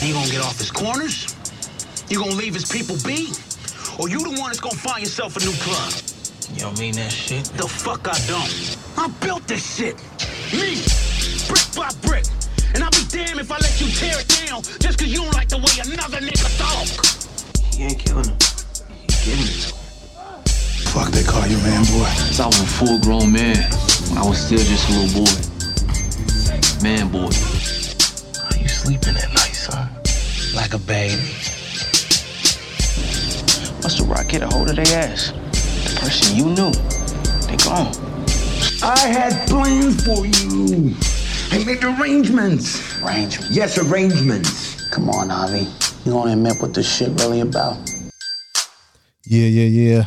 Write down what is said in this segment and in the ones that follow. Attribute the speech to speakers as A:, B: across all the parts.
A: You gonna get off his corners? You gonna leave his people be? Or you the one that's gonna find yourself a new club?
B: You don't mean that shit?
A: The fuck I don't. I built this shit. Me, brick by brick. And I'll be damned if I let you tear it down just cause you don't like the way another nigga talk.
B: You ain't killing him. You giving it to him.
C: Fuck they call you man boy.
B: Since I was a full grown man, when I was still just a little boy. Man boy. How you sleeping at night, son?
A: Like a baby.
B: Once the rock get a hold of their ass, the person you knew, they gone.
C: I had plans for you. I made arrangements.
D: Arrangement.
C: Yes, arrangements.
D: Come on, Avi. You don't admit what this shit really about.
E: Yeah, yeah, yeah.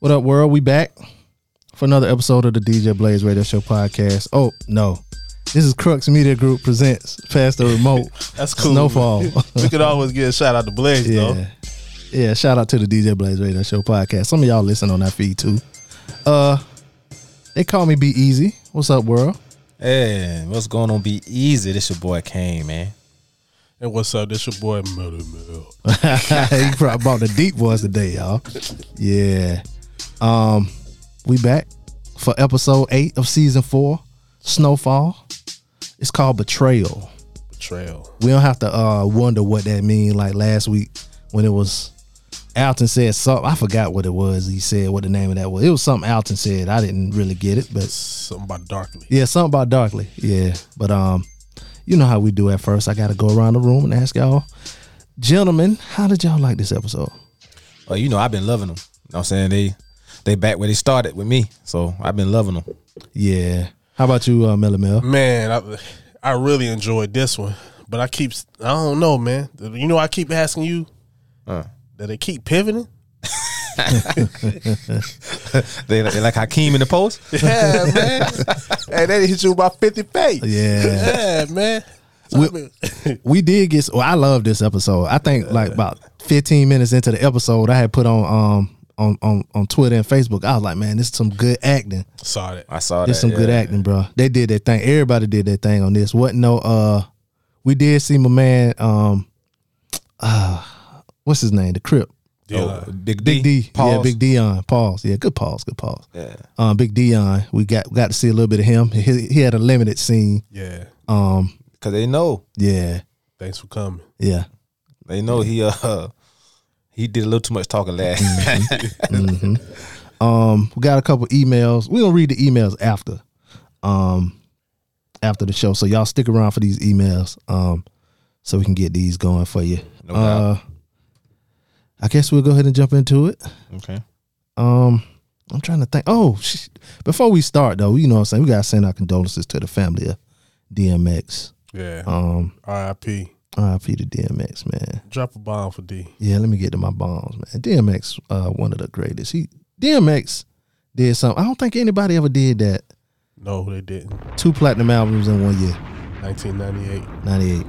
E: What up, world? We back for another episode of the DJ Blaze Radio Show podcast. Oh no, this is Crux Media Group presents Pass the Remote.
F: That's cool.
E: Snowfall.
F: we could always get a shout out to Blaze though.
E: yeah, yeah. Shout out to the DJ Blaze Radio Show podcast. Some of y'all listen on that feed too. Uh, they call me Be Easy. What's up, world?
F: Hey, what's going on? Be easy. This your boy Kane, man.
G: And what's up? This your boy Metal Mill.
E: you probably bought the deep voice today, y'all. Yeah. Um, we back for episode eight of season four, Snowfall. It's called Betrayal.
G: Betrayal.
E: We don't have to uh wonder what that mean. Like last week when it was Alton said something. I forgot what it was. He said what the name of that was. It was something Alton said. I didn't really get it, but
G: Something about Darkly.
E: yeah, something about Darkly. Yeah. But um, you know how we do at first. I gotta go around the room and ask y'all, gentlemen, how did y'all like this episode?
F: Oh, you know I've been loving them. You know what I'm saying they they back where they started with me, so I've been loving them.
E: Yeah. How about you, uh, Melly Mel?
G: Man, I, I really enjoyed this one, but I keep, I don't know, man. You know, I keep asking you that they keep pivoting.
F: They, they like Hakeem in the post.
G: Yeah, man. hey, they hit you about 50 face.
E: Yeah.
G: Yeah, man. So I mean-
E: we did get. Well, I love this episode. I think like about 15 minutes into the episode, I had put on um on on, on Twitter and Facebook. I was like, man, this is some good acting.
G: saw that.
F: I saw that.
E: This is some good
F: yeah.
E: acting, bro. They did their thing. Everybody did their thing on this. What no? Uh, we did see my man. Um, uh, what's his name? The Crip.
F: Oh, Big
E: Big
F: D.
E: D, yeah,
F: Pause.
E: Big Dion, pause, yeah, good pause, good pause.
F: Yeah.
E: Um, Big Dion, we got got to see a little bit of him. He, he had a limited scene.
G: Yeah.
E: Um,
F: Cause they know
E: yeah,
G: Thanks for coming.
E: yeah.
F: they know he uh he did a little too much talking last.
E: Mm. Um, we got a couple emails. We're gonna read the emails after. Um after the show. So y'all stick around for these emails. Um so we can get these going for you.
F: No
E: uh
F: doubt.
E: I guess we'll go ahead and jump into it.
F: okay.
E: Um I'm trying to think. Oh, sh- before we start though, you know what I'm saying? We gotta send our condolences to the family of DMX.
G: Yeah.
E: Um
G: RIP.
E: RIP to DMX, man.
G: Drop a bomb for D.
E: Yeah, let me get to my bombs, man. DMX, uh, one of the greatest. He DMX did something. I don't think anybody ever did that.
G: No, they didn't.
E: two platinum albums in one year,
G: 1998.
E: ninety eight.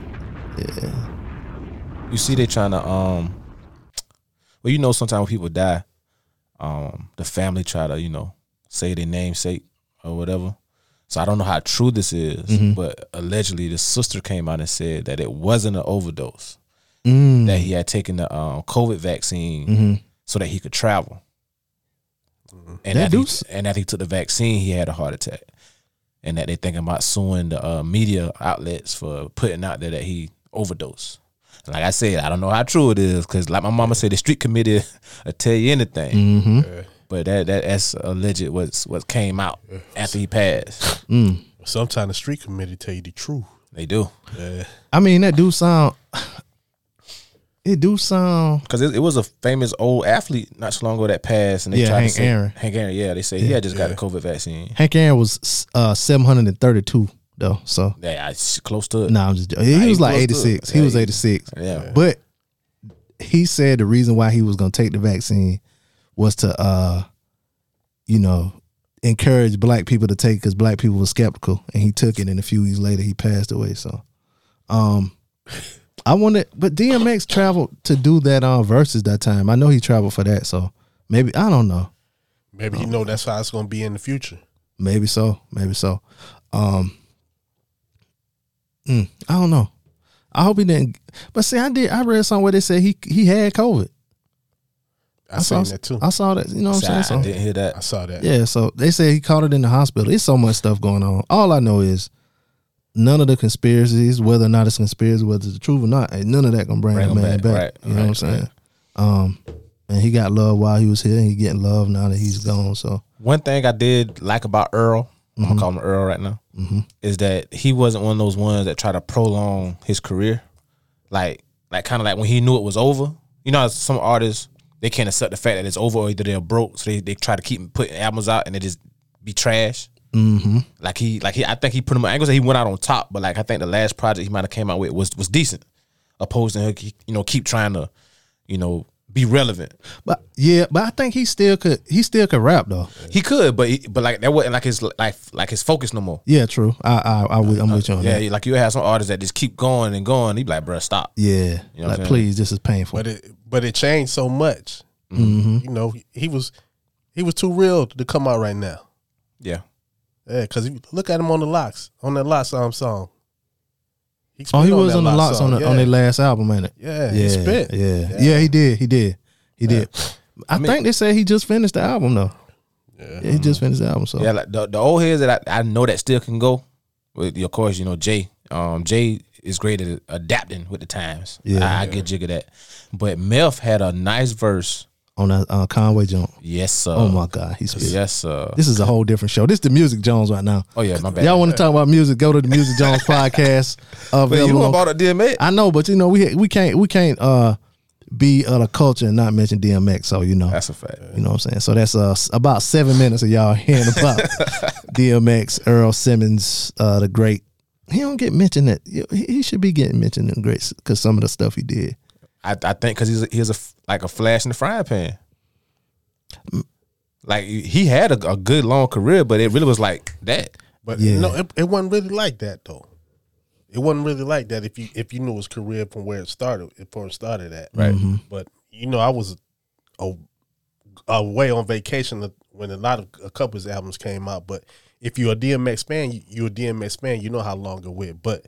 F: You see, they trying to um. Well, you know, sometimes when people die, um, the family try to you know say their namesake or whatever. So I don't know how true this is, but allegedly the sister came out and said that it wasn't an overdose, that he had taken the um, COVID vaccine so that he could travel. And
E: They
F: after,
E: do
F: he,
E: s-
F: and after he took the vaccine, he had a heart attack, and that they thinking about suing the uh, media outlets for putting out there that he overdosed. And like I said, I don't know how true it is because, like my mama said, the street committee will tell you anything. But that, that that's alleged what's what came out after he passed.
G: Sometimes the street committee tell you the truth.
F: they do
G: Yeah.
E: I mean, that do sound. It do sound.
F: because it, it was a famous old athlete not so long ago that passed, and they
E: Yeah,
F: tried
E: Hank
F: to say,
E: Aaron.
F: Hank Aaron, yeah, they say he had just got the COVID vaccine.
E: Hank Aaron was uh, seven hundred and thirty two though. So
F: Yeah, it's close to it.
E: no, nah, I'm just. He was
F: he
E: like
F: was
E: eighty six. He
F: good.
E: was eighty six.
F: Yeah.
E: but he said the reason why he was going to take the vaccine was to, uh, you know, encourage black people to take because black people were skeptical, and he took it, and a few years later he passed away. So, um, I wanted, but DMX traveled to do that on versus that time. I know he traveled for that, so maybe I don't know.
G: Maybe
E: Oh.
G: you know that's how it's going to be in the future.
E: Maybe so. Maybe so. Um, mm, I don't know. I hope he didn't. But see, I did. I read somewhere they said he he had COVID.
G: I, seen
E: saw
G: that too.
E: I saw that. You know what
F: I
E: I'm saying? So,
F: didn't hear
G: I
F: that.
G: saw that.
E: yeah. So they said he caught it in the hospital. It's so much stuff going on. All I know is none of the conspiracies, whether or not it's conspiracy, whether it's the truth or not, ain't none of that gonna bring,
F: Bring
E: that
F: him
E: man
F: back,
E: back.
F: right,
E: You know what
F: right,
E: I'm saying? Um, and he got love while he was here, and he getting love now that he's gone. So
F: One thing I did like about Earl, I'm gonna call him Earl right now, is that he wasn't one of those ones that try to prolong his career. Like, like kind of like when he knew it was over. You know, how some artists they can't accept the fact that it's over or either they're broke, so they, they try to keep putting albums out and they just be trash. Mm-hmm. Like he, like he, I think he put him. I ain't gonna say he went out on top, but like I think the last project he might have came out with was was decent. Opposed to him, you know, keep trying to, you know, be relevant.
E: But yeah, but I think he still could. He still could rap though.
F: He could, but he, but like that wasn't like his like like his focus no more.
E: Yeah, true. I I, I would, I'm with you on
F: Yeah,
E: that.
F: like you have some artists that just keep going and going. He be like, bruh, stop.
E: Yeah,
F: You know what I'm
E: like
F: saying?
E: please, this is painful.
G: But it but it changed so much.
E: Mm-hmm.
G: You know, he- he was he was too real to come out right now.
F: Yeah,
G: Yeah, because you look at him on the locks on that locks um, song. He
E: Oh,
G: spit
E: he was
G: that
E: on the
G: Lox
E: lots on
G: song,
E: the, on
G: yeah.
E: their last album, ain't it? yeah,
G: Yeah, he spit.
E: Yeah. yeah, he did, he did, he did. I,
F: mean-
E: think they said he just finished the album though. Yeah, he just finished the album. So
F: yeah. Like the, the old heads that I, I know that still can go. But of course, you know Jay. Um, Jay is great at adapting with the times.
E: Yeah.
F: I, I get jig of that. But Melf had a nice verse.
E: on that uh, Conway joint.
F: Yes, sir.
E: Oh my God, he's
F: Yes, sir.
E: This is a whole different show. This is the Music Jones right now.
F: Oh yeah, my bad.
E: Y'all want to talk about music? Go to the Music Jones podcast.
F: But you
E: Available.
F: know
E: on-
F: about a DMA?
E: I know, but you know we we can't we can't uh be of the culture and not mention DMX. So you know
F: That's a fact.
E: You know what I'm saying? So that's uh, s- about seven minutes of y'all hearing about DMX, Earl Simmons, uh, the great. He don't get mentioned that. He, he should be getting mentioned in greats because some of the stuff he did.
F: I, I think because he's a, he's a f- like a flash in the frying pan. Like he had a, a good long career, but it really was like that.
G: But
E: Yeah.
G: no, it, it wasn't really like that though. It wasn't really like that if you if you knew his career from where it started from it started at. Right. But you know, I was a, away on vacation when a lot of a couple of his albums came out. But if you're a DMX fan, you, you're a DMX fan. You know how long it went. But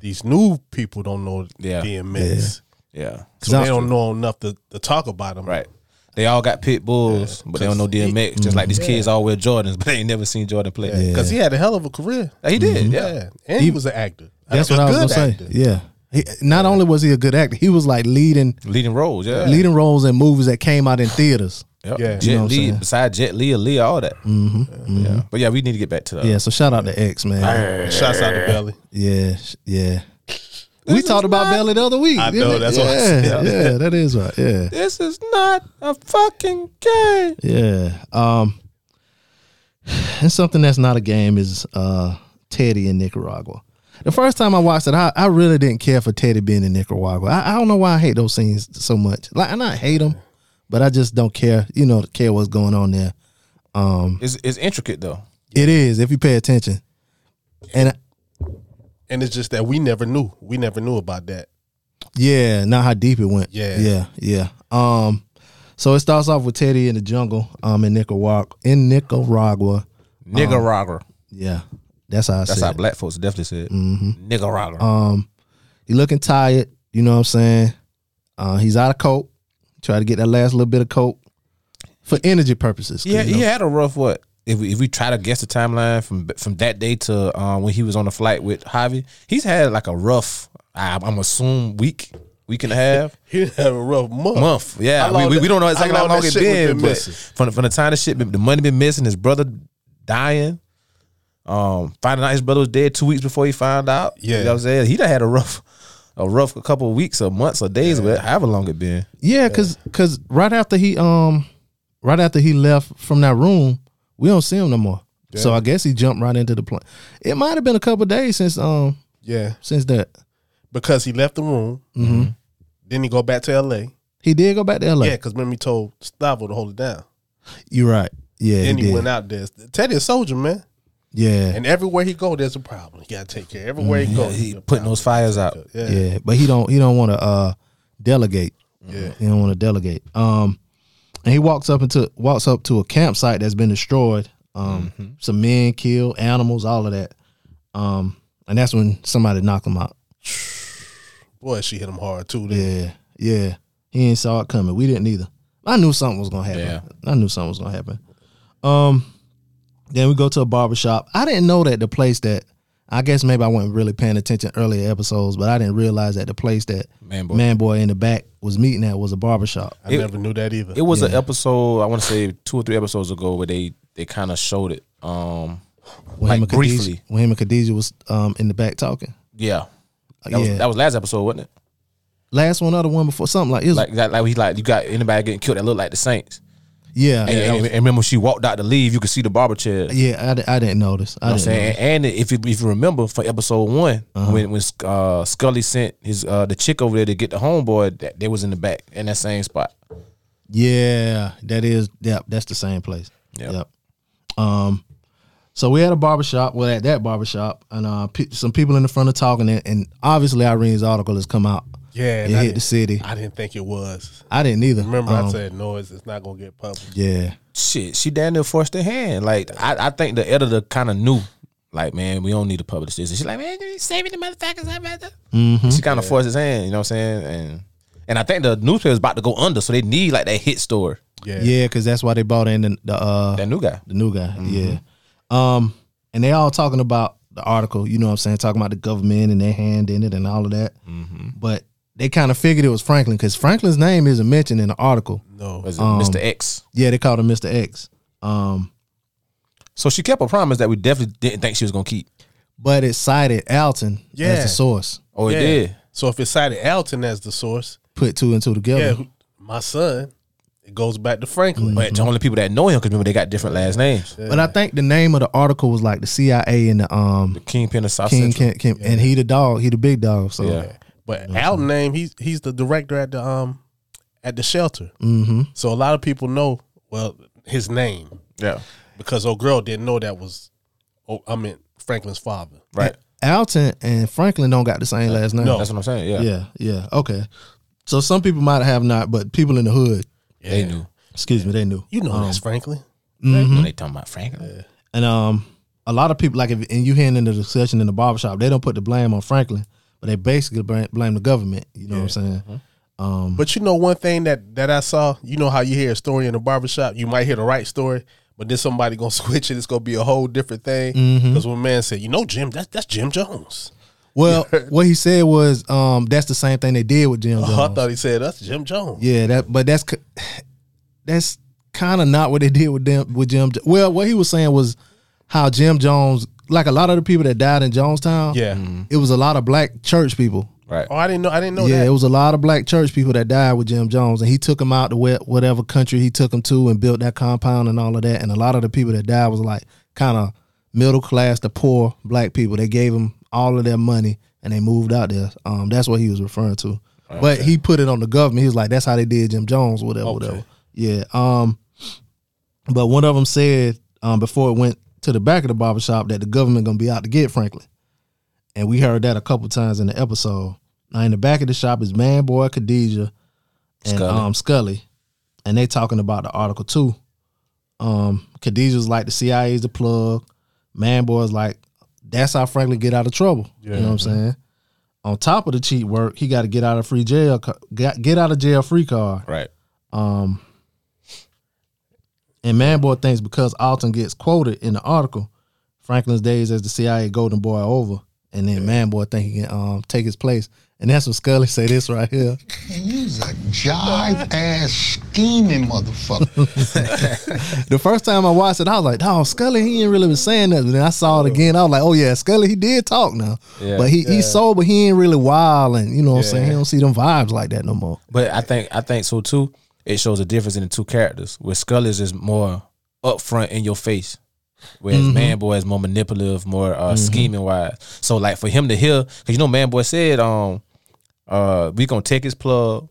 G: these new people don't know
F: Yeah.
G: DMX,
F: Yeah,
G: so they don't know enough to, to talk about him.
F: right. They all got pit bulls, but they don't know DMX. just like these kids all wear Jordans, but they ain't never seen Jordan play.
G: Because he had a hell of a career.
F: He did, yeah.
G: Yeah, and he, was an actor.
E: That's
G: A
E: what I was
G: good
E: gonna say.
G: actor.
E: Yeah. He, not only was he a good actor, he was like leading
F: Leading roles, yeah.
E: leading roles in movies that came out in theaters.
F: Yep.
G: Yeah.
F: Jet
E: You know what I'm
F: Li,
E: saying?
F: besides Jet Li, Aaliyah, all that. Mm-hmm. Yeah, but yeah, we need to get back to that.
E: Yeah. So shout out to X man.
G: Shouts out to Belly.
E: Yeah. sh- Yeah. We talked about Belly the other week.
G: I
E: didn't
G: know,
E: we?
G: that's
E: yeah,
G: what I said.
E: Yeah. That is right. Yeah.
F: This is not a fucking game.
E: Yeah. Um and something that's not a game is uh Teddy in Nicaragua. The first time I watched it, I, I really didn't care for Teddy being in Nicaragua. I, I don't know why I hate those scenes so much. Like and I hate them, but I just don't care, you know, care what's going on there.
F: It's, it's intricate though.
E: It is if you pay attention. And
G: And it's just that we never knew. We never knew about that.
E: Yeah, not how deep it went.
G: Yeah.
E: yeah, yeah. Um, so it starts off with Teddy in the jungle, um, in Nicaragua, in Nicaragua.
F: Nigga rocker.
E: Yeah, that's how I
F: That's
E: said.
F: how
E: it.
F: black folks definitely said.
G: Mm-hmm.
F: Nigga rocker.
G: Uh,
E: He looking tired. You know what I'm saying? Uh, he's out of coke. Try to get that last little bit of coke for energy purposes. 'cause,
F: Yeah,
E: you know,
F: he had a rough what. If we, if we try to guess the timeline from from that day to um, when he was on the flight with Javi, he's had like a rough. I, I'm assume week, week and a half,
G: He didn't have a rough month.
F: month.
G: How
F: Yeah, we,
G: long
F: we,
G: that-
F: we don't know
G: how
F: exactly how
G: long
F: long,
G: that
F: it's
G: shit
F: been.
G: been
F: but
G: missing?
F: from the, from the time the shit, been, the money been missing, his brother dying. Um, finding out his brother was dead two weeks before he found out.
G: Yeah.
F: you know what I'm saying he done had a rough, a rough couple of weeks or months or days, but however long it been.
E: yeah, cause cause right after he um, right after he left from that room, we don't see him no more. So I guess he jumped right into the plane. It might have been a couple days since um
G: Yeah.
E: since that.
G: Because he left the room. Mm-hmm. Then he go back to LA.
E: He did go back to LA.
G: Yeah, because remember he told Stavo to hold it down.
E: You're right. Yeah,
G: Then
E: he,
G: he
E: did.
G: went out there. Teddy a soldier, man.
E: Yeah,
G: And everywhere he go, there's a problem. He gotta take care. Everywhere
E: Mm,
G: he go,
F: He
G: there's a
F: putting those fires out.
G: problem. Yeah.
E: yeah, but he don't he don't want to uh delegate.
G: Yeah.
E: He don't want to delegate. Um, and he walks up into walks up to a campsite that's been destroyed. Um,
G: Mm-hmm.
E: some men killed, animals, all of that. Um, and that's when somebody knocked him out.
G: Boy, she hit him hard too. Then.
E: Yeah, yeah. He ain't saw it coming. We didn't either. I knew something was gonna happen.
F: Yeah.
E: I knew something was gonna happen. Um, then we go to a barber shop. I didn't know that the place that I guess maybe I wasn't really paying attention earlier episodes, but I didn't realize that the place that
F: Man Boy.
E: man boy in the back was meeting at was a barber shop.
G: I never knew that either.
F: It was an episode I want to say two or three episodes ago where they they kind of showed it. Um,
E: When
F: Like
E: him and Khadijah-
F: briefly.
E: when him and Khadijah was um in the back talking.
F: yeah, that,
E: yeah,
F: was, that was last episode, wasn't it?
E: last one, other one before something like it was.
F: Like that, like he like you got anybody getting killed that looked like the Saints.
E: Oh, yeah,
F: And,
E: yeah,
F: and- and remember, she walked out to leave. You could see the barber chair.
E: yeah. I, di- I didn't notice. I
F: You know what I'm
E: didn't Uh-huh.
F: saying,
E: notice.
F: and if you, if you remember for episode one, when when uh, Scully sent his uh, the chick over there to get the homeboy, that they was in the back in that same spot.
E: Yeah, that is. Yep, that's the same place.
F: Yep.
E: Yep. Um, so we had a barbershop. Well, at that barbershop, and uh, pe- some people in the front are talking, and, and obviously Irene's article has come out.
G: Yeah,
E: it
G: and I
E: hit the
G: didn't-
E: city.
G: I didn't think it was.
E: I didn't either.
G: Remember, I
E: Um,
G: said noise. It's not gonna get published.
E: Yeah,
F: Shit, she damn near forced her hand. Like I, I think the editor kind of knew. Like man, we don't need to publish this. And she's like, man, you saving the motherfuckers. I better. She kind of forced his hand. You know what I'm saying? And and I think the newspaper's about to go under, so they need like that hit story.
G: Yeah,
E: yeah, because that's why they bought in the, the uh
F: That new guy.
E: the new guy.
G: Mm-hmm.
E: Yeah. Um, and they all talking about the article, you know what I'm saying, talking about the government and their hand in it and all of that.
G: Mm-hmm.
E: But they kind of figured it was Franklin because Franklin's name isn't mentioned in the article.
G: no,
F: Was it Mr. X?
E: Yeah, they called him Mr. X. Um,
F: So she kept a promise that we definitely didn't think she was gonna keep.
E: but it cited Alton as
G: Yeah.
E: the source.
F: Oh,
G: yeah.
F: it did.
G: So if it cited Alton as the source,
E: Put two and two together.
G: yeah, who- my son, it goes back to Franklin.
E: Mm.
F: But the only people that know him, because remember they got different last names.
E: But I think the name of the article was like the CIA and the um
F: Kingpin of South
E: King,
F: Central.
E: King, King and he the dog, he the big dog. So
F: Yeah.
G: But
E: Mm-hmm.
G: Al name he's he's the director at the um at the shelter.
E: hmm
G: So a lot of people know well his name
F: Yeah.
G: because old girl didn't know that was oh I mean Franklin's father.
F: Right.
E: Alton and Franklin don't got the same last name.
G: No.
F: That's what I'm saying. Yeah.
E: Yeah, yeah. Okay. So some people might have not, but people in the hood,
F: They knew.
E: excuse me, they knew.
G: You know
E: Um,
G: that's Franklin.
F: When they talking about Franklin.
E: And um a lot of people like if and you hearing in the discussion in the barbershop, they don't put the blame on Franklin, but they basically blame, blame the government. You know what I'm saying?
F: Uh-huh.
G: But you know one thing that that I saw, you know how you hear a story in a barbershop, you might hear the right story, but then somebody gonna switch it, it's gonna be a whole different thing. Because when man said, you know Jim, that's that's Jim Jones.
E: Well, what he said was um that's the same thing they did with Jim Jones.
G: Oh, I thought he said that's Jim Jones.
E: yeah, that but that's ki- that's kind of not what they did with them with Jim. Jo- Well, what he was saying was how Jim Jones, like a lot of the people that died in Jonestown,
G: Yeah.
E: it was a lot of black church people.
F: Right.
G: Oh, I didn't know I didn't know
E: yeah,
G: that.
E: it was a lot of black church people that died with Jim Jones, and he took them out to where, whatever country he took them to and built that compound and all of that. And a lot of the people that died was like kind of middle class to poor black people. They gave them all of their money and they moved out there. Um, that's what he was referring to. But he put it on the government. He was like, "That's how they did Jim Jones, whatever, whatever." Yeah. Um, but one of them said um, before it went to the back of the barbershop that the government gonna be out to get Franklin and we heard that a couple times in the episode. Now in the back of the shop is Man Boy Khadijah and
F: Scully.
E: um Scully, and they talking about the article too. Um, Khadijah's like the CIA's the plug. Man Boy's like that's how Franklin get out of trouble. You know what I'm saying? On top of the cheat work, he got to get out of free jail, ca- get get out of jail free card.
F: Right.
E: Um, and Manboy thinks because Alton gets quoted in the article, Franklin's days as the CIA golden boy are over, and then Manboy think he can um, take his place. And that's what Scully say this right here.
H: He's a jive ass scheming motherfucker.
E: The first time I watched it, I was like, "Oh, Scully, he ain't really been saying that." But then I saw it again. I was like, "Oh yeah, Scully, he did talk now,
F: Yeah.
E: but he he's sober. He ain't really wild, and you know what I'm saying. He don't see them vibes like that no more."
F: But I think I think so too. It shows a difference in the two characters. Where Scully is just more upfront in your face, whereas
G: Mm-hmm.
F: Man Boy is more manipulative, more uh, scheming wise. So like for him to hear, because you know Man Boy said, um, uh, we gonna take his plug.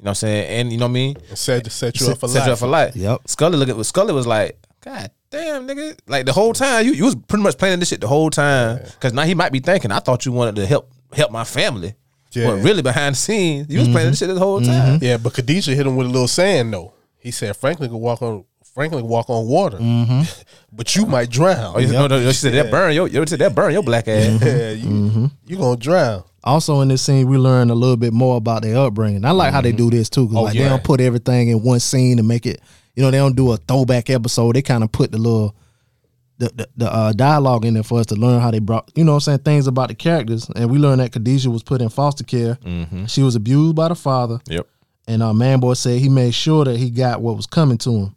F: You know what I'm saying? And you know what I mean?
G: Set, set you up for
F: Set you up
G: life.
F: for life.
E: Yep.
F: Scully look at Scully was like, God damn, nigga. Like the whole time, you, you was pretty much planning this shit the whole time. Cause now he might be thinking, I thought you wanted to help help my family.
G: Yeah. Mm-hmm.
F: But really behind the scenes, you was planning this shit the whole time.
G: Yeah, but Khadijah hit him with a little sand though. He said Franklin could walk on Franklin could walk on water, but you might drown. Mm-hmm.
F: Oh, you, no, no, she said that burn your, you said that burn your black ass.
G: Yeah, you you gonna drown.
E: Also in this scene, we learn a little bit more about their upbringing. I like how they do this too, because
F: Oh,
E: like they
F: yeah.
E: don't put everything in one scene to make it. You know, they don't do a throwback episode. They kind of put the little the the, the uh, dialogue in there for us to learn how they brought. You know, what I'm saying things about the characters, and we learned that Khadijah was put in foster care. She was abused by the father.
F: Mm-hmm. Yep.
E: And uh, man boy said he made sure that he got what was coming to him.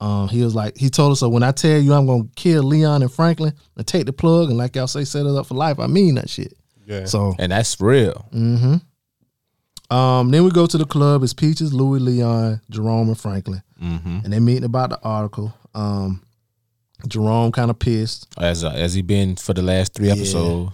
E: Um, he was like, he told us, so when I tell you I'm gonna kill Leon and Franklin and take the plug and like y'all say, set it up for life, I mean that shit.
G: Yeah.
E: So
F: And that's real.
E: um, then we go to the club. It's Peaches, Louis, Leon, Jerome, and Franklin, mm-hmm. and they meeting about the article. Um, Jerome kind of pissed.
F: As uh, as he been for the last three episodes.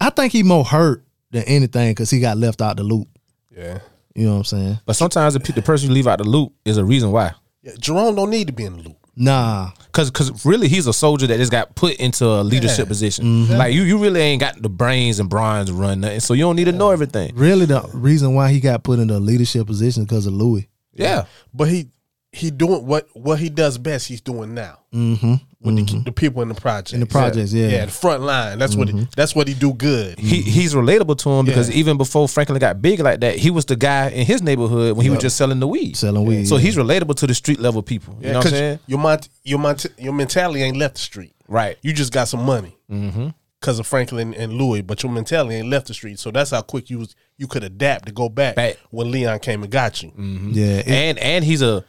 E: I think he more hurt than anything because he got left out the loop.
G: Yeah.
E: You know what I'm saying?
F: But sometimes the, pe- the person you leave out the loop is a reason why.
G: yeah. Jerome don't need to be in the loop.
E: Nah,
F: Cause, cause really he's a soldier that just got put into a leadership position. Like you, you really ain't got the brains and bronze to run nothing, so you don't need to know everything.
E: really the reason why he got put in a leadership position because of Louis.
F: Yeah,
G: But he he doing what what he does best. He's doing now
E: Mm-hmm.
G: with the, the people in the project. In
E: the projects, yeah.
G: yeah, the front line. That's what
F: Mm-hmm.
G: he, that's what he do good.
F: he he's relatable to him because
G: Yeah.
F: even before Franklin got big like that, he was the guy in his neighborhood when he was just selling the weed.
E: Selling weed,
F: So
E: yeah.
F: he's relatable to the street level people. You know what I'm
G: 'cause
F: saying?
G: Your mind, your mind, your mentality ain't left the street.
F: Right.
G: You just got some money
F: Mm-hmm.
G: because of Franklin and Louis, but your mentality ain't left the street. So that's how quick you was you could adapt to go back,
F: Back. Mm-hmm.
G: when Leon came and got you.
E: Yeah, it-
F: and and he's a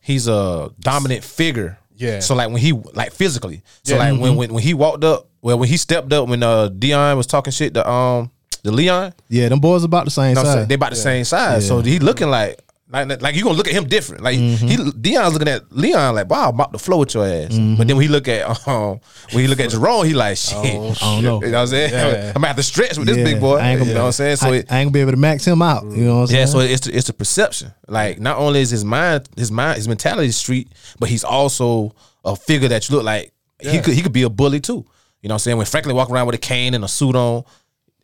F: he's a dominant figure.
G: Yeah.
F: So like when he like physically. So
G: Yeah.
F: like when,
E: Mm-hmm.
F: when when he walked up, well when he stepped up when uh Dion was talking shit to um the Leon,
E: yeah, them boys about the same
F: you know what I'm saying?
E: size.
F: they about the same size. So he looking like like, like you gonna look at him different. Like he
E: Mm-hmm.
F: Dion's looking at Leon like, wow, I'm about to flow with your ass. But then when he look at um when he look at Jerome, he like shit.
E: I don't know.
F: You know what I'm saying?
G: Yeah.
F: I'm gonna have to stretch with
E: Oh, Yeah,
F: this big boy.
E: I ain't gonna
F: you
E: be-
F: know what I'm saying? So
E: I,
F: it,
E: I ain't gonna be able to max him out. You know what I'm
F: yeah, so
E: saying?
F: it's the, it's the perception. Like not only is his mind, his mind, his mentality is street, but he's also a figure that you look like he could he could be a bully too. You know what I'm saying? When Franklin walk around with a cane and a suit on,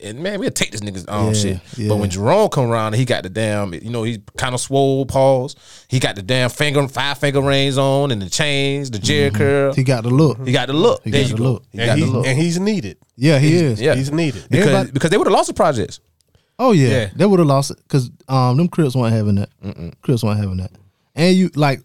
F: and man, we'll take this nigga's um
E: Yeah,
F: shit.
E: yeah.
F: But when Jerome come around and he got the damn, you know, he kind of swole paws. He got the damn finger five finger rings on and the chains, the jerry curl.
E: Mm-hmm. he
F: He,
E: got the look.
F: got the look.
E: He
F: there
E: got
F: you
E: the
F: go.
E: look.
F: He
G: And,
F: got
G: he,
F: the look.
G: and he's needed.
E: Yeah, he is.
F: yeah.
G: He's needed.
F: Because
E: Everybody-
F: because they would have lost the projects.
E: Oh yeah,
F: Yeah.
E: they would have lost it because um them Crips weren't having that. Crips weren't having that, and you like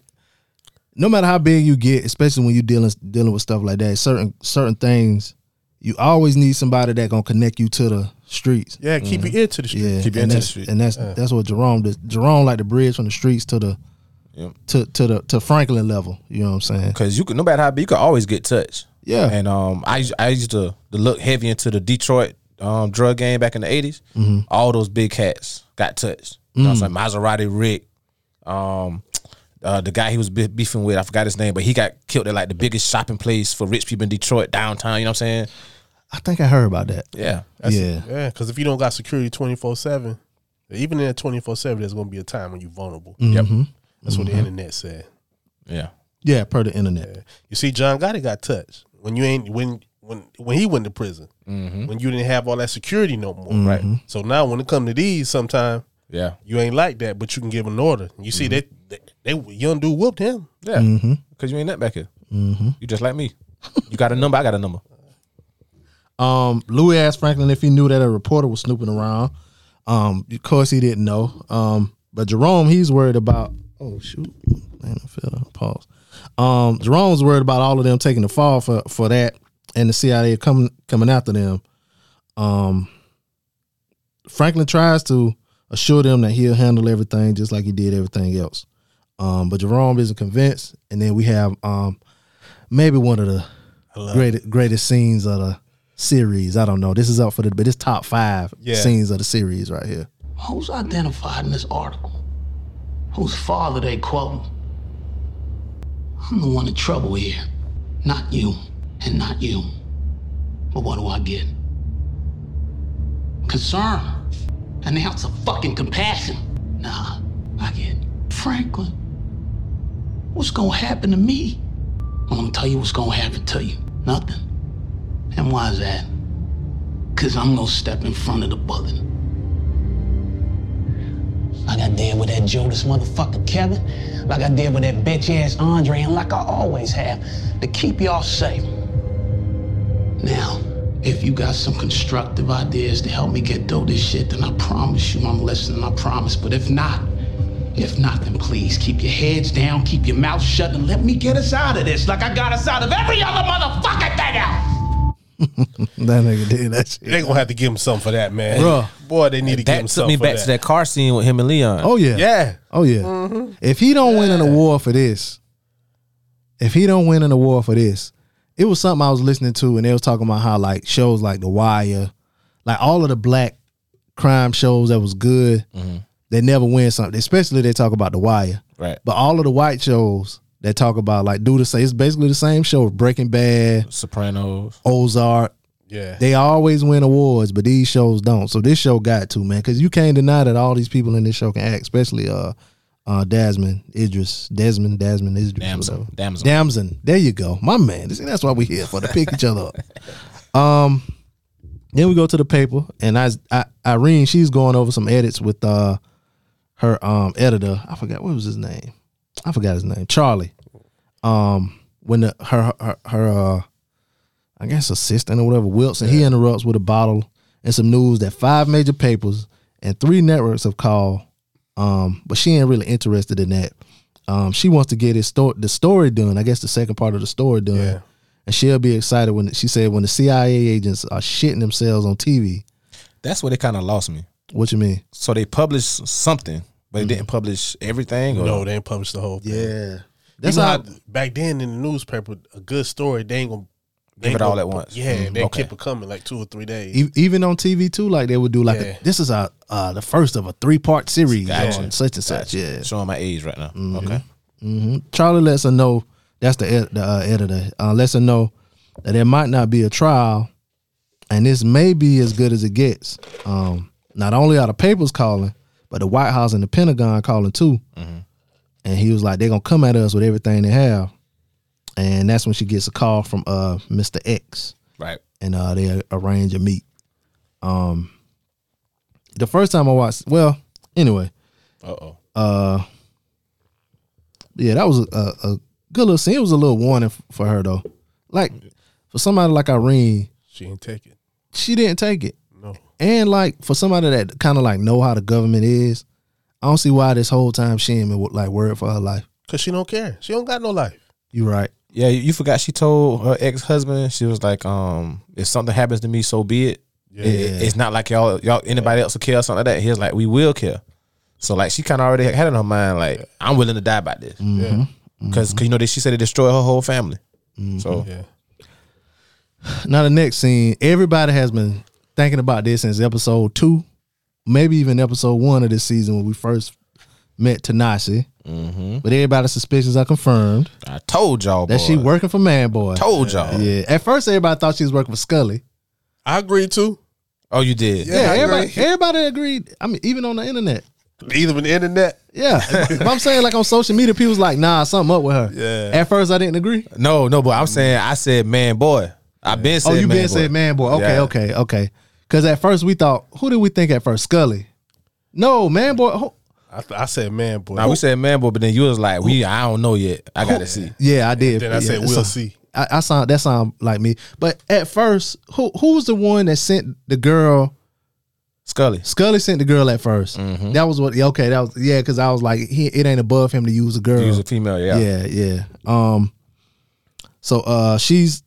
E: no matter how big you get, especially when you dealing dealing with stuff like that, certain certain things you always need somebody that gonna connect you to the streets.
G: Yeah,
F: Mm-hmm.
G: keep your ear to the street.
E: Yeah,
F: Keep you
E: and
F: into the
E: that's,
F: street.
E: and that's that's what Jerome does. Jerome like the bridge from the streets to the
F: Yep.
E: to to the to Franklin level. You know what I'm saying?
F: Cause you could, no matter how big, you could always get touched.
E: Yeah.
F: And um, I used- I used to, to look heavy into the Detroit um drug game back in the 80s All those big cats got touched. You know what I'm saying? Maserati Rick, um, uh, the guy he was be- beefing with, I forgot his name, but he got killed at like the biggest shopping place for rich people in Detroit downtown. You know what I'm saying?
E: I think I heard about that.
F: Yeah.
E: yeah,
G: Yeah, because if you don't got security twenty four seven, even in twenty four seven, there's gonna be a time when you're vulnerable.
F: Yep.
G: That's what the
F: Mm-hmm.
G: internet said.
F: Yeah.
E: yeah, per the internet.
G: You see, John Gotti got touched when you ain't when when when he went to prison.
F: Mm-hmm.
G: When you didn't have all that security no more, right? So now when it come to these, sometime
F: Yeah.
G: you ain't like that, but you can give an order. You see,
F: Mm-hmm.
G: they, they they young dude whooped him.
F: Yeah. Cause you ain't that back here. You just like me. You got a number. I got a number.
E: Um, Louis asked Franklin if he knew that a reporter was snooping around. Um, of course he didn't know. Um, but Jerome, he's worried about. Oh shoot, man, I feel that. Pause. Um, Jerome's worried about all of them taking the fall for for that, and the CIA coming coming after them. Um, Franklin tries to assure them that he'll handle everything just like he did everything else. Um, but Jerome isn't convinced, and then we have um, maybe one of the greatest greatest scenes of the series. I don't know. This is up for the but it's top five
G: Yeah.
E: scenes of the series right here.
D: Who's identified in this article? Whose father they quoting? I'm the one in trouble here. Not you, and not you. But what do I get? Concern. An ounce of fucking compassion. Nah, I get Franklin. What's gonna happen to me? I'm gonna tell you what's gonna happen to you. Nothing. And why is that? Cause I'm gonna step in front of the bullet. Like I did with that Judas motherfucker Kevin, like I did with that bitch ass Andre, and like I always have, to keep y'all safe. Now, If you got some constructive ideas to help me get through this shit, then I promise you I'm listening. I promise. But if not, if not, then please keep your heads down, keep your mouth shut, and let me get us out of this like I got us out of every other motherfucking thing out.
E: That nigga did that shit.
G: They gonna have to give him something for that, man.
E: Bruh.
G: boy, they need to give him
F: That took
G: something
F: me
G: for
F: back to that car scene with him and Leon.
E: Oh yeah.
G: Yeah,
E: Oh yeah. If he don't win an award for this, if he don't win an award for this, it was something I was listening to and they was talking about how like shows like The Wire, like all of the black crime shows that was good, they never win something. Especially they talk about The Wire.
F: Right.
E: But all of the white shows that talk about like do the same it's basically the same show Breaking Bad,
F: Sopranos.
E: Ozark,
G: yeah.
E: they always win awards, but these shows don't. So this show got to man, because you can't deny that all these people in this show can act, especially uh, uh, Desmond Idris, Desmond, Desmond Idris,
F: Damson.
E: whatever.
F: Damson.
E: Damson. There you go, my man. See, that's why we here for to pick each other up. Um, then we go to the paper, and I, I Irene, she's going over some edits with uh her um editor. I forgot what was his name. I forgot his name. Charlie. Um, when the her her, her uh I guess assistant or whatever, Wilson, he interrupts with a bottle and some news that five major papers and three networks have called. Um, but she ain't really interested in that. Um, she wants to get his sto- the story done. I guess the second part of the story done,
G: Yeah.
E: and she'll be excited when she said when the CIA agents are shitting themselves on TV.
F: That's where they kind of lost me.
E: What you mean?
F: So they published something, but they didn't publish everything. Or
G: No, they ain't published the whole thing.
E: Yeah, that's
G: You know
E: how.
G: how back then in the newspaper, a good story they ain't gonna they ain't
F: Give it all
G: gonna-
F: at once.
G: Yeah,
F: Mm,
G: they
F: okay.
G: keep it coming like two or three days.
E: e- even on TV too, like they would do like
G: Yeah.
E: a, this is a uh, the first of a three part series
F: Gotcha.
E: on such and such. Yeah,
F: Showing my age right now. Okay.
E: Charlie lets her know that's the, ed- the uh, editor uh, lets her know that there might not be a trial, and this may be as good as it gets. Um, not only are the papers calling, but the White House and the Pentagon calling too. And he was like, they're gonna come at us with everything they have, and that's when she gets a call from uh Mr. X.
F: Right.
E: and uh, they arrange a meet. Um, the first time I watched, well, anyway,
F: Uh oh.
E: yeah, that was a, a, a good little scene. It was a little warning f- for her though. Like for somebody like Irene,
G: she didn't take it.
E: she didn't take it.
G: No.
E: And like for somebody that kind of like know how the government is, I don't see why this whole time she ain't been like worried for her life.
G: Cause she don't care. She don't got no life.
E: You right?
F: Yeah, you you forgot she told her ex husband she was like, um, if something happens to me, so be it. It- it- It's not like y'all y'all anybody else will care or something like that. He was like, we will care. So like she kind of already had in her mind like I'm willing to die about this
G: Yeah.
F: because you know that she said it destroyed her whole family. So
G: Yeah.
E: Now the next scene, everybody has been thinking about this since episode two, maybe even episode one of this season when we first met Tanasi. But everybody's suspicions are confirmed
F: I told y'all
E: that
F: boy,
E: she working for Manboy.
F: Told y'all.
E: Yeah. At first, everybody thought she was working for Scully.
G: I agree too.
F: Oh, you did.
G: Yeah,
E: Yeah,
G: I
E: everybody,
G: agree.
E: everybody agreed. I mean, even on the internet.
G: Either on the internet.
E: Yeah, but I'm saying like on social media, people's like, "Nah, something up with her."
G: Yeah.
E: At first, I didn't agree.
F: No, no, but I'm saying I said man, boy. I've been
E: Mm. oh,
F: saying
E: you
F: man,
E: been
F: boy.
E: said man boy. Okay,
F: Yeah.
E: okay, okay. Because at first we thought, who did we think at first? Scully. No, man boy. who-
G: I, th- I said, man, boy.
F: Now we said man, boy, but then you was like, we I don't know yet. I gotta see.
E: Yeah, I did.
G: then I
E: Yeah,
G: said, we'll
E: so-
G: see.
E: I, I sound that sound like me. But at first, who who was the one that sent the girl?
F: Scully.
E: Scully sent the girl at 1st
G: Mm-hmm.
E: That was what. yeah, Okay, that was yeah. Because I was like, he, it ain't above him to use a girl.
F: He was a female. Yeah.
E: yeah, yeah. Um, so uh, she's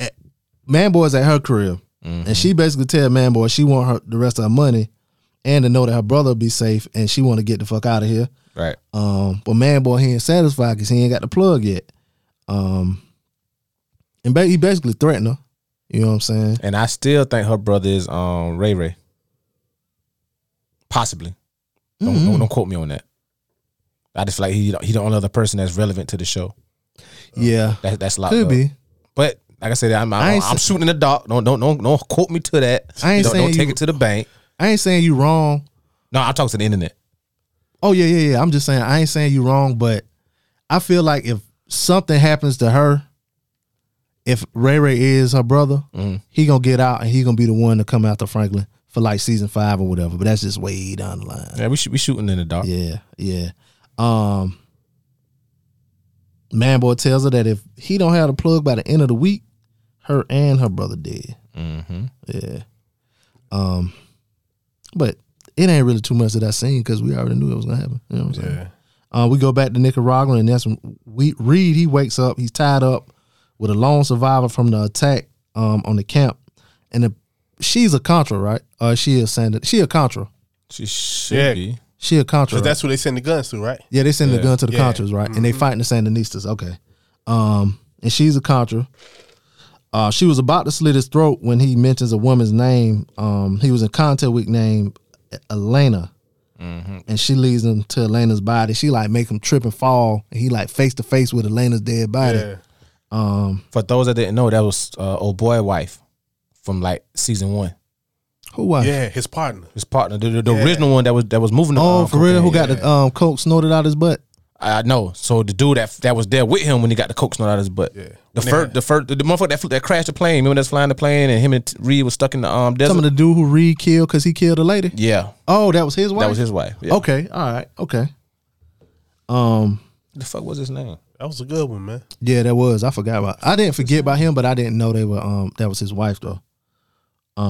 E: at, man boy's at her crib, and she basically tell man boy she want her the rest of her money, and to know that her brother be safe, and she want to get the fuck out of here.
F: Right.
E: Um, but man, boy, he ain't satisfied because he ain't got the plug yet. Um, and ba- he basically threatened her. You know what I'm saying?
F: And I still think her brother is um Ray Ray. Possibly. Don't,
E: Mm.
F: don't don't quote me on that. I just feel like he he the only other person that's relevant to the show.
E: yeah,
F: That, that's locked
E: could
F: up.
E: be.
F: But like I said, I'm I'm,
E: I ain't
F: I'm
E: sa-
F: shooting in the dark. Don't don't don't don't quote me to that.
E: I ain't
F: don't,
E: saying
F: don't take
E: you-
F: it to the bank.
E: I ain't saying you wrong.
F: No, I'm talking to the internet.
E: Oh yeah, yeah, yeah. I'm just saying I ain't saying you wrong, but I feel like if something happens to her, if Ray Ray is her brother, he gonna get out and he gonna be the one to come after Franklin for like season five or whatever. But that's just way down the line.
F: Yeah, we should be shooting in the dark.
E: Yeah, yeah. Um Manboy tells her that if he don't have the plug by the end of the week, her and her brother dead. Yeah. Um, but it ain't really too much that I seen because we already knew it was gonna happen. You know what I'm saying?
G: Yeah.
E: Uh, we go back to Nicaragua, and that's when we Reed. He wakes up. He's tied up with a lone survivor from the attack um, on the camp, and the, she's a Contra, right? Uh, she is Sand. She a Contra.
F: She should
G: Yeah.
F: be.
E: She a Contra.
G: But
E: right?
G: that's who they send the guns to, right?
E: Yeah, they send the gun to the
G: Yeah.
E: Contras, right? And they fighting the Sandinistas. Okay. Um, and she's a Contra. Uh, she was about to slit his throat when he mentions a woman's name. Um, he was in contact with named Elena. And she leads him to Elena's body. She like make him trip and fall. And he like face to face with Elena's dead body.
G: Yeah.
F: For those that didn't know, that was uh, old boy wife from like season one.
E: Who was?
G: Yeah, his partner.
F: His partner, the, the, the
G: Yeah.
F: original one that was that was moving. the,
E: Oh,
F: uh,
E: for real? Who
F: cocaine.
E: got the um, coke snorted out his butt?
F: I know. So the dude that that was there with him when he got the coke snort out of his butt. Yeah. The first, the first, the motherfucker that flew, that crashed the plane. Remember that's flying the plane and him and T- Reed was stuck in the um desert.
E: Some of the dude who Reed killed because he killed a lady.
F: yeah,
E: Oh, that was his wife. Oh,
F: that was his wife. Yeah.
E: Okay, all right, okay.
F: the fuck was his name?
G: That was a good one, man.
E: Yeah, that was. I forgot about. I didn't forget about him, but I didn't know they were. Um, that was his wife though. Um,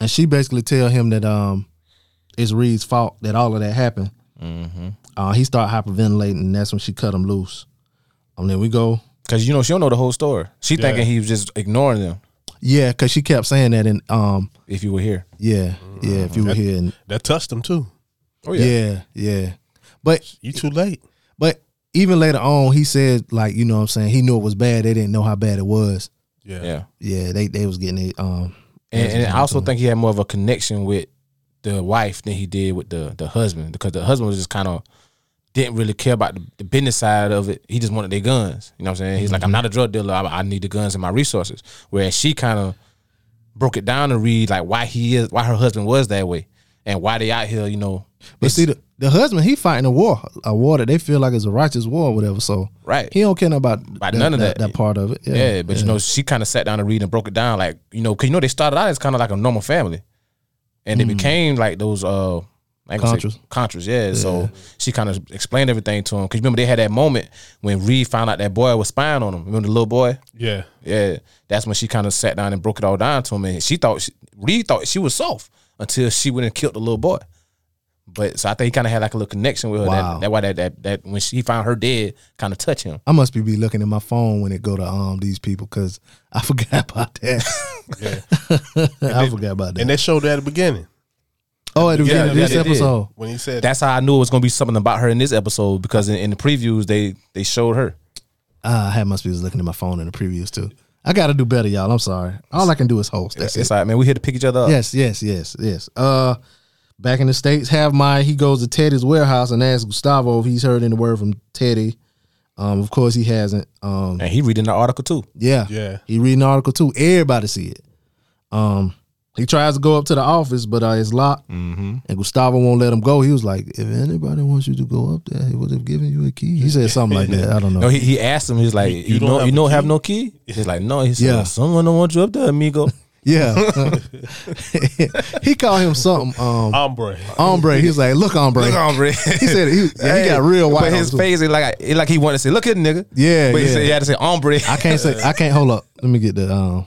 E: and she basically tell him that um, it's Reed's fault that all of that happened. Mm-hmm. Uh, he start hyperventilating, and that's when she cut him loose. And then we go.
F: Because you know she don't know the whole story. She thinking he was just ignoring them.
E: Yeah, cause she kept saying that, and um,
F: If you were here,
E: yeah, yeah. If you were here, and
G: That touched him too.
F: oh
E: yeah, yeah. But
G: You too late.
E: but even later on, he said like you know what I'm saying he knew it was bad. They didn't know how bad it was.
G: Yeah.
F: yeah.
E: Yeah, they they was getting it. Um,
F: And, and I also think he had more of a connection with the wife than he did with the the husband because the husband was just kind of didn't really care about the, the business side of it. He just wanted their guns. You know what I'm saying? He's
E: Mm-hmm.
F: like, I'm not a drug dealer. I, I need the guns and my resources. Whereas she kind of broke it down and read like why he is, why her husband was that way, and why they out here. You know,
E: But see, the, the husband he fighting a war, a war that they feel like is a righteous war, or whatever. So
F: Right.
E: he don't care nothing about,
F: About none of
E: that,
F: that.
E: part of it. Yeah,
F: Yeah, but you know, she kind of sat down and read and broke it down, like you know, because you know they started out as kind of like a normal family, and they became like those uh I ain't gonna say-
E: Contras.
F: Hmm. contras. Yeah, so she kind of explained everything to him because remember they had that moment when Reed found out that boy was spying on him. Remember the little boy?
G: Yeah.
F: Yeah, that's when she kind of sat down and broke it all down to him, and she thought she, Reed thought she was soft until she went and killed the little boy. But so I think he kind of had like a little connection with her.
E: Wow.
F: That, that why that, that that when she found her dead, kind of touched him.
E: I must be, be looking at my phone when it go to um these people because I forgot about that. I forgot about that.
G: And they showed that at the beginning.
E: oh, at the
G: Yeah,
E: beginning of this
G: yeah, they did.
E: episode,
G: When he said
F: that's how I knew it was gonna be something about her in this episode because in, in the previews they they showed her.
E: ah, I must be was looking at my phone in the previews too. I got to do better, y'all. I'm sorry. All I can do is host. That's it.
F: It's like man, we here to pick each other up.
E: Yes, yes, yes, yes. Uh, back in the states, have my he goes to Teddy's warehouse and asks Gustavo if he's heard any word from Teddy. Um, of course he hasn't. Um,
F: And he reading the article too.
E: yeah,
G: Yeah.
E: He reading article two. Everybody see it. Um, he tries to go up to the office, but uh, it's locked, and Gustavo won't let him go. He was like, "If anybody wants you to go up there, he would have given you a key." He said something like that. I don't know.
F: No, he, he asked him. He's like, you,
G: don't
F: know,
G: have
F: you
G: a
F: don't
G: key?"
F: have no key. He's like, no. He said,
E: Yeah.
F: someone don't want you up there, amigo.
E: yeah, he called him something. Um,
G: ombre.
E: ombre. He was like, "Look, ombre."
F: Look on, bro.
E: He said he, yeah, he got real white.
F: But
E: on
F: his
E: too.
F: face is like it like he wanted to say, look here, nigga.
E: Yeah,
F: But he
E: yeah.
F: said he had to say ombre.
E: I can't say I can't hold up. Let me get the um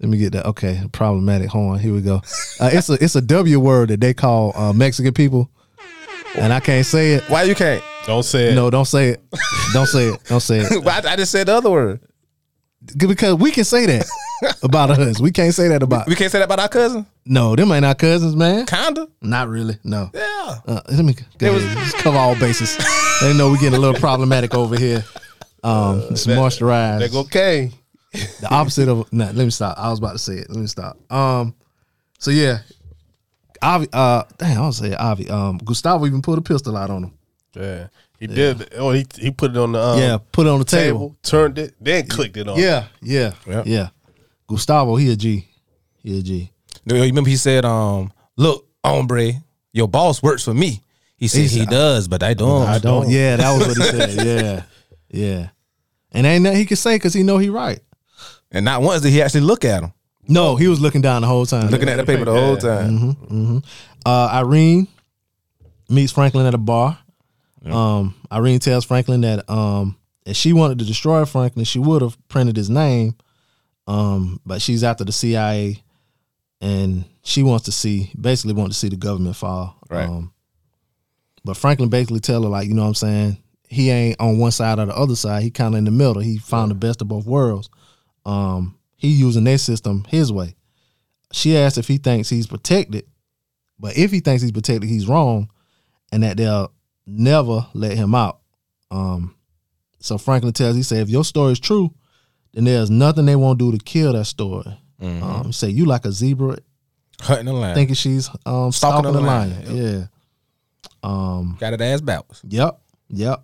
E: let me get the okay, problematic horn. Here we go. Uh, it's a it's a W word that they call uh, Mexican people. And I can't say it.
F: Why you can't?
G: Don't say it.
E: No, don't say it. Don't say it. Don't say it.
F: But I, I just said the other word.
E: Because we can say that about us. We can't say that about
F: We can't say that about our cousin.
E: No, them ain't our cousins, man.
F: Kinda.
E: Not really. No.
F: Yeah.
E: Uh, let me go ahead. Just cover all bases. they know we getting a little problematic over here. Um, it's moisturized.
G: They go, okay.
E: the opposite of no. Let me stop. I was about to say it. Let me stop. Um, so yeah, Avi. Uh, damn, I was say Avi. Um, Gustavo even pulled a pistol out on him.
G: Yeah. He did. Oh, he, he put it on the um,
E: yeah, put it on the
G: table,
E: table.
G: turned it, then clicked it on.
E: Yeah, yeah,
F: Yep.
E: yeah. Gustavo, he a G. He a G.
F: You Remember he said, um, look, hombre, your boss works for me. He said he does, but I don't.
E: Oh, I don't. Yeah, that was what he said. Yeah, yeah. And ain't nothing he could say because he know he right.
F: And not once did he actually look at him.
E: No, he was looking down the whole time.
F: Looking at the paper the whole time.
E: mm-hmm. Uh, Irene meets Franklin at a bar. Um, Irene tells Franklin that um, if she wanted to destroy Franklin, she would have printed his name Um, but she's after the CIA, and she wants to see basically want to see the government fall.
F: Right.
E: Um, but Franklin basically tell her like, you know what I'm saying? He ain't on one side or the other side. He kind of in the middle. He found the best of both worlds. Um, he using their system his way. She asks if he thinks he's protected, but if he thinks he's protected, he's wrong, and that they'll never let him out. Um, so Franklin tells he said, if your story is true, then there's nothing they won't do to kill that story. Um, he said you like a zebra
F: Hunting the line.
E: thinking she's um, stalking,
F: a
E: the
F: lion.
E: lion. Yeah.
F: Got it ass backwards.
E: Yep. Yep.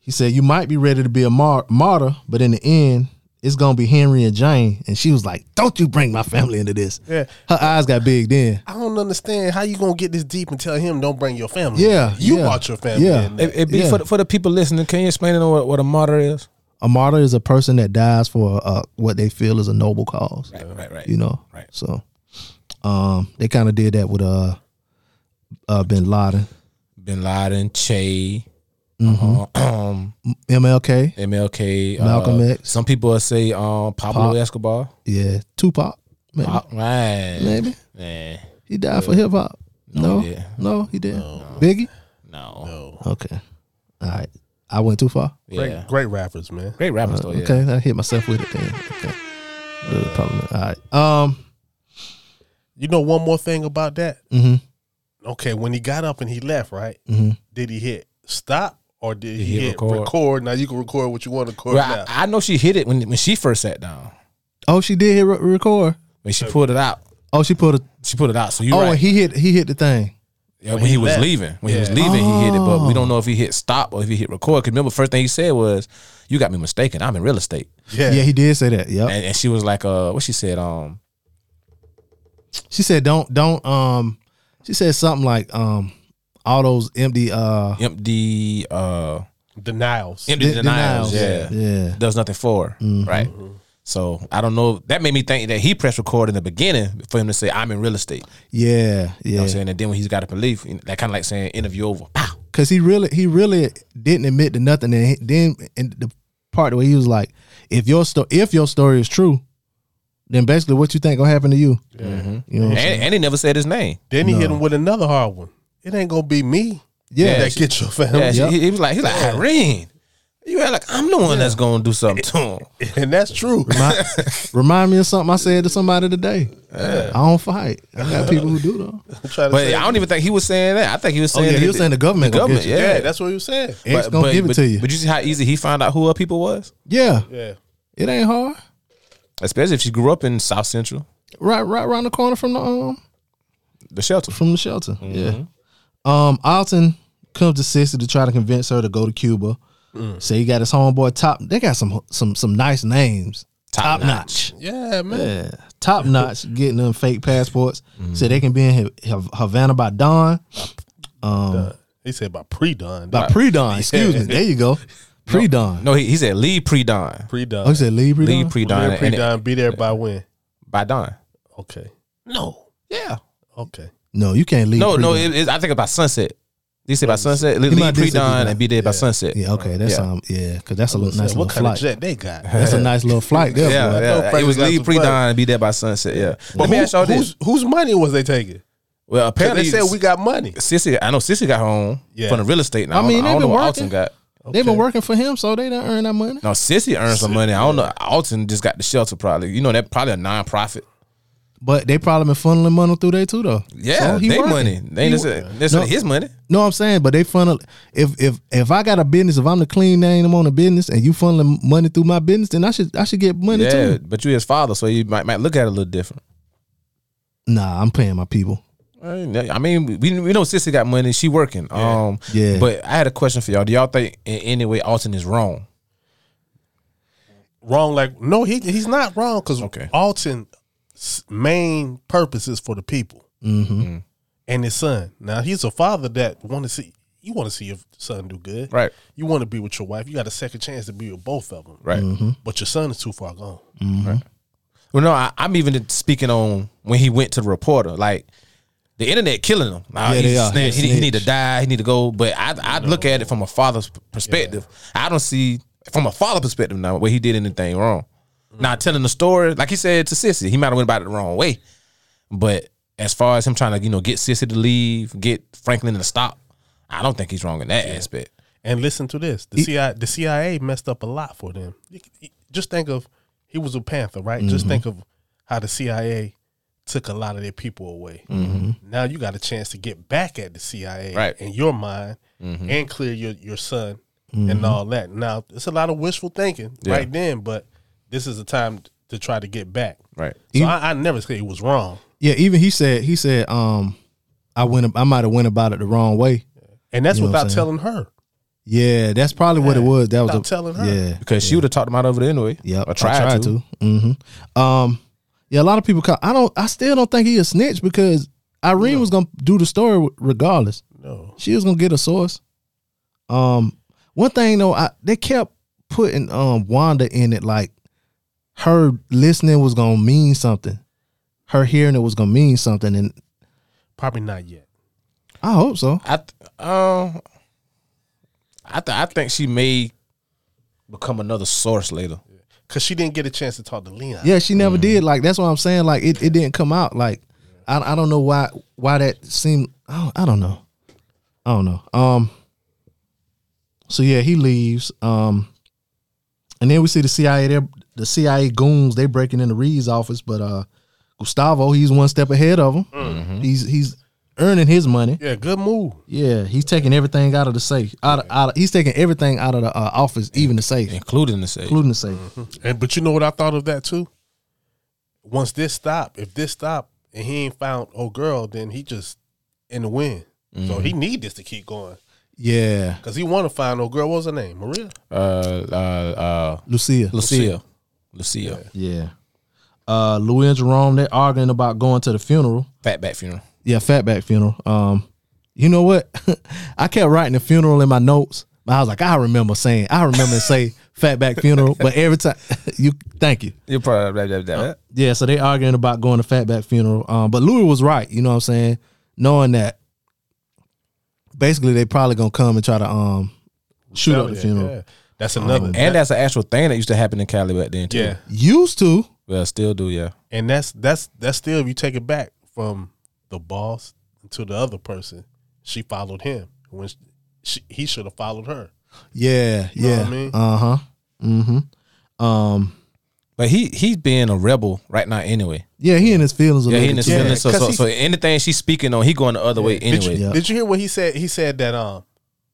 E: He said, You might be ready to be a mar- martyr, but in the end, it's going to be Henry and Jane. And she was like, Don't you bring my family into this.
G: Yeah.
E: Her eyes got big then.
G: I don't understand how you gonna get this deep and tell him don't bring your family.
E: Yeah,
G: you
E: yeah,
G: brought your family.
E: yeah.
G: in there.
F: It, it be
E: Yeah.
F: for, the, for the people listening. Can you explain to them what, what a martyr is?
E: A martyr is a person that dies for uh, what they feel is a noble cause.
F: Right, right.
E: You know?
F: Right.
E: So um, they kind of did that with uh, uh, Bin Laden,
F: Bin Laden, Che,
E: Mm-hmm.
F: um,
E: MLK,
F: MLK,
E: Malcolm
F: uh,
E: X.
F: Some people say um, Pablo
E: Pop.
F: Escobar.
E: yeah, Tupac, maybe.
F: Pop, right.
E: Maybe.
F: Yeah.
E: He died for hip hop. No,
F: he didn't.
E: no, he didn't. Biggie.
F: No.
E: Okay. All right. I went too far.
G: great,
F: Yeah.
G: great rappers, man.
F: Great rappers though. Yeah.
E: Uh, Okay, I hit myself with it then. Okay. Little problem. All right. Um.
G: You know one more thing about that.
E: mhm.
G: Okay, when he got up and he left, right?
E: Mhm.
G: Did he hit stop or did he,
F: he
G: hit
F: record?
G: record? Now you can record what you want to record.
F: Well, I,
G: now.
F: I know she hit it when when she first sat down.
E: Oh, she did hit re- record.
F: When she pulled it out,
E: Oh, she put a.
F: she pulled it out. So you
E: oh,
F: right.
E: and he hit. He hit the thing.
F: Yeah, when, he, was
G: left.
F: leaving, when he was
G: Yeah.
F: leaving, he hit it, but
E: Oh.
F: we don't know if he hit stop or if he hit record. Because remember, first thing he said was, "You got me mistaken. I'm in real estate."
G: yeah.
E: Yeah, he did say that. Yep.
F: And, and she was like, "Uh, what she said? Um,
E: She said, "Don't, don't." Um. She said something like, "Um, all those empty, uh,
F: empty, uh,
G: denials.
F: empty
E: de-
F: denials.
E: denials.
F: Yeah.
E: yeah."
F: does nothing for her, right?" So I don't know. That made me think that he pressed record in the beginning for him to say, "I'm in real estate."
E: Yeah,
F: You know what I'm
E: yeah.
F: saying? And then when he's got a belief, that kind of like saying interview over. Pow.
E: Cause he really, he really didn't admit to nothing. And he- then, and the part where he was like, "If your story, if your story is true, then basically what you think gonna happen to you." You know, what I'm saying?
F: And, and he never said his name.
G: Then he hit him with another hard one. It ain't gonna be me.
E: Yeah.
G: that get your family.
F: Yeah, she-
E: Yep.
F: he, he was like, he's like Irene. You act like I'm the one that's gonna do something to him.
G: And that's true.
E: Remind, remind me of something I said to somebody today. I don't fight. I got people who do though.
G: Try to
F: But
G: say-
F: I don't even think he was saying that. I think he was
E: Oh
F: saying
E: yeah,
F: that
E: he was
F: the-
E: saying the government.
F: the
E: gonna
F: government.
E: get you.
F: Yeah,
G: yeah, that's what he was saying.
E: It's gonna give it
F: but,
E: to you.
F: But you see how easy he found out who her people was,
E: yeah.
G: Yeah.
E: It ain't hard.
F: especially if she grew up in South Central,
E: Right, right around the corner from the um
F: the shelter.
E: from the shelter. Yeah. Um, Alton comes to Sissy to try to convince her to go to Cuba. Say he got his homeboy top. They got some some some nice names. Top, notch.
G: Yeah, man.
E: Yeah, top notch. Getting them fake passports. So they can be in Ha- Ha- Havana by dawn.
G: He said by pre done.
E: By pre dawn. Excuse me. There you go. Pre dawn.
F: No, he, he said leave pre dawn,
G: pre
E: Oh, you
G: done.
E: said leave pre
F: leave
E: dawn.
F: pre dawn,
G: Pre done. Be there by when?
F: by dawn.
G: Okay. No.
F: Yeah.
G: Okay.
E: No, you can't leave.
F: No, no.
E: pre-dawn.
F: It, it, I think about sunset. He said by sunset, leave,
E: might
F: pre
E: disagree with
F: dawn
E: that.
F: and be there by sunset.
E: yeah, okay, that's
F: Yeah.
E: um, yeah, because that's a little, nice little
G: what kind
E: flight.
G: of jet they got?
E: That's a nice little flight there.
F: Yeah,
E: boy.
F: yeah.
G: No
F: It was
G: praise
F: leave
G: after
F: pre
G: blood.
F: dawn and be there by sunset. Yeah. Let me
G: Who-
F: ask y'all this.
G: whose- Whose money was they taking?
F: Well,
G: 'Cause
F: apparently
G: They said we got money.
F: Sissy. I know Sissy got home
G: Yeah.
F: from the real estate. Now
E: I
F: I,
E: mean,
F: mean, I don't
E: they
F: know
E: been
F: what
E: working.
F: Alton got.
E: They've been working for him, so they don't earn that money.
F: No, Sissy earned some money. I don't know. Alton just got the shelter probably. You know, that probably a nonprofit.
E: But they probably been funneling money through there too, though.
F: Yeah,
E: So he
F: they
E: working.
F: money. They
E: He
F: this,
E: wor-
F: this
E: No.
F: his money.
E: No, I'm saying, but they funnel. If if if I got a business, if I'm the clean name, I'm on a business, and you funneling money through my business, then I should I should get money
F: Yeah,
E: too.
F: but you his father, so you might might look at it a little different.
E: Nah, I'm paying my people.
F: I mean, we we know Sissy got money. She working. Um,
E: Yeah.
F: But I had a question for y'all. Do y'all think in any way Alton is wrong?
G: Wrong, like no, he he's not wrong because
F: Okay.
G: Alton's main purpose is for the people
E: Mm-hmm.
F: Mm-hmm.
G: and his son. Now he's a father that want to see you want to see your son do good,
F: Right.
G: You want to be with your wife. You got a second chance to be with both of them,
F: Right.
E: Mm-hmm.
G: But your son is too far gone.
F: Well, no, I, I'm even speaking on when he went to the reporter. Like the internet killing him. Nah,
E: Yeah,
F: he's
E: they
F: a
E: are.
F: snitch.
E: He's a
F: He, he need to
E: snitch.
F: die. He need to go. But I I look at it from a father's perspective. I don't see from a father perspective now where he did anything wrong. Now telling the story, like he said to Sissy, he might have went about it the wrong way. But as far as him trying to, you know, get Sissy to leave, get Franklin to stop, I don't think he's wrong in that aspect.
G: And listen to this: the CIA, the CIA messed up a lot for them. Just think of he was a Panther, right?
E: Mm-hmm.
G: Just think of how the CIA took a lot of their people away.
E: Mm-hmm.
G: Now you got a chance to get back at the CIA,
F: Right.
G: In your mind,
E: Mm-hmm.
G: and clear your your son and all that. Now it's a lot of wishful thinking
F: Yeah.
G: right then, but this is a time to try to get back.
F: Right.
G: So I, I never say it was wrong.
E: Yeah, even he said he said um I went I might have went about it the wrong way.
G: And that's
E: You know what I'm
G: without
E: saying?
G: telling her.
E: Yeah, that's probably what it was. That was
G: Stop
E: a,
G: telling her.
E: Yeah,
F: Because she would have talked him out of it anyway.
E: yeah.
F: Or tried, to.
E: Mm-hmm. Um, yeah, a lot of people. Call, I don't. I still don't think he a snitch because Irene was gonna do the story regardless.
G: No.
E: She was gonna get a source. Um, one thing though, I they kept putting um Wanda in it like her listening was gonna mean something. Her hearing it was gonna mean something, and
G: Probably not yet.
E: I hope so.
F: I th- um I th- I think she may become another source later.
G: Cause she didn't get a chance to talk to Leon.
E: Yeah, she never did. Like that's what I'm saying. Like it, it didn't come out. Like I I don't know why why that seemed. I don't, I don't know. I don't know. Um. So yeah, he leaves. Um. And then we see the CIA. There, the CIA goons they breaking into Reed's office, but uh, Gustavo he's one step ahead of him. He's he's earning his money.
G: Yeah, good move.
E: Yeah, he's taking everything out of the safe. Out of, out of, he's taking everything out of the uh, office, even the safe,
F: Including the say
E: including the safe.
G: And but you know what I thought of that too. Once this stop, if this stop and he ain't found oh girl, then he just in the wind.
E: Mm-hmm.
G: So he need this to keep going
E: Yeah,
G: because he want to find old girl. What was her name? Maria.
F: uh uh uh
E: Lucia.
F: Lucia. Lucia.
E: Yeah. Uh Louis and Jerome, they're arguing about going to the funeral.
F: Fatback funeral.
E: Yeah, fatback funeral. Um, you know what? I kept writing the funeral in my notes. but I was like, I remember saying, I remember to say fatback funeral, but every time you thank you.
F: You're probably blah, blah, blah, blah.
E: Yeah, so they arguing about going to fatback funeral. Um, but Louis was right, you know what I'm saying? Knowing that basically they probably gonna come and try to um shoot up the
G: Yeah,
E: funeral.
G: yeah. That's another. that-
F: And that's an actual thing that used to happen in Cali back then too.
G: yeah,
E: Used to.
F: Well still do, yeah.
G: and that's that's that's still if you take it back from the boss to the other person, she followed him when she, she, he should have followed her.
E: Yeah,
G: know
E: yeah.
G: what I mean?
E: Uh-huh. Mm-hmm. Um
F: But he he's being a rebel right now anyway.
E: Yeah, he and his feelings. A
F: Yeah,
E: little
F: he in his
E: bit too.
F: feelings. So,
G: 'cause
F: so,
G: he-
F: so anything she's speaking on, he going the other way
G: Did you,
F: anyway.
E: Yeah.
G: did you hear what he said? He said that um,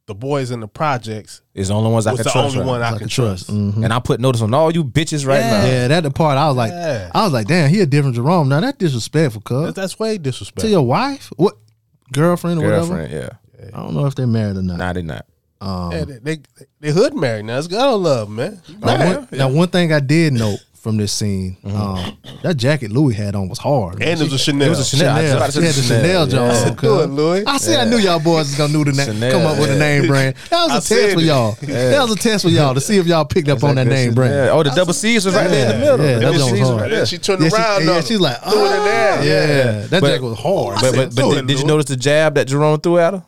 G: the boys in the projects
F: It's the only ones I
G: was
F: can
G: the
F: trust.
G: only
F: right
G: one
F: now.
G: I,
E: I
G: could
E: can
G: trust.
E: trust. Mhm.
F: And I put notice on all you bitches right now.
E: Yeah, that the part I was like,
G: Yeah.
E: I was like, damn, he a different Jerome. Now that disrespectful,
G: That's,
E: cuz
G: that's way disrespectful.
E: to your wife, what girlfriend or
F: Girlfriend, yeah.
E: whatever. I don't know if they're married or not.
F: Nah, they not.
E: Um,
G: Yeah, they, they they hood married now. It's God love, man. You
E: now,
G: married.
E: one, now, one thing I did note from this scene, um, that jacket Louis had on was hard.
G: and it was a Chanel.
F: It was a Chanel. I just
E: Chanel,
F: about to say
E: she had the Chanel,
F: yeah.
E: Jones.
G: Do it, Louis.
E: I said I knew y'all boys was gonna knew the name,
F: Chanel,
E: come up with a
F: yeah.
E: name brand. That was a
G: I
E: test
G: said
E: for
G: it.
E: y'all. That was a test for y'all to see if y'all picked up on that name brand.
F: Yeah. Oh, the double C's was right there in the
E: Yeah,
F: middle.
E: yeah,
F: The
E: that
F: double
E: joint was
F: C's
E: hard.
F: right
G: And
F: there.
G: she turned
E: Yeah,
G: around
E: she, yeah,
G: on
E: she's
G: him.
E: like,
G: Threw it in
E: ah,
G: there.
E: yeah,
F: Yeah.
E: that
F: But-
E: jacket was hard.
F: But, but, but
G: do
F: did,
G: it,
F: did you
G: Lou.
F: notice the jab that Jerome threw at her?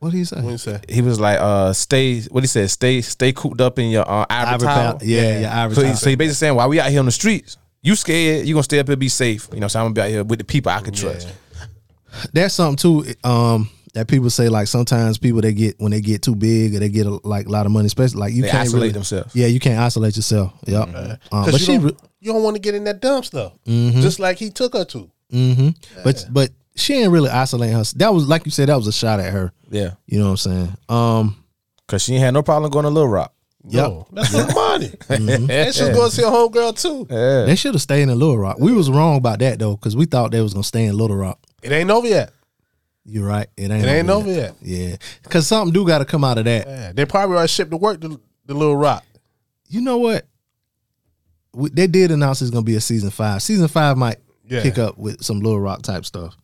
E: What did he say?
G: What you say?
F: He was like, "Uh, stay." What he said, "Stay, stay cooped up in your uh, ivory,
E: Ivory
F: tower."
E: Tower. Yeah, yeah, Ivory
F: so, he,
E: Tower.
F: so he basically saying, "While we out here on the streets, you scared? You gonna stay up here, be safe? You know, so I'm gonna be out here with the people I can trust."
E: that's something too um that people say like sometimes people they get when they get too big or they get a, like a lot of money especially like you
F: They
E: can't
F: isolate
E: really-
F: themselves.
E: yeah you can't isolate yourself yep um, but
G: 'Cause you,
E: she
G: don't,
E: re- Mm-hmm.
G: you don't want to get in that dump stuff. Just like he took her to.
E: but but she ain't really isolating herself that was like you said that was a shot at her
F: Yeah,
E: you know what i'm saying um
F: because she ain't had no problem going to Little Rock.
E: yep
G: No, that's for the money.
E: Mm-hmm.
G: And she was going to see a homegirl too.
E: they should have stayed in little rock we was wrong about that though because we thought they was gonna stay in little rock
G: It ain't over yet.
E: you're right it ain't
G: It ain't over yet.
E: yeah because something do gotta come out of that
G: Yeah, they probably already shipped to work to the Little Rock.
E: you know what we, they did announce it's gonna be a season five season five might
G: Yeah.
E: pick up with some little rock type stuff.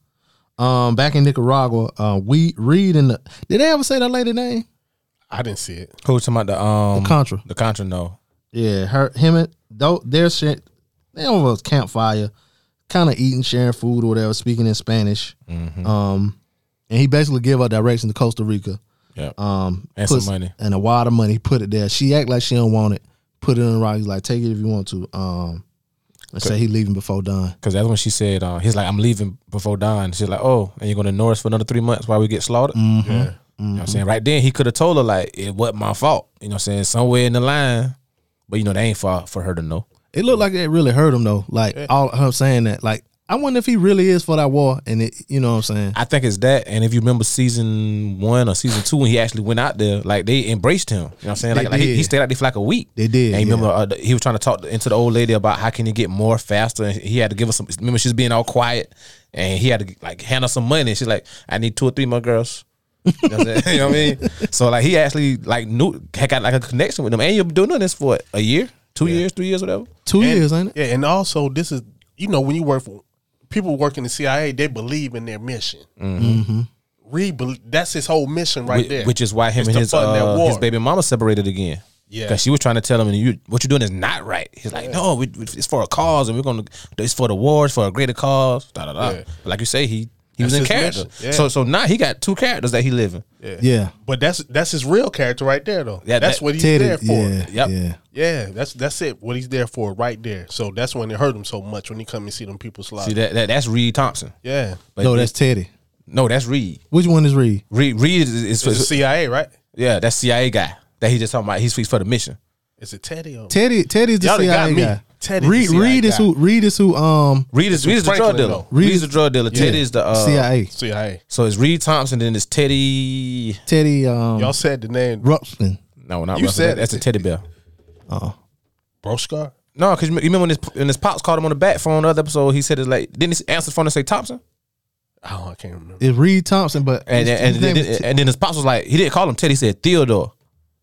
E: Um, back in Nicaragua, uh, we read in the. Did they ever say that lady name?
G: I didn't see it.
F: Who was talking about the um
E: Contra.
F: The Contra, no.
E: Yeah, her, him, and though their shit. They over a campfire, kind of eating, sharing food or whatever, speaking in Spanish. Um, and he basically gave her directions to Costa Rica.
F: Yeah,
E: Um,
F: And some
E: puts-
F: money.
E: and a wad of money. He put it there. She act like she don't want it. put it in the rock. He's like, take it if you want to. Um, and say he leaving before dawn.
F: Cause that's when she said, uh, "He's like, I'm leaving before dawn." She's like, "Oh, and you're going to Norris for another three months while we get slaughtered." Yeah. You know what I'm saying? Right then, he could have told her like, "It wasn't my fault." You know what I'm saying? Somewhere in the line, but you know, they ain't for for her to know.
E: It looked like it really hurt him though. Like all her saying that. Like I wonder if he really is for that war. And it, you know what I'm saying?
F: I think it's that. And if you remember season one or season two, when he actually went out there, like they embraced him. You know what I'm saying?
E: They
F: Like, like he,
E: did.
F: he stayed out there for like a week.
E: They did,
F: And you
E: yeah.
F: remember uh, he was trying to talk into the old lady about how can he get more faster. And he had to give us some. Remember she's being all quiet, and he had to like hand her some money. She's like, I need two or three more girls. you, know what I'm saying? You know what I mean? So like he actually like knew had got like a connection with them, and you're doing this for a year, two years, three years, whatever.
E: Two
G: And-
E: years, ain't it?
G: Yeah, and also this is you know when you work for people work in the CIA, they believe in their mission. Mm-hmm. Reed, bel- that's his whole mission right
F: Whi-
G: there.
F: Which is why him
G: It's
F: and
G: to
F: his,
G: fund that
F: uh,
G: war.
F: his baby mama separated again.
G: Yeah.
F: because she was trying to tell him, "You, what you're doing is not right." He's like, "No, we, we- it's for a cause, and we're gonna, it's for the war, it's for a greater cause." Da da da.
G: Yeah.
F: But like you say, he he
G: That's
F: was in
G: his
F: character,
G: mission. Yeah.
F: so so now he got two characters that he living.
E: Yeah.
G: but that's that's his real character right there though.
F: Yeah,
G: that's
F: that-
G: what he's
E: Teddy.
G: there for.
E: Yeah.
F: Yep.
E: Yeah.
G: Yeah, that's that's it. What he's there for right there. So that's when it hurt him so much when he come and see them people slide.
F: See that, that that's Reed Thompson.
G: Yeah.
F: But
E: no,
F: it-
E: that's Teddy.
F: no, that's Reed.
E: Which one is Reed?
F: Reed Reed is, is,
G: It's the
F: for,
G: CIA, right?
F: yeah, that's CIA guy that he just talking about. He's he's for the mission.
G: Is it Teddy or
E: Teddy. Teddy's the
G: Y'all done got
E: CIA
G: me.
E: guy.
G: Teddy's the
E: Reed.
G: CIA
E: Reed is
G: guy.
E: who. Reed is who. Um.
F: Reed is Reed is the
G: Franklin,
F: drug dealer.
G: though.
F: Reed is
E: Reed-
F: the drug dealer. Teddy is the uh,
E: CIA.
G: CIA?
F: So it's Reed Thompson, then it's Teddy.
E: Teddy. Um.
G: Y'all said the name
E: Ruxpin.
F: No, not
G: You
F: Russell.
G: said
F: That- that's a teddy bear.
G: Broskar?
F: No, because you remember when his, when his pops called him on the back phone the other episode, he said it's like, didn't he answer the phone and say Thompson?
G: Oh, I can't remember.
E: It's Reed Thompson, but
F: And,
E: his-
F: and,
E: his
F: and,
E: name is
F: and,
E: Te-
F: then his pops was like, he didn't call him Teddy, he said Theodore.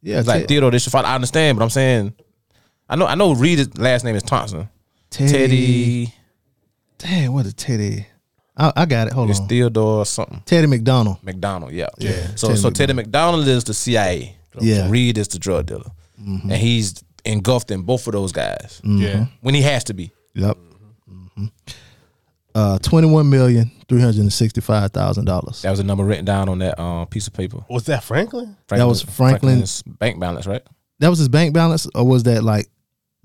E: yeah,
F: He's like,
E: Te-
F: Theodore, this your father. I understand, but I'm saying, I know I know Reed's last name is Thompson.
E: Teddy.
F: Teddy,
E: Damn, what a Teddy. I, I got it. Hold
F: it's
E: on.
F: Theodore or something.
E: Teddy McDonald.
F: McDonald, yeah. Yeah. So
E: Teddy
F: so Teddy McDonald is the CIA.
E: Yeah. Mm-hmm.
F: Reed is the drug dealer. And he's engulfed in both of those guys
E: Mm.
G: Yeah.
F: when he has to be.
E: Yep. Mm-hmm. Uh, twenty one million three hundred and sixty five thousand dollars.
F: That was a number written down on that um, piece of paper.
G: Was that Franklin?
E: That was Franklin's-
F: Franklin's bank balance, right?
E: That was his bank balance, or was that like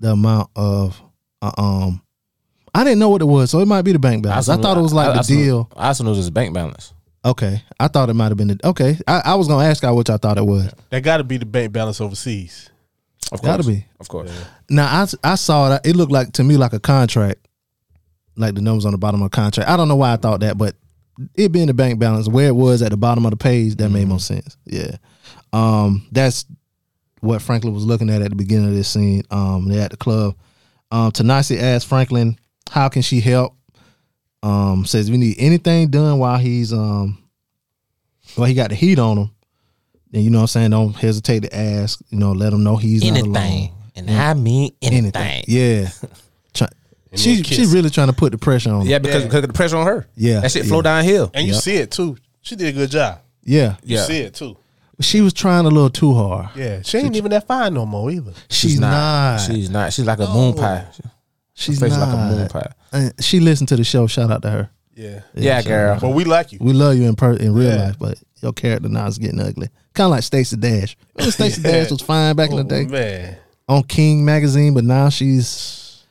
E: the amount of uh, um? I didn't know what it was, so it might be the bank balance. I,
F: assume-
E: thought it was like
F: I- I
E: the
F: assume-
E: deal.
F: I also know it's bank balance.
E: Okay, I thought it might have been the okay. I, I was gonna ask y'all what y'all thought it was.
G: That gotta be the bank balance overseas.
F: Of course.
E: Gotta be.
F: Of course.
E: Now I s- I saw it. It looked like to me like a contract, like the numbers on the bottom of a contract. I don't know why I thought that, but it being the bank balance where it was at the bottom of the page, that made more sense. Yeah, um, that's what Franklin was looking at at the beginning of this scene. Um, they at the club. Um, Tanasi asked Franklin, "How can she help?" Um, says we need anything done while he's um, while he got the heat on him. And you know what I'm saying? Don't hesitate to ask. You know, let him know he's not alone
F: And I mean
E: anything. Yeah. Try, she
G: then
E: she
G: kiss.
E: really trying to put the pressure on.
F: Yeah,
E: Yeah.
F: because, because of the pressure on her.
E: Yeah,
F: That shit
E: yeah.
F: flow downhill.
G: And you see it too. She did a good job.
E: Yeah.
G: You
F: Yeah.
G: see it too.
E: She was trying a little too hard.
G: Yeah. She ain't even that fine no more either.
E: She's, not.
F: She's not. She's like a moon pie.
E: She's
F: Face
E: not.
F: like a moon pie.
E: And she listened to the show. Shout out to her.
G: Yeah.
F: Yeah,
E: she-
F: girl.
G: But we like you.
E: We love you in per- in real
G: Yeah.
E: life, but your character now is getting ugly. Kind of like Stacey Dash. Remember Stacey
G: Yeah.
E: Dash was fine back in the
G: Oh,
E: day
G: man.
E: on King magazine, but now she's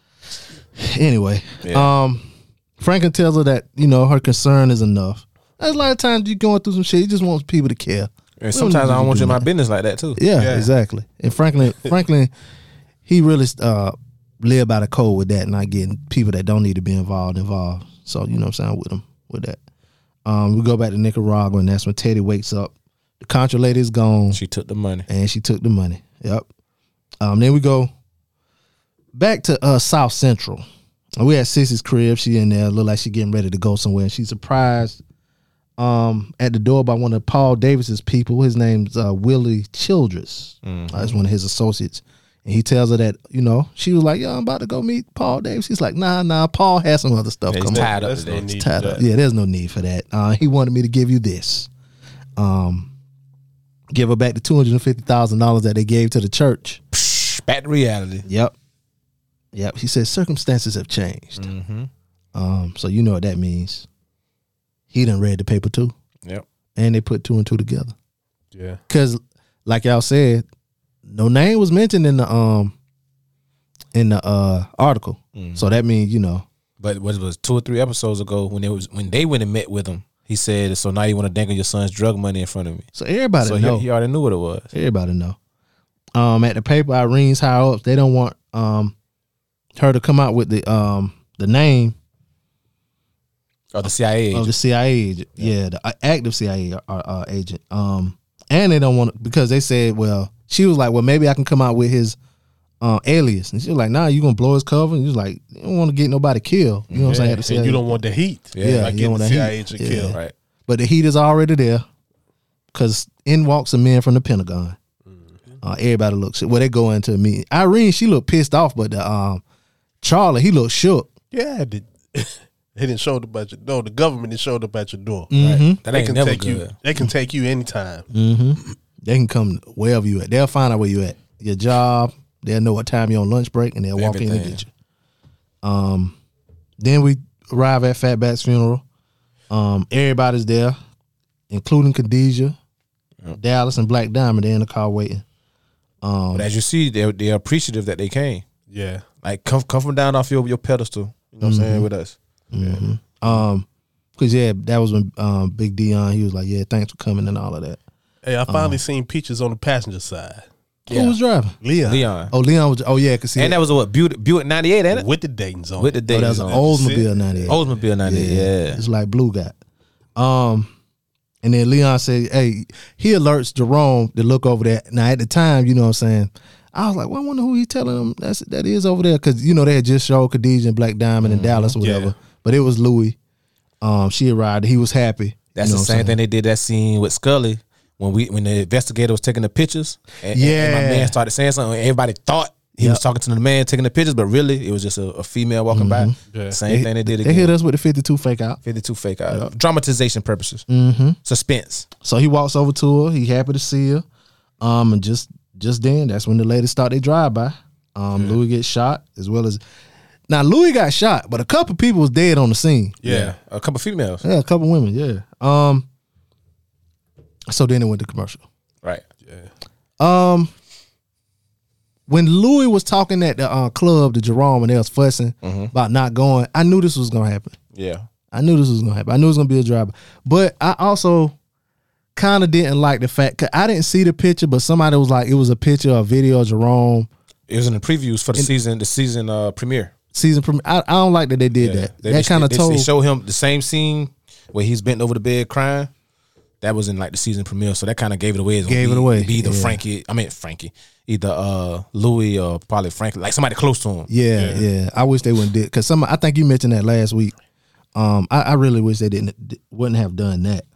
E: anyway. Um, Franklin tells her that you know her concern is enough. There's a lot of times you going through some shit. You just want people to care.
F: And sometimes I don't want you in my business like that too.
E: Yeah,
G: Yeah.
E: exactly. And Franklin, Franklin, he really uh live by the code with that, not getting people that don't need to be involved involved. So you know what I'm saying with him with that. Um, we go back to Nicaragua, and that's when Teddy wakes up. The contra lady is gone,
F: She took the money.
E: and she took the money. Yep. Um, then we go back to uh South Central. And We at Sissy's crib. She in there, look like she getting ready to go somewhere, and she's surprised um at the door by one of Paul Davis's people. His name's uh, Willie Childress.
F: Mm-hmm.
E: That's one of his associates. And he tells her that, you know, she was like, Yo, I'm about to go meet Paul Davis. He's like, nah, nah, Paul has some other stuff
F: Yeah, he's
E: coming
F: tied up
G: That's no
F: today.
G: need.
E: tied
G: for
E: up.
G: that.
E: Yeah, there's no need for that. Uh, he wanted me to give you this. Um, give her back the two hundred and fifty thousand dollars that they gave to the church.
F: Psh, Back to reality.
E: Yep, yep. He says circumstances have changed.
F: Mm-hmm.
E: Um, so you know what that means. He done read the paper too,
F: Yep.
E: and they put two and two together.
G: Yeah.
E: Cause, like y'all said, no name was mentioned in the um in the uh, article.
F: Mm-hmm.
E: So that means you know
F: But what it was two or three episodes ago when it was when they went and met with him, he said, "So now you want to dangle your son's drug money in front of me?"
E: So everybody
F: So
E: know.
F: he, he already knew what it was.
E: everybody know. Um, at the paper, Irene's higher ups. They don't want um her to come out with the um the name
F: Or the CIA.
E: of the CIA agent. Yeah, the uh, active CIA uh, uh, agent. Um, and they don't want because they said, well, she was like, well, maybe I can come out with his uh, alias, and she was like, nah, you gonna blow his cover. And he was like, you don't want to get nobody killed. You know what I'm saying? At the CIA.
G: And you don't want the heat.
E: Yeah,
G: like
E: you don't
G: getting
E: want
G: the
E: that
G: CIA
E: heat.
G: agent
E: Yeah.
G: killed.
F: right.
E: but the heat is already there because in walks a man from the Pentagon. Uh, everybody looks well. They go into a meeting. Irene, she looked pissed off, but the um, Charlie, he looked shook.
G: Yeah, the, they didn't show up at your door. The government didn't show up at your door.
F: That
G: They
F: ain't
G: can
F: never
G: take
F: good.
G: you. They can take you anytime.
E: They can come wherever you at. They'll find out where you at. Your job. They'll know what time you're on lunch break, and they'll walk in and
F: Everything.
E: get you. Um, then we arrive at Fatback's funeral. Um, everybody's there, including Khadijah, Dallas, and Black Diamond. They're in the car waiting. oh.
F: But as you see, they're they're appreciative that they came.
G: Yeah,
F: Like come come from down off your, your pedestal. You know what I'm
E: Mm-hmm.
F: saying with us.
E: Cause yeah, that was when um, Big Dion. He was like, "Yeah, thanks for coming and all of that."
G: Hey, I finally seen peaches on the passenger side.
F: Yeah.
E: Who was driving?
G: Leon,
F: Leon.
E: Oh, Leon was. Oh yeah, cause he,
F: And that was a what Buick Buick 98, ain't it?
G: with the Dayton's on.
F: With the
G: it.
F: day.
E: oh, that was an Oldsmobile ninety eight.
F: Oldsmobile 98. Yeah.
E: it's like Blue Guy. Um, and then Leon said, "Hey," he alerts Jerome to look over there. Now at the time, you know what I'm saying. I was like, "Well, I wonder who he telling him that's that is over there," because you know they had just showed Khadijah and Black Diamond
F: Mm-hmm.
E: and Dallas or whatever.
G: Yeah.
E: But it was Louis. Um, she arrived. He was happy.
F: That's
E: You know
F: the
E: what I'm
F: same
E: saying?
F: thing they did that scene with Scully when we when the investigator was taking the pictures. And, and- and
E: Yeah.
F: my man started saying something. and Everybody thought he was talking to the man taking the pictures, but really it was just a, a female walking by.
G: Yeah.
F: Same thing they did
E: Mm-hmm. They
F: again.
E: hit us with the 52 fake out.
F: 52 fake out. Dramatization purposes. Mm-hmm. Suspense.
E: So he walks over to her. He happy to see her. Um, and just just then, that's when the ladies start their drive by. Um, Louis gets shot as well as. Now Louis got shot, but a couple people was dead on the scene.
F: Yeah. A couple females.
E: Yeah, a couple women. Yeah. Um. So then it went to commercial.
F: Right.
E: When Louis was talking at the uh, club to Jerome and they was fussing about not going, I knew this was gonna happen.
F: Yeah.
E: I knew this was gonna happen. I knew it was gonna be a driver, but I also kind of didn't like the fact because I didn't see the picture, but somebody was like, it was a picture or a video of Jerome
F: It was in the previews for the season, the season uh premiere.
E: season premiere. I, I don't like that they did
F: Yeah.
E: that.
F: They-
E: that
F: they-
E: kind of
F: they-
E: told.
F: They show him the same scene where he's bent over the bed crying. That was in like the season premiere, so that kind of gave it away. It's gonna
E: Gave it
F: be-
E: away,
F: Be either
E: yeah.
F: Frankie, I mean Frankie, either uh Louis or probably Frankie, like somebody close to him.
E: yeah, yeah, I wish they wouldn't did because some. I think you mentioned that last week. Um, I, I really wish they didn't d- wouldn't have done that.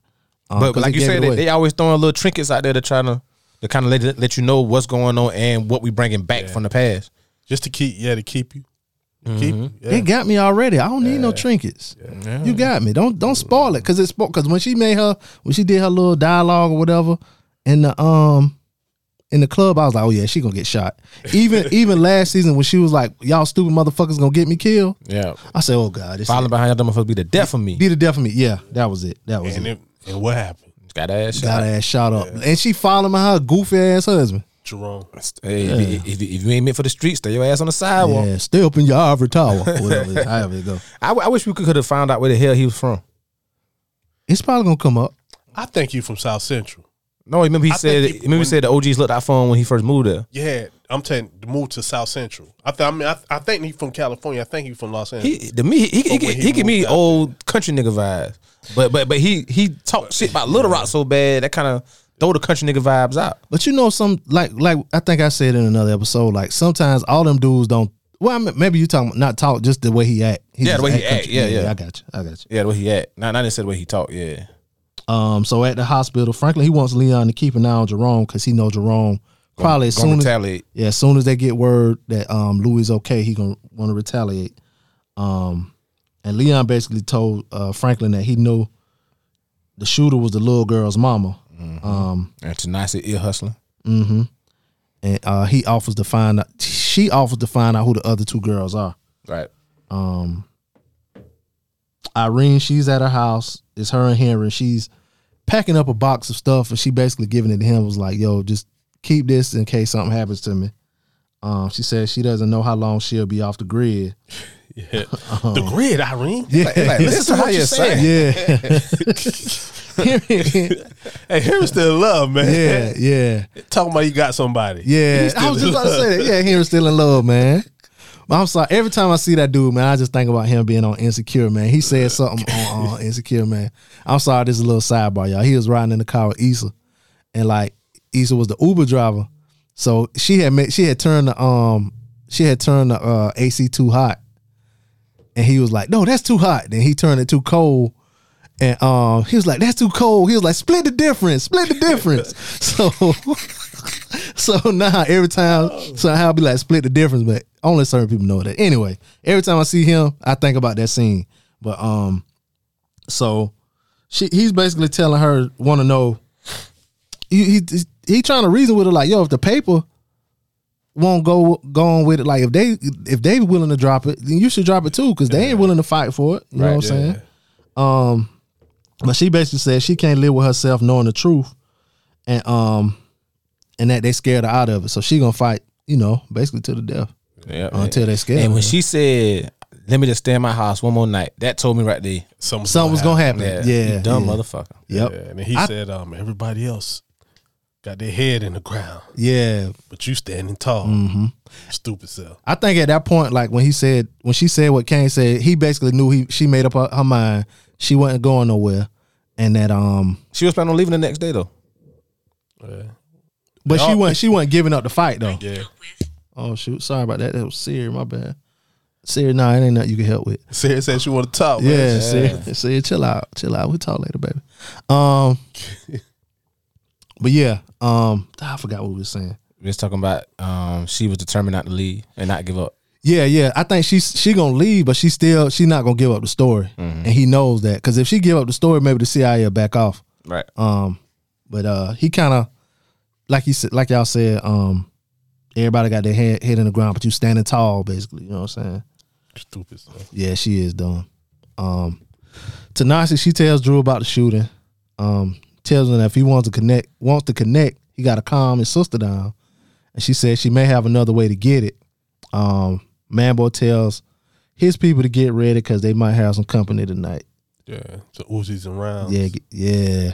E: Um,
F: but,
E: 'cause
F: but like
E: it
F: you
E: gave it
F: said, they,
E: away.
F: they always throwing little trinkets out there to try to to kind of let let you know what's going on and what we bringing back from the past.
G: just to keep. Yeah, to keep you. To Keep you. Yeah.
E: They got me already. I don't need no trinkets. You got me. Don't don't spoil it because it's because when she made her when she did her little dialogue or whatever in the um in the club, I was like, oh yeah, she gonna get shot. Even even last season when she was like, y'all stupid motherfuckers gonna get me killed.
F: Yeah,
E: I said, oh god, this
F: following behind y'all motherfuckers be the death of me.
E: be the death of me. Yeah, that was it. That was
G: And
E: it.
G: it, and what happened,
F: Got ass shot.
E: Got her ass shot up, and she following her goofy ass husband.
G: Jerome?
F: Hey, if, you- if, you- if you ain't meant for the streets, stay your ass on the sidewalk.
E: yeah, stay up in your ivory tower. Whatever, it is, however it go.
F: I, w- I wish we could have found out where the hell he was from.
E: It's probably gonna come up.
G: I think you from South Central.
F: No, remember he
G: I
F: said.
G: think he-
F: remember he said the OGs looked out for him when he first moved there.
G: Yeah, I'm telling you, move to South Central. I, th- I mean, I, th- I think he from California. I think he from Los Angeles.
F: He to me he he,
G: But
F: he,
G: when
F: he,
G: he
F: give me
G: moved out
F: old country nigga vibes, but but but he he talked shit about Little Rock so bad that kind of throw the country nigga vibes out.
E: But you know, some like like I think I said in another episode, like sometimes all them dudes don't. Well, I mean, maybe you talking not talk, just the way he act. He
F: Yeah, the
E: just
F: way he act.
E: country.
F: Yeah, yeah.
E: I got you. I got
F: Yeah, the way he at. Now, now they said the way he talked. Yeah,
E: you. Um, so at the hospital, Franklin he wants Leon to keep an eye on Jerome because he know Jerome probably as
F: gonna
E: soon as
F: retaliate.
E: yeah, as soon as they get word that um Louis is okay, he gonna want to retaliate. Um, and Leon basically told uh, Franklin that he know the shooter was the little girl's mama. Um,
F: And tonight said ear hustling.
E: and uh, he offers to find out. She offers to find out who the other two girls are.
F: Right.
E: Irene, she's at her house. It's her and Henry. She's packing up a box of stuff, and she basically giving it to him. Was like, "Yo, just keep this in case something happens to me." Um, she says she doesn't know how long she'll be off the grid.
G: the grid, Irene.
E: Yeah,
F: like, listen to what you're saying.
E: yeah,
G: Hey, Henry's still in love,
E: yeah,
G: man.
E: yeah.
G: Talking about you got somebody.
E: Yeah,
G: He's still
E: I was just
G: in
E: about to say
G: love.
E: that. Yeah, Henry's still in love, man. But I'm sorry. Every time I see that dude, man, I just think about him being on Insecure, man. He said something on uh, Insecure, man. I'm sorry. This is a little sidebar, y'all. He was riding in the car with Issa, and like Issa was the Uber driver, so she had made, she had turned the um she had turned the uh, AC too hot, and he was like, "No, that's too hot." Then he turned it too cold. And um, he was like, "That's too cold." He was like, "Split the difference, split the difference." so, so now every time, so I'll be like, "Split the difference," but only certain people know that. Anyway, every time I see him, I think about that scene. But um, so she he's basically telling her want to know. He, he he trying to reason with her like, "Yo, if the paper won't go go on with it, like if they if they willing to drop it, then you should drop it too, because they ain't willing to fight for it." You know what I'm saying? Um, But she basically said she can't live with herself knowing the truth, and um, and that they scared her out of it. So she gonna fight, you know, basically to the death
F: Yeah.
E: until they scared.
F: and
E: her.
F: when she said, "Let me just stay in my house one more night," that told me right there.
G: Something's
E: something's gonna happen.
F: Yeah,
E: Yeah, yeah
F: you dumb motherfucker.
E: Yep.
G: Yeah, and then he
E: I-
G: said, um, everybody else got their head in the ground,
E: Yeah,
G: but you standing tall.
E: Mm-hmm.
G: Stupid self.
E: I think at that point, like when he said, when she said what Kane said, he basically knew he she made up her, her mind. She wasn't going nowhere, and that um,
F: She was planning on leaving the next day though.
E: but she wasn't she wasn't giving up the fight though.
G: Yeah.
E: Oh shoot, sorry about that. That was Siri, my bad. Siri, nah, it ain't nothing you can help with.
G: Sarah said she want to talk. man.
E: Yeah, see, see, chill out, chill out. We'll talk later, baby. Um, but yeah, um, I forgot what we were saying.
F: We was talking about um, she was determined not to leave and not give up.
E: Yeah, yeah. I think she's she gonna leave, but she still she's not gonna give up the story, and he knows that because if she give up the story, maybe the CIA will back off.
F: Right.
E: Um, but uh, he kind of like he said, like y'all said, um, everybody got their head head in the ground, but you standing tall, basically. You know what I'm saying?
G: Stupid self.
E: Yeah, she is dumb. Um Tanasi, she tells Drew about the shooting. Um, tells him that if he wants to connect wants to connect, he gotta calm his sister down. And she says she may have another way to get it. Um, Mambo tells his people to get ready because they might have some company tonight.
G: Yeah. So Uzis and rounds.
E: Yeah, get, yeah.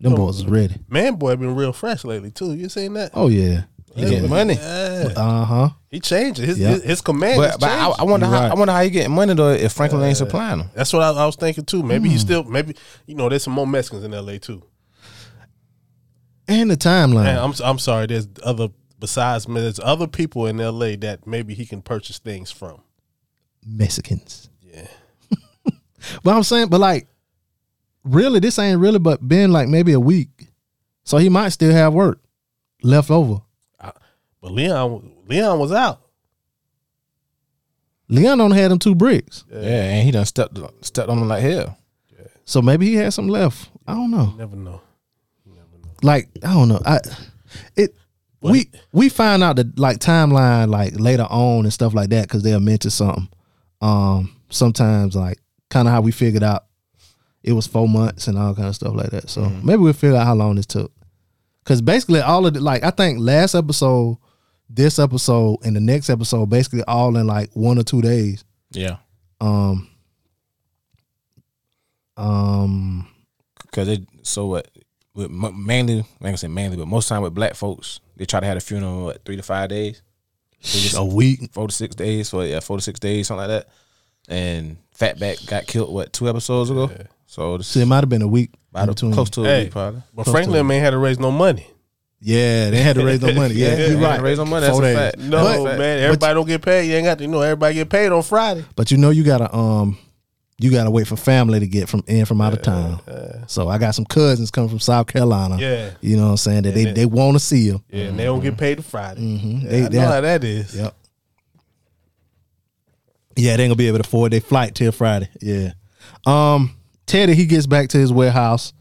E: Them boys is ready.
G: Man, boy, been real fresh lately too. You seen that?
E: Oh yeah.
F: He getting money.
G: Yeah.
E: Uh huh.
G: He changed it. His
E: Yeah.
G: his, his command.
F: But, but I, I wonder how I wonder how he getting money though if Franklin ain't supplying him.
G: That's what I, I was thinking too. Maybe
F: Hmm.
G: he still maybe you know there's some more Mexicans in L.A. too.
E: And the timeline.
G: Man, I'm I'm sorry. There's other besides there's other people in L.A. that maybe he can purchase things from.
E: Mexicans. Yeah. but I'm saying, but like, really, this ain't really, but been like maybe a week. So he might still have work left over.
G: But Leon Leon was out.
E: Leon don't have them two bricks.
F: Yeah, and he done stepped stepped on him like hell.
E: So maybe he had some left. I don't know.
G: Never know.
E: Like, I don't know. I it we we find out the like timeline like later on and stuff like that because they'll mention something. Um sometimes like kind of how we figured out it was four months and all kind of stuff like that. So maybe we'll figure out how long this took. Cause basically all of the like I think last episode, this episode, and the next episode basically all in like one or two days.
F: Yeah,
E: Um um
F: because they so what with mo- mainly I ain't gonna say mainly, but most time with black folks they try to have a funeral in, what three to five days,
E: a week.
F: four to six days, for yeah four to six days something like that. And Fatback got killed what two episodes ago, so this
E: So it might have been a week. in
F: about
E: between.
F: close to a
G: Hey.
F: week probably.
G: But Franklin man had to raise no money.
E: Yeah, they had to raise no money. Yeah,
F: Yeah,
E: you're
F: they had
E: right.
F: to raise no money, that's
E: Four
F: a
E: days.
F: fact.
G: No
E: But-
G: man, everybody don't get paid. You ain't got to you know everybody get paid on Friday.
E: But you know you gotta um you gotta wait for family to get from in from out of town. so I got some cousins coming from South Carolina.
G: Yeah.
E: You know what I'm saying? That they, they wanna see them.
G: Yeah,
F: mm-hmm.
G: and they don't get paid to Friday. Yeah,
E: They-
G: I
E: they-
G: know how that is.
E: Yep. Yeah, they ain't gonna be able to afford their flight till Friday. Yeah. Um, Teddy, he gets back to his warehouse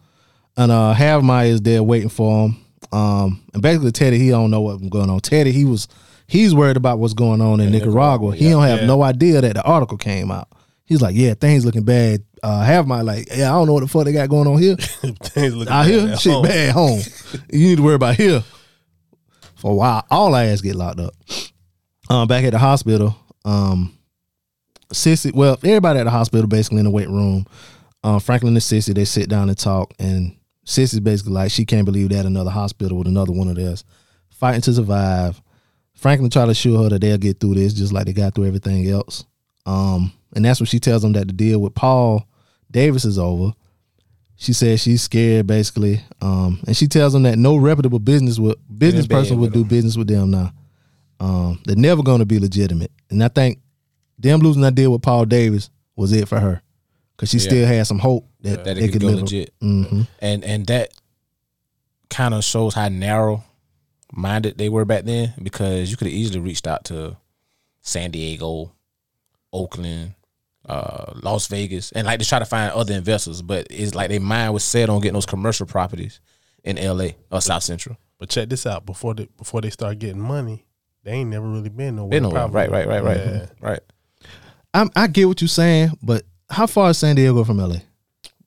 E: and uh Havmeyer is there waiting for him. Um and basically Teddy, he don't know what's going on. Teddy, he was he's worried about what's going on in Nicaragua. He don't have no idea that the article came out. He's like, Yeah, things looking bad. Uh Havmeyer like, yeah, I don't know what the fuck they got going on here.
G: Things look
E: out
G: bad
E: here,
G: at
E: shit
G: home.
E: bad home. you need to worry about here for a while. All our ass get locked up. um, back at the hospital, um, Sissy, well, everybody at the hospital basically in the weight room. Uh, Franklin and Sissy, they sit down and talk, and Sissy's basically like, she can't believe that another hospital with another one of theirs fighting to survive. Franklin try to assure her that they'll get through this just like they got through everything else. Um, and that's when she tells them that the deal with Paul Davis is over. She says she's scared basically, um, and she tells them that no reputable business would, business
F: bed
E: person would do
F: with
E: business with them now. Um, they're never going to be legitimate, and I think them losing that deal with Paul Davis was it for her because she
F: Yeah.
E: still had some hope that,
F: that it
E: they
F: could
E: could
F: go
E: live.
F: legit.
E: hmm
F: and and that kind of shows how narrow minded they were back then because you could have easily reached out to San Diego, Oakland, uh, Las Vegas, and like to try to find other investors. But it's like their mind was set on getting those commercial properties in L.A. or South Central.
G: But check this out before they, before they start getting money, they ain't never really been nowhere.
F: Been nowhere.
G: probably.
F: Right, right, right, right,
G: Yeah.
F: right.
E: I'm, I get what you're saying, but how far is San Diego from LA?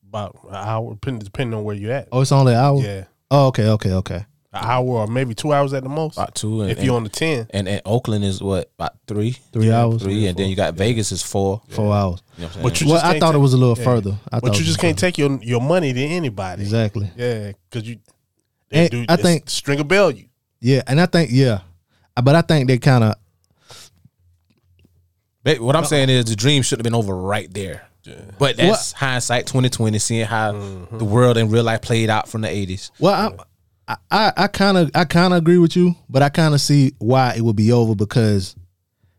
G: About an hour, depending, depending on where you at.
E: Oh, it's only an hour.
G: Yeah,
E: Oh, okay, okay, okay.
G: an hour or maybe two hours at the most.
F: About two. And,
G: if you're on the ten,
F: and, and, and Oakland is what about three,
E: Three hours,
F: three, and then you got Vegas is four.
E: four hours.
F: You know what I'm
G: But
F: saying?
G: you
E: Well,
G: just
E: I
G: can't
E: thought it
G: take-
E: was a little
G: yeah.
E: further. I thought
G: but
E: it
G: you just
E: was
G: can't
E: further.
G: take your your money to anybody.
E: exactly.
G: Yeah, because you they
E: And
G: do.
E: I
G: I
E: think-
G: think string a bell you.
E: Yeah, and I think yeah, Uh, but I think they kind of
F: Ba- What I'm saying is the dream should have been over right there. But that's hindsight 2020, seeing how
E: Mm-hmm.
F: the world and real life played out from the 80s.
E: well, I I I kind of I kind of agree with you, but I kind of see why it would be over because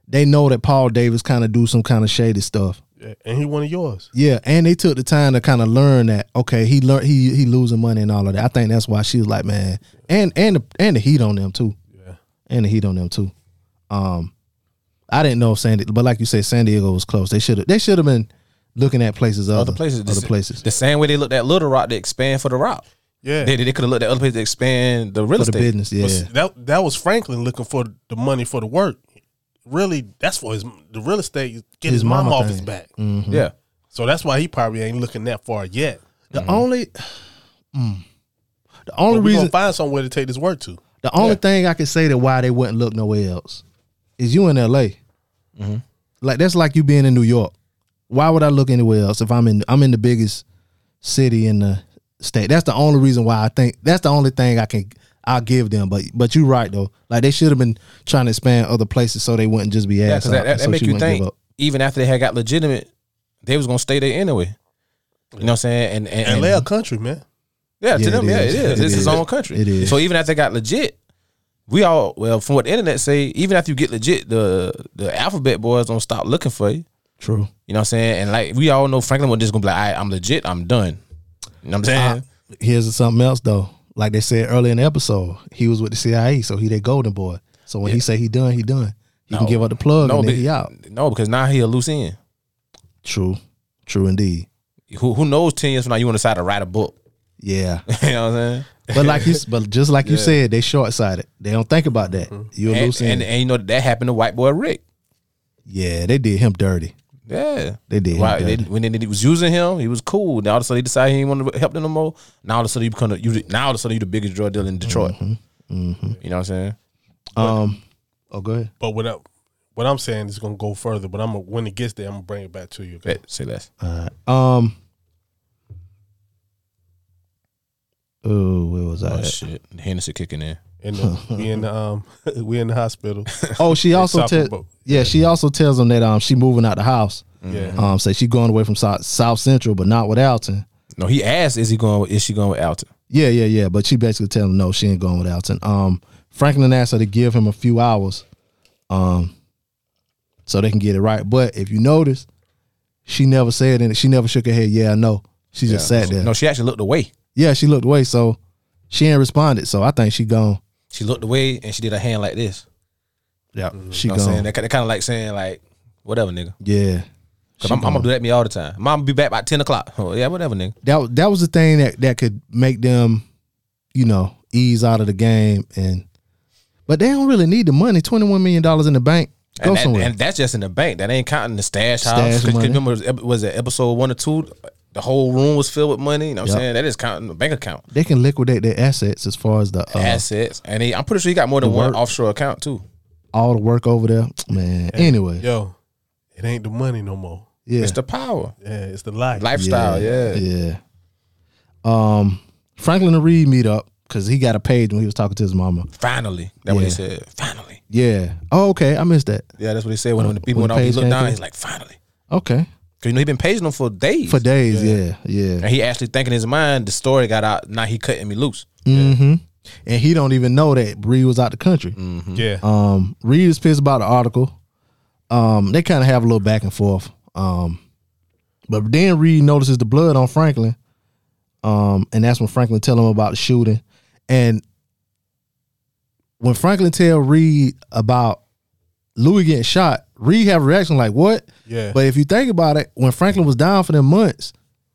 E: they know that Paul Davis kind of do some kind of shady stuff.
G: Yeah, and he one of yours.
E: Yeah, and they took the time to kind of learn that okay, he learned he he losing money and all of that. I think that's why she was like, man, and and the, and the heat on them too. Yeah, and the heat on them too. Um, I didn't know San, Di- but like you said, San Diego was close. They should have they should have been looking at places other,
F: Other places.
E: other places
F: The same way they looked at Little Rock to expand for the rock.
G: Yeah,
F: They, they could have looked at other places to expand the real
E: for the
F: estate.
E: business. Yeah,
G: that that was Franklin looking for the money for the work. Really, that's for his the real estate. Get his,
E: His
G: mom
E: mama
G: off
E: thing. Mm.
G: his back.
E: Mm-hmm.
F: Yeah.
G: So that's why he probably ain't looking that far yet.
E: the only Mm. the only
G: But we
E: reason
G: gonna find somewhere to take this work to.
E: the only thing I can say that why they wouldn't look nowhere else is you in L.A.
F: Mm-hmm.
E: Like that's like you being in New York. Why would I look anywhere else if I'm in I'm in the biggest city in the state? That's the only reason why I think that's the only thing I can I'll give them. But but you're right though. Like they should have been trying to expand other places so they wouldn't just be
F: Yeah,
E: ass
F: because
E: out,
F: that, that, that
E: so
F: make
E: she
F: you
E: wouldn't give
F: think,
E: up.
F: even after they had got legitimate, they was going to stay there anyway. You know what I'm saying? And, and,
G: And
F: and-
G: lay a country, man.
E: Yeah,
F: Yeah, to them,
E: it
F: yeah,
E: is.
F: it is.
E: It
F: it's his
E: is.
F: own country.
E: It is.
F: So even after they got legit, we all well from what the internet say, even after you get legit, the the alphabet boys don't stop looking for you.
E: True.
F: You know what I'm saying? And like we all know Franklin was just gonna be like, "All right, I'm legit, I'm done. You know what I'm saying?
E: Here's something else though. Like they said earlier in the episode, he was with the CIA, so he their golden boy. So when he say he done, he done. He can
F: No.
E: give up the plug
F: no,
E: and
F: be-
E: then he out.
F: no, because now he'll loose in.
E: True. True indeed.
F: Who who knows ten years from now you wanna decide to write a book.
E: Yeah.
F: you know what I'm saying?
E: But like you, but just like you said, they short sighted. They don't think about that. You're
F: And,
E: losing.
F: and and you know that happened to white boy Rick.
E: yeah, they did him dirty.
F: Yeah.
E: They did.
F: Why,
E: him
F: they,
E: dirty.
F: when they, they was using him, he was cool. Now all of a sudden, he decided he didn't want to help them no more. Now all of a sudden, you become the, you. the- Now all of a sudden, you the biggest drug dealer in Detroit.
E: Mm-hmm.
F: You know what I'm saying?
E: um. Oh, go ahead.
G: But what I, what I'm saying is gonna go further. But I'm gonna, when it gets there, I'm gonna bring it back to you. Okay?
F: Bet, say less.
E: All right. Um. Oh, where was I?
F: Oh
E: at?
F: shit, Hennessy kicking in.
G: And uh, we in the um we in the hospital.
E: Oh, she also
G: South of
E: tells.
G: both.
E: Yeah, she also tells him that um she moving out the house.
G: Yeah.
E: Um, say she going away from South, South Central, but not with Alton.
F: No, he asked, "Is he going? With, is she going with Alton?"
E: Yeah, yeah, yeah. But she basically tell him no, she ain't going with Alton. Um, Franklin asked her to give him a few hours, um, so they can get it right. But if you notice, she never said anything. She never shook her head. Yeah, I know. She just sat there.
F: No, she actually looked away.
E: Yeah, she looked away, so she ain't responded. So I think she gone.
F: She looked away and she did a hand like this.
E: Yeah, she
F: You know what I'm
E: gone.
F: Mm-hmm. saying? That kind of like saying like, "Whatever, nigga."
E: yeah,
F: Because I'm, I'm gonna do that to me all the time. Mom be back by ten o'clock. Oh yeah, whatever, nigga.
E: that that was the thing that that could make them, you know, ease out of the game and. But they don't really need the money. Twenty one million dollars in the bank. Go
F: And, that-
E: somewhere.
F: and that's just in the bank. That ain't counting the stash house.
E: Stash
F: 'Cause- 'cause
E: money.
F: remember, it was ep- was it episode one or two? The whole room was filled with money. You know what I'm
E: Yep.
F: saying? That is counting the bank account.
E: they can liquidate their assets as far as the uh,
F: Assets. And he, I'm pretty sure he got more than one offshore account, too.
E: all the work over there, man. Anyway,
G: Yo, it ain't the money no more.
E: yeah,
F: It's the power,
G: Yeah, it's the life.
F: lifestyle. Yeah,
E: yeah. Um, Franklin and Reed meet up because he got a page when he was talking to his mama.
F: Finally, that's what he
E: Yeah.
F: said. Finally,
E: Yeah. Oh, okay. I missed that.
F: yeah, that's what he said. When, when the people
E: Uh, When
F: went off, he
E: Paige
F: looked
E: came
F: down.
E: through?
F: He's like, finally,
E: Okay.
F: because you know he been paging them for days.
E: For days. Yeah. Yeah.
F: and he actually thinking in his mind the story got out. Now he cutting me loose.
E: hmm And he don't even know that Reed was out the country.
G: Yeah.
E: Um, Reed is pissed about the article. Um, they kind of have a little back and forth. Um, but then Reed notices the blood on Franklin. Um, and that's when Franklin tell him about the shooting. And when Franklin tell Reed about Louis getting shot, Reed have a reaction like, "What?"
G: Yeah.
E: But if you think about it, when Franklin was down for them months,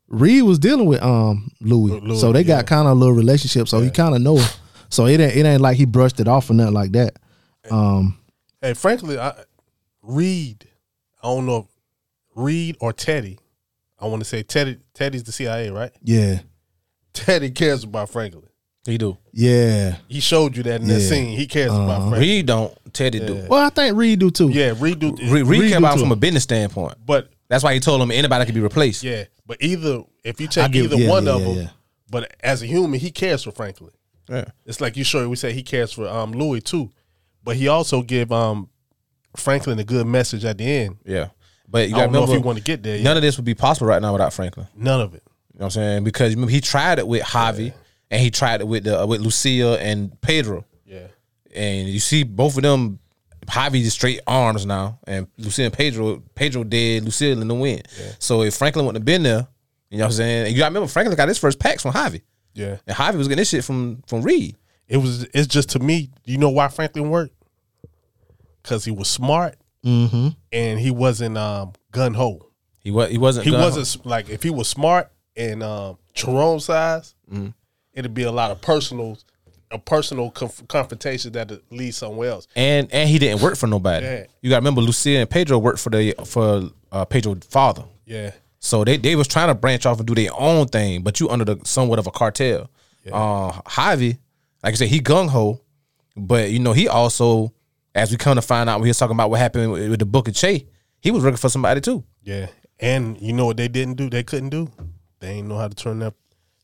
E: Reed was dealing with um Louis,
G: Louis,
E: so they got kind of a little relationship. So he kind of know. it. So it ain't it ain't like he brushed it off or nothing like that. Um,
G: Hey, frankly, I Reed. I don't know if Reed or Teddy. I want to say Teddy. Teddy's the CIA, right?
E: yeah,
G: Teddy cares about Franklin.
F: He do.
E: yeah.
G: He showed you that in that
E: Yeah.
G: scene. He cares about Franklin.
F: He don't. Teddy do.
E: Well, I think Reed do too.
G: yeah, Reed. Do,
F: Re- Reed came
G: do
F: out
G: too.
F: from a business standpoint.
G: But
F: That's why he told him anybody could be replaced.
G: yeah, but either if
E: I
G: you take
E: get-
G: either
E: yeah,
G: one
E: yeah,
G: of
E: yeah,
G: them,
E: yeah.
G: but as a human, he cares for Franklin.
F: Yeah.
G: It's like you sure we say he cares for um Louis too, but he also give um Franklin a good message at the end.
F: Yeah. But you
G: I
F: gotta
G: don't know if
F: remember,
G: you want to get there.
F: none
G: Yet.
F: of this would be possible right now without Franklin.
G: None of it.
F: You know what I'm saying? Because remember, he tried it with Javi and he tried it with the, with Lucia and Pedro.
G: Yeah.
F: And you see both of them, Javi just straight arms now, and Lucia and Pedro, Pedro dead, Lucia in the wind. So if Franklin wouldn't have been there, you know what I'm saying? And you gotta remember, Franklin got his first packs from Javi.
G: Yeah.
F: And Javi was getting this shit from from Reed.
G: It was. It's just to me. You know why Franklin worked? Because he was smart
E: Mm-hmm.
G: and he wasn't um, gun ho.
F: He was he wasn't
G: He
F: gun-
G: wasn't s- like if he was smart and um, Jerome size, it'd be a lot of personal, a personal conf- confrontation that would lead somewhere else.
F: and and he didn't work for nobody.
G: Yeah.
F: You gotta remember Lucia and Pedro worked for the for uh, Pedro's father.
G: Yeah.
F: So they, they was trying to branch off and do their own thing, but you under the somewhat of a cartel. Uh Javi, like I said, he gung ho, but you know, he also, as we come to find out when he was talking about what happened with, with the Book of Che, he was working for somebody too.
G: Yeah. And you know what they didn't do? They couldn't do. They ain't know how to turn that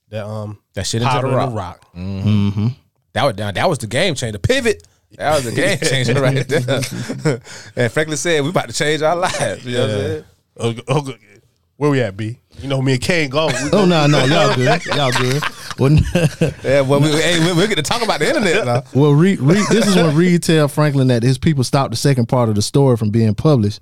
G: that um
F: That shit into the
G: powder in
F: rock.
G: rock. Mm.
F: That was that, that was the game changer. Pivot. That was the game changer right there. and Franklin said, We about to change our lives. You know what I'm saying?
G: Okay, okay. Oh, Where we at, B? You know me and Kane gone. We
E: Oh no, no, y'all good, y'all good. Well,
F: Yeah, well, we, hey, we, we're going to talk about the internet now.
E: well, Reed, Reed, this is when Reed tell Franklin that his people stopped the second part of the story from being published.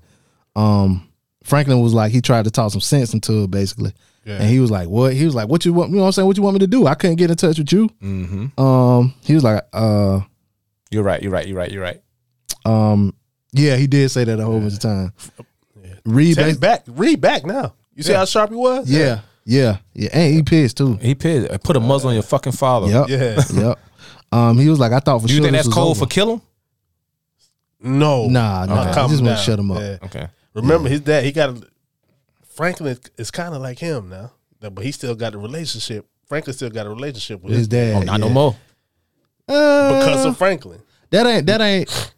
E: Um, Franklin was like he tried to talk some sense into it, basically. And he was like, "What?" He was like, "What you want? You know what I'm saying? What you want me to do? I couldn't get in touch with you." Mm-hmm. Um, he was like, "Uh,
F: You're right, you're right, you're right, you're right.
E: um, yeah, he did say that a whole bunch of time." Reed,
G: Teddy
E: bas-
G: back. Read back now. You see how sharp he was?
E: yeah, yeah, yeah, and he pissed too.
F: He pissed. Put a muzzle on your fucking father.
E: Yep,
G: Yeah.
E: yep. Um, he was like, "I thought for
F: Do you
E: sure
F: think
E: this
F: that's
E: was
F: cold
E: over.
F: for kill him?
G: No.
E: Nah, nah,
G: I'm
E: I
G: calming
E: just wanna
G: down.
E: shut him up.
G: Uh, Yeah.
F: Okay.
G: Remember his dad, he got a Franklin is, is kind of like him now. No, But he still got a relationship. Franklin still got a relationship with
E: his
G: his dad
E: dad?"
F: Oh, not no
E: yeah.
F: more.
E: Uh,
G: because of Franklin.
E: That ain't that ain't.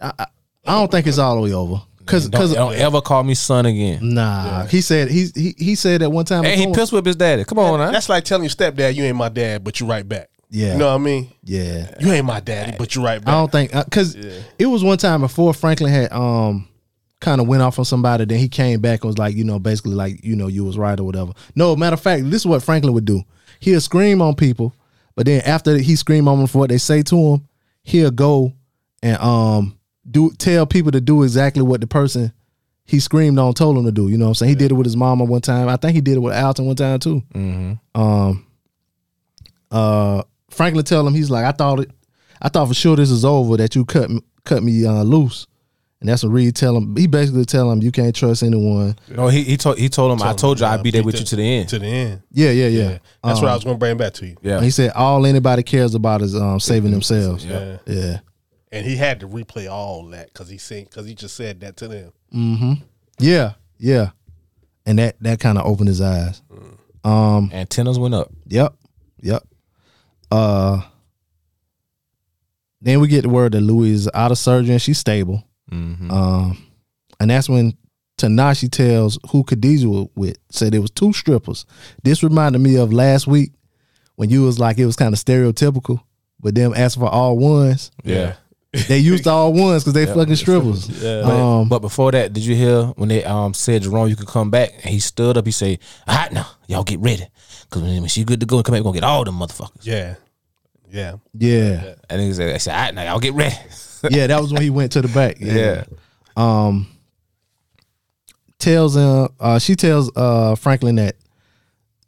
E: I, I, I don't think it's all the way over. Cause
F: Don't,
E: cause
F: don't ever call me son again.
E: nah, he said he he he said that one time.
F: And he
E: before.
F: pissed with his daddy. Come on, now.
G: That's like telling your stepdad, you ain't my dad, but you right back.
E: Yeah.
G: You know what I mean?
E: Yeah,
G: You ain't my daddy, but you right
E: I
G: back.
E: don't think because it was one time before Franklin had um kind of went off on somebody. Then he came back and was like, you know, basically like you know you was right or whatever. No, matter of fact, this is what Franklin would do. He'll scream on people, but then after he scream on them for what they say to him, he'll go and um do tell people to do exactly what the person he screamed on told him to do. You know what I'm saying? He did it with his mama one time. I think he did it with Alton one time too. Um, uh, Franklin tell him he's like, I thought it, I thought for sure this is over that you cut m- cut me uh, loose, and that's what Reed tell him. He basically tell him you can't trust anyone.
F: no, he, he told he told him, I told you I'd be there with you to the end.
G: To the end.
E: Yeah, yeah, yeah.
G: Yeah. That's
E: Um,
G: what I was going to bring back to you.
F: yeah.
E: He said all anybody cares about is um, saving themselves.
G: Yeah.
E: yeah.
G: And he had to replay all that because he said because he just said that to them.
E: yeah, yeah, and that that kind of opened his eyes.
F: Antennas went up.
E: Yep. Yep. Uh Then we get the word that Louis is out of surgery and she's stable. Um, and that's when Tanashi tells who Khadijah was with. Said it was two strippers. This reminded me of last week when you was like it was kind of stereotypical, but them asking for all ones.
F: Yeah.
E: They used all ones because they fucking strippers. Um,
F: But before that, did you hear when they um said Jerome you could come back? And he stood up. He said, "All right now, y'all get ready, cause when when she good to go and come back, we gonna get all them motherfuckers."
G: Yeah. Yeah.
E: yeah,
F: And he said, "I said, all right now, y'all get ready."
E: yeah, that was when he went to the back. tells him uh, she tells uh, Franklin that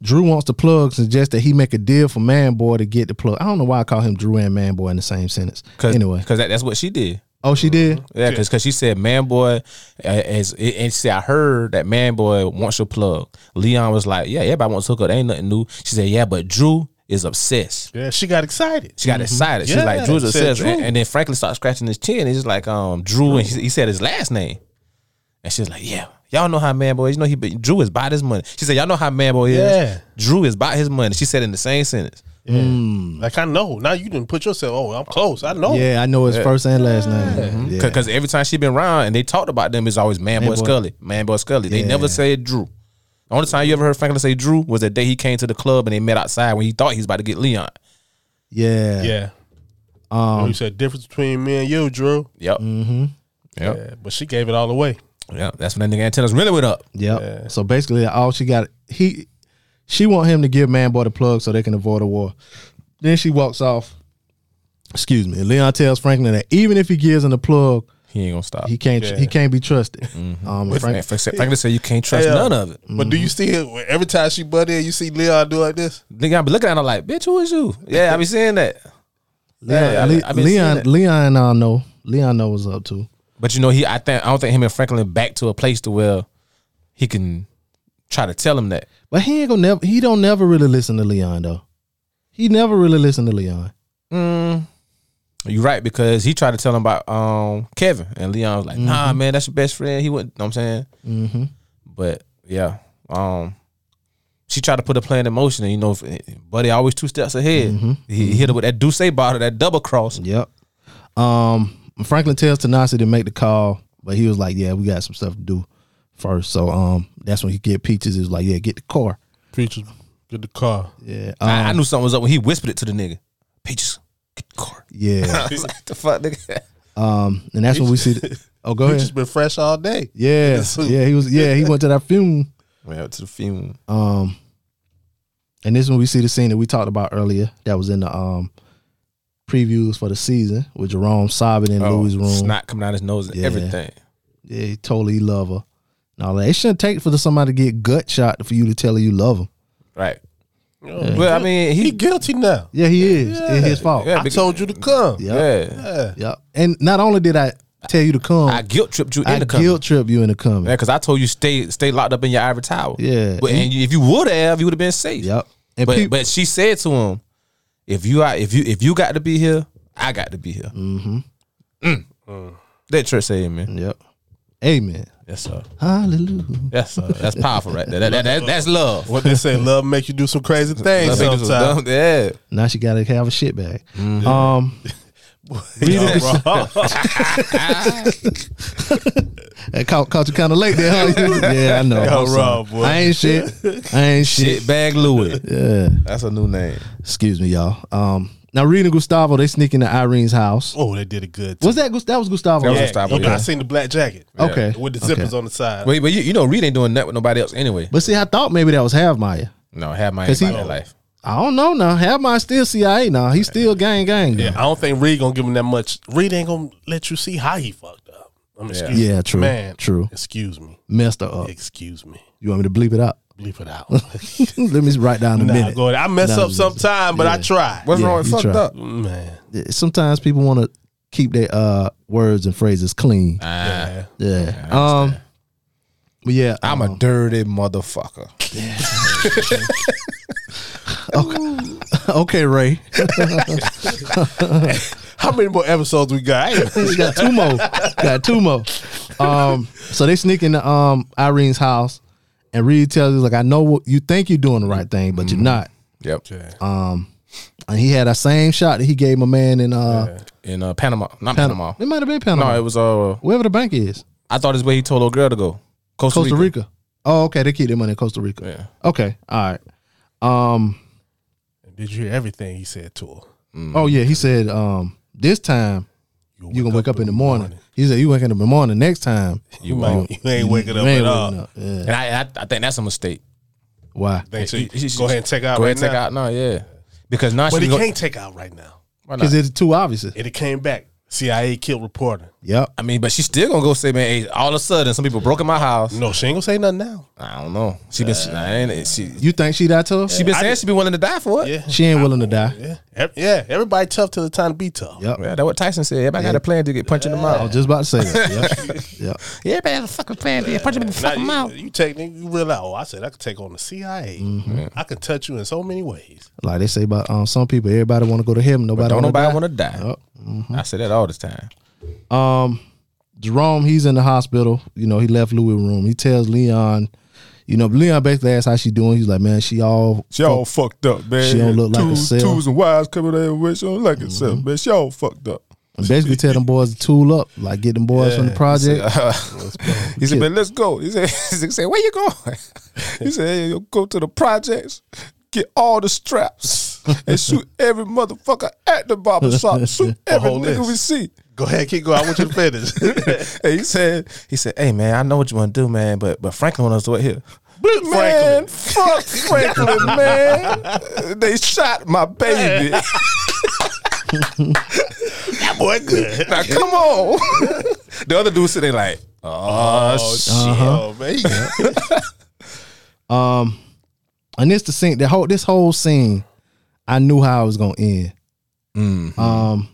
E: Drew wants the plug, suggests that he make a deal for Manboy to get the plug. I don't know why I call him Drew and Manboy in the same sentence.
F: Cause,
E: anyway,
F: because that, that's what she did.
E: oh she did.
F: Yeah, because she said, "Man, boy," uh, as it- and she said, "I heard that man, boy wants your plug." Leon was like, "Yeah, everybody wants to hook up. Ain't nothing new." She said, "Yeah, but Drew is obsessed."
G: Yeah. She got excited.
F: She got excited. She's
G: Mm-hmm. Yeah,
F: like, "Drew's
G: said
F: obsessed,"
G: Drew.
F: And, and then Franklin started scratching his chin. He's just like, "Um, Drew," and he, he said his last name, and she's like, "Yeah." Y'all know how man boy is. You know he be- Drew is about his money. She said, "Y'all know how man boy is."
G: Yeah.
F: Drew is about his money. She said in the same sentence.
G: Like I know. Now you didn't put yourself, oh, I'm close. I know.
E: Yeah, I know his first and last name. Yeah.
F: Because Mm-hmm. every time she been around and they talked about them, it's always Man,
E: Boy.
F: Boy Scully, Man Boy Scully. They
E: Yeah.
F: never said Drew. The only time you ever heard Franklin say Drew was the day he came to the club and they met outside when he thought he was about to get Leon.
E: yeah,
G: Yeah.
E: Um,
G: you said difference between me and you, Drew.
F: Yep.
E: Mm.
F: Mm-hmm. Yep.
G: Yeah, but she gave it all away.
F: Yep. That's when that nigga antennas really went up.
E: Yep.
G: Yeah.
E: So basically, all she got he she want him to give Manboy the plug so they can avoid a war. Then she walks off. Excuse me. Leon tells Franklin that even if he gives him the plug,
F: He ain't gonna stop.
E: he can't he can't be trusted. Um, and
F: Man,
E: Frank,
F: Frank- Franklin said you can't trust
G: Yeah.
F: none of it.
G: But do you see it every time she butt in, you see Leon do like this?
F: Nigga, I be looking at him like, bitch, who is you? Yeah, I be seeing that.
E: Leon,
F: Yeah, I be- I be seeing
E: Leon,
F: that.
E: Leon, I know. Leon know what's up to.
F: But you know, he I think I don't think him and Franklin back to a place to where he can try to tell him that.
E: But he ain't gonna never. He don't never really listen to Leon though. He never really listen to Leon.
F: You're right because he tried to tell him about um Kevin and Leon was like, "Nah,
E: Mm-hmm.
F: man, that's your best friend." He wouldn't. Know what I'm saying, mm-hmm. but yeah, um, she tried to put a plan in motion, and you know, eh, Buddy always two steps ahead.
E: Mm-hmm.
F: He hit her with that Duce bottle, that double cross.
E: Yep. Um, Franklin tells Tanasi to make the call, but he was like, "Yeah, we got some stuff to do first. So um, that's when he get peaches. He was like, "Yeah, get the car."
G: Preacher, get the car.
E: Yeah.
F: I, I
E: um,
F: knew something was up when he whispered it to the nigga. Peaches, get the car.
E: Yeah.
F: I was like, "The fuck, nigga."
E: Um, and that's when we see. The, oh, go
G: Preacher's
E: ahead.
G: been fresh all day.
E: Yeah.
G: suit.
E: Yeah. He was. Yeah. He went to that funeral.
F: Went out to the funeral.
E: Um, and this is when we see the scene that we talked about earlier that was in the um previews for the season with Jerome sobbing in
F: Oh,
E: Louis' room.
F: snot coming out his nose and
E: Yeah.
F: everything.
E: Yeah, he totally love her. Now that it shouldn't take for somebody to get gut shot for you to tell her you love him.
F: Right. But I mean, he,
G: He guilty now.
E: Yeah, he is. It's his fault.
F: Yeah,
G: Oh, I told you to come.
E: Yeah.
F: yeah.
E: Yep. And not only did I tell you to come,
F: I
E: I,
F: guilt tripped you into coming.
E: guilt trip you into coming.
F: Yeah, because I told you stay stay locked up in your ivory tower.
E: Yeah.
F: but and you, if you would have, you would have been safe.
E: Yep. And
F: But
E: peop-
F: but she said to him, if you are if you if you got to be here, I got to be here. Mm-hmm. That church say amen.
E: Yep. Amen.
F: Yes sir.
E: Hallelujah.
F: Yes sir. That's powerful right there. That, that, that- that's love.
G: What they say, love make you do some crazy things
F: Love ain't just
G: sometimes.
F: dumb- Yeah.
E: Now she gotta have a shit bag. Um that caught, caught you kinda late there, huh? yeah, I know. I'm sorry.
G: raw, boy.
E: I ain't shit. I ain't shit.
F: Shit bag Louis.
E: Yeah.
F: That's a new name.
E: Excuse me, y'all. Um now Rita and Gustavo, they sneak into Irene's house.
G: Oh, they did a good.
E: Was that Gus- that was Gustavo?
F: That was
G: yeah,
F: Gustavo,
G: okay,
F: yeah.
G: I seen the black jacket.
E: Okay.
G: With the
E: Okay.
G: zippers on the side.
F: Wait, but you, you know Reed ain't doing that with nobody else anyway.
E: But see, I thought maybe that was Havmeyer.
F: No, have my
E: Cause he-
F: entire life.
E: I don't know now. Havmeyer still CIA now. He's still gang gang. Yeah.
G: Yeah, I don't think Reed gonna give him that much. Reed ain't gonna let you see how he fucked up. I'm excuse
E: Yeah, true,
G: Man,
E: true.
G: Excuse me.
E: Messed her up.
G: Excuse me.
E: You want me to bleep it out?
G: Bleep it out.
E: Let me write down a
G: nah,
E: minute.
G: go ahead. I mess
E: Nah,
G: up sometime, but I try.
F: What's
E: Yeah,
F: wrong with
E: you
F: fucked
E: tried.
F: up?
G: Man,
E: Sometimes people want to keep their uh, words and phrases clean.
G: yeah.
E: yeah. Um. But yeah,
F: I'm a dirty motherfucker.
E: okay, Ray.
G: How many more episodes we got?
E: We got two more. got two more. Um. So they sneak into um Irene's house, and Reed tells her like, "I know what you think you're doing the right thing, but
G: Mm-hmm.
E: you're not."
F: Yep.
E: And he had that same shot that he gave my man in uh
F: in uh, Panama. Not Panama.
E: It might have been Panama.
F: No, it was uh.
E: Wherever the bank is,
F: I thought it's where he told old girl to go. Costa,
E: Costa
F: Rica.
E: Rica. Oh, okay. They keep their money in Costa Rica.
F: Yeah.
E: Okay. All right. Um.
G: Did you hear everything he said to her?
E: Oh yeah. He said, um, this time
G: You
E: you gonna wake up in the morning. He said you waking up in the morning next time.
G: You, might, you ain't waking up
E: You
G: at
E: ain't
G: all.
E: waking up. Yeah.
F: And I, I I think that's a mistake.
E: Why?
G: Think so.
F: He- he- he-
G: go ahead and take out
F: Go
G: right
F: ahead and take
G: now.
F: out. No, yeah. Because now
G: But
F: she
G: he
F: go-
G: can't take out right now.
F: why not?
E: Because it's too obvious.
G: And it came back. CIA killed reporter.
E: Yep.
F: I mean, but she's still gonna go say, man, hey, all of a sudden some people broke in my house.
G: No, she ain't gonna say nothing now.
F: I don't know. She been
G: Uh,
F: I ain't- she
E: You think she that tough?
F: she been saying she been willing to die for it.
G: Yeah.
E: She ain't willing to die.
G: Yeah. Ev- Yeah. Everybody tough till the time to be tough.
E: Yep.
F: Yeah, that's what Tyson said. Everybody got a plan to get punched in the
E: I was
F: mouth.
E: just about to say that. Yep. yep.
F: Yeah, everybody has a fucking plan to get punched in the
G: Now,
F: fucking mouth.
G: you, you take you realize, oh, I said I could take on the CIA.
E: Mm-hmm.
G: I can touch you in so many ways.
E: Like they say about um, some people, everybody want to go to heaven. Nobody
F: But don't
E: wanna
F: nobody
E: die.
F: want to die. I say that all the time.
E: Um, Jerome, he's in the hospital. You know, he left Louis room. He tells Leon, you know, Leon basically asks how she doing. He's like, man, she all
F: She all fucked up, man.
E: She don't look like Mm-hmm.
F: twos,
E: herself.
F: twos and wires coming in with. She don't like herself, man. She all fucked up.
E: basically tell them boys to tool up, like get them boys from the project.
F: he said, "Man, let's go." He said, "He said, where you going?" He said, hey, you "Go to the projects, get all the straps, and shoot every motherfucker at the barbershop. Shoot every
G: whole
F: nigga
G: list.
F: we see."
G: Go ahead, keep going. I want you to finish.
F: And he said, "He said, hey man, I know what you want to do, man, but but Franklin wants us to wait here."
G: Franklin.
F: Man, fuck Franklin, man. They shot my baby.
G: that boy good.
F: Now come on. the other dude sitting there like, oh, shit.
G: Oh, man.
E: and this the scene, the whole this whole scene, I knew how it was gonna end.
F: Mm-hmm.
E: Um,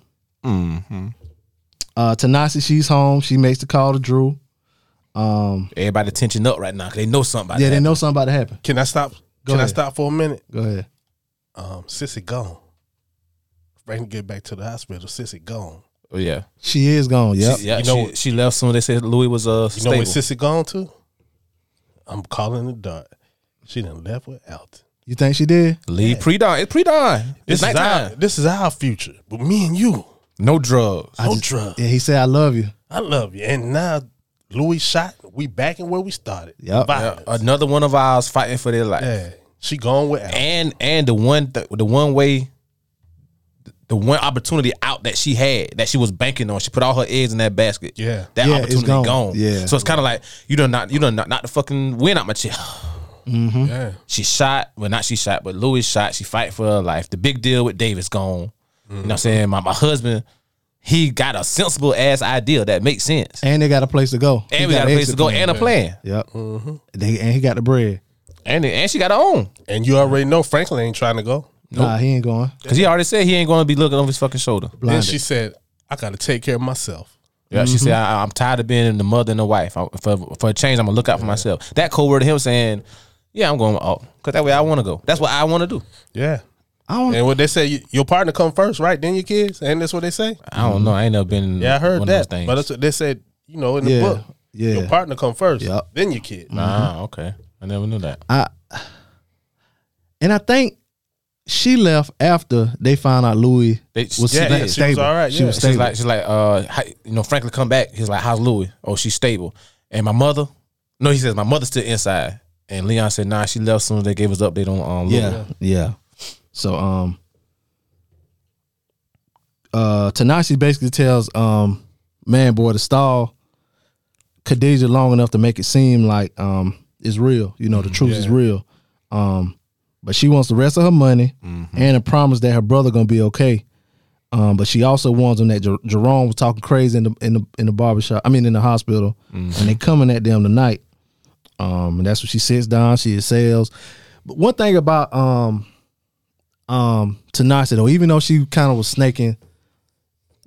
E: Uh, Tanasi, she's home. She makes the call to Drew.
F: Everybody tension up right now because they know something about
E: Yeah,
F: that.
E: they know something about to happen.
G: Can I stop? Can I
E: ahead.
G: stop for a minute?
E: Go ahead.
G: Um, Sissy gone. Frank get back to the hospital. Sissy gone.
F: Oh, yeah.
E: She is gone. Yep.
F: She, yeah,
G: You know-
F: she, she left soon. They said Louis was uh,
G: You
F: stable.
G: know where Sissy gone to? I'm calling the dart. She done left with Alton.
E: You think she did?
F: Leave pre-dawn. It's pre-dawn. It's
G: This is our
F: nighttime.
G: this is our future. But me and you,
F: No drugs.
G: no drugs.
E: Yeah, he said, "I love you."
G: I love you. And now Louis shot. We back in where we started.
E: Yep.
G: Violence.
F: Another one of ours fighting for their life.
G: Yeah. She gone with Alton.
F: And and the one th- the one way, the one opportunity out that she had that she was banking on. She put all her eggs in that basket.
G: Yeah.
F: that
E: Yeah, it's
F: opportunity
E: gone.
F: gone.
E: Yeah.
F: so it's kind of like you done not you done not not the fucking win out my chest.
G: Yeah.
F: She shot. Well, not she shot, but Louis shot. She fight for her life. The big deal with Davis gone. You
E: Mm-hmm.
F: know what I'm saying? My, my husband, he got a sensible ass idea that makes sense. And,
E: And they got a place to go. He
F: we got a place to
E: exit
F: go
E: plan.
F: and a plan.
E: Yep.
G: Mm-hmm.
E: They, and he got the bread.
F: And and she got her own.
G: And you already know Franklin ain't trying to go.
E: Nah, he ain't going.
F: Because he already said he ain't going to be looking over his fucking shoulder.
G: Then
E: Blinded.
G: she said, I gotta take care of myself.
F: Yeah, she said,
G: Mm-hmm.
F: I, I'm tired of being the mother and the wife. I, for, for a change, I'm going to look out for myself. That code word of him saying, yeah, I'm going off. Because that way I want to go. That's what I want to do.
G: Yeah.
E: I don't.
G: And what they say, you- your partner come first, right? Then your kids. And that's what they say.
F: I don't know. I ain't never been
G: Mm-hmm. Yeah, I heard
F: one
G: that.
F: of those things.
G: But that's what they said, you know, in the
E: Yeah.
G: book.
E: Yeah.
G: Your partner come first,
E: Yep.
G: then your kid.
F: ah, okay. I never knew that.
E: and I think she left after they found out Louis
F: They-
E: was
G: yeah,
E: sta-
G: yeah, she was
E: stable.
G: all right,
E: She
G: yeah.
E: was
F: She's
E: stable.
F: like, she's like, uh, how, you know, Franklin come back. He's like, how's Louis? Oh, she's stable. And my mother, no, he says my mother's still inside. And Leon said, nah, she left soon as they gave us update on um, Louis.
E: yeah, yeah. So um, uh, Tanashi basically tells um, man boy to stall Khadijah long enough to make it seem like um it's real. You know, the truth is real. Um, but she wants the rest of her money and a promise that her brother gonna be okay. Um, but she also warns them that Jer- Jerome was talking crazy in the in the in the barbershop. I mean, in the hospital, and they coming at them tonight. Um, and that's what she sits down. She excels. But one thing about um um Tanasha though, even though she kind of was snaking,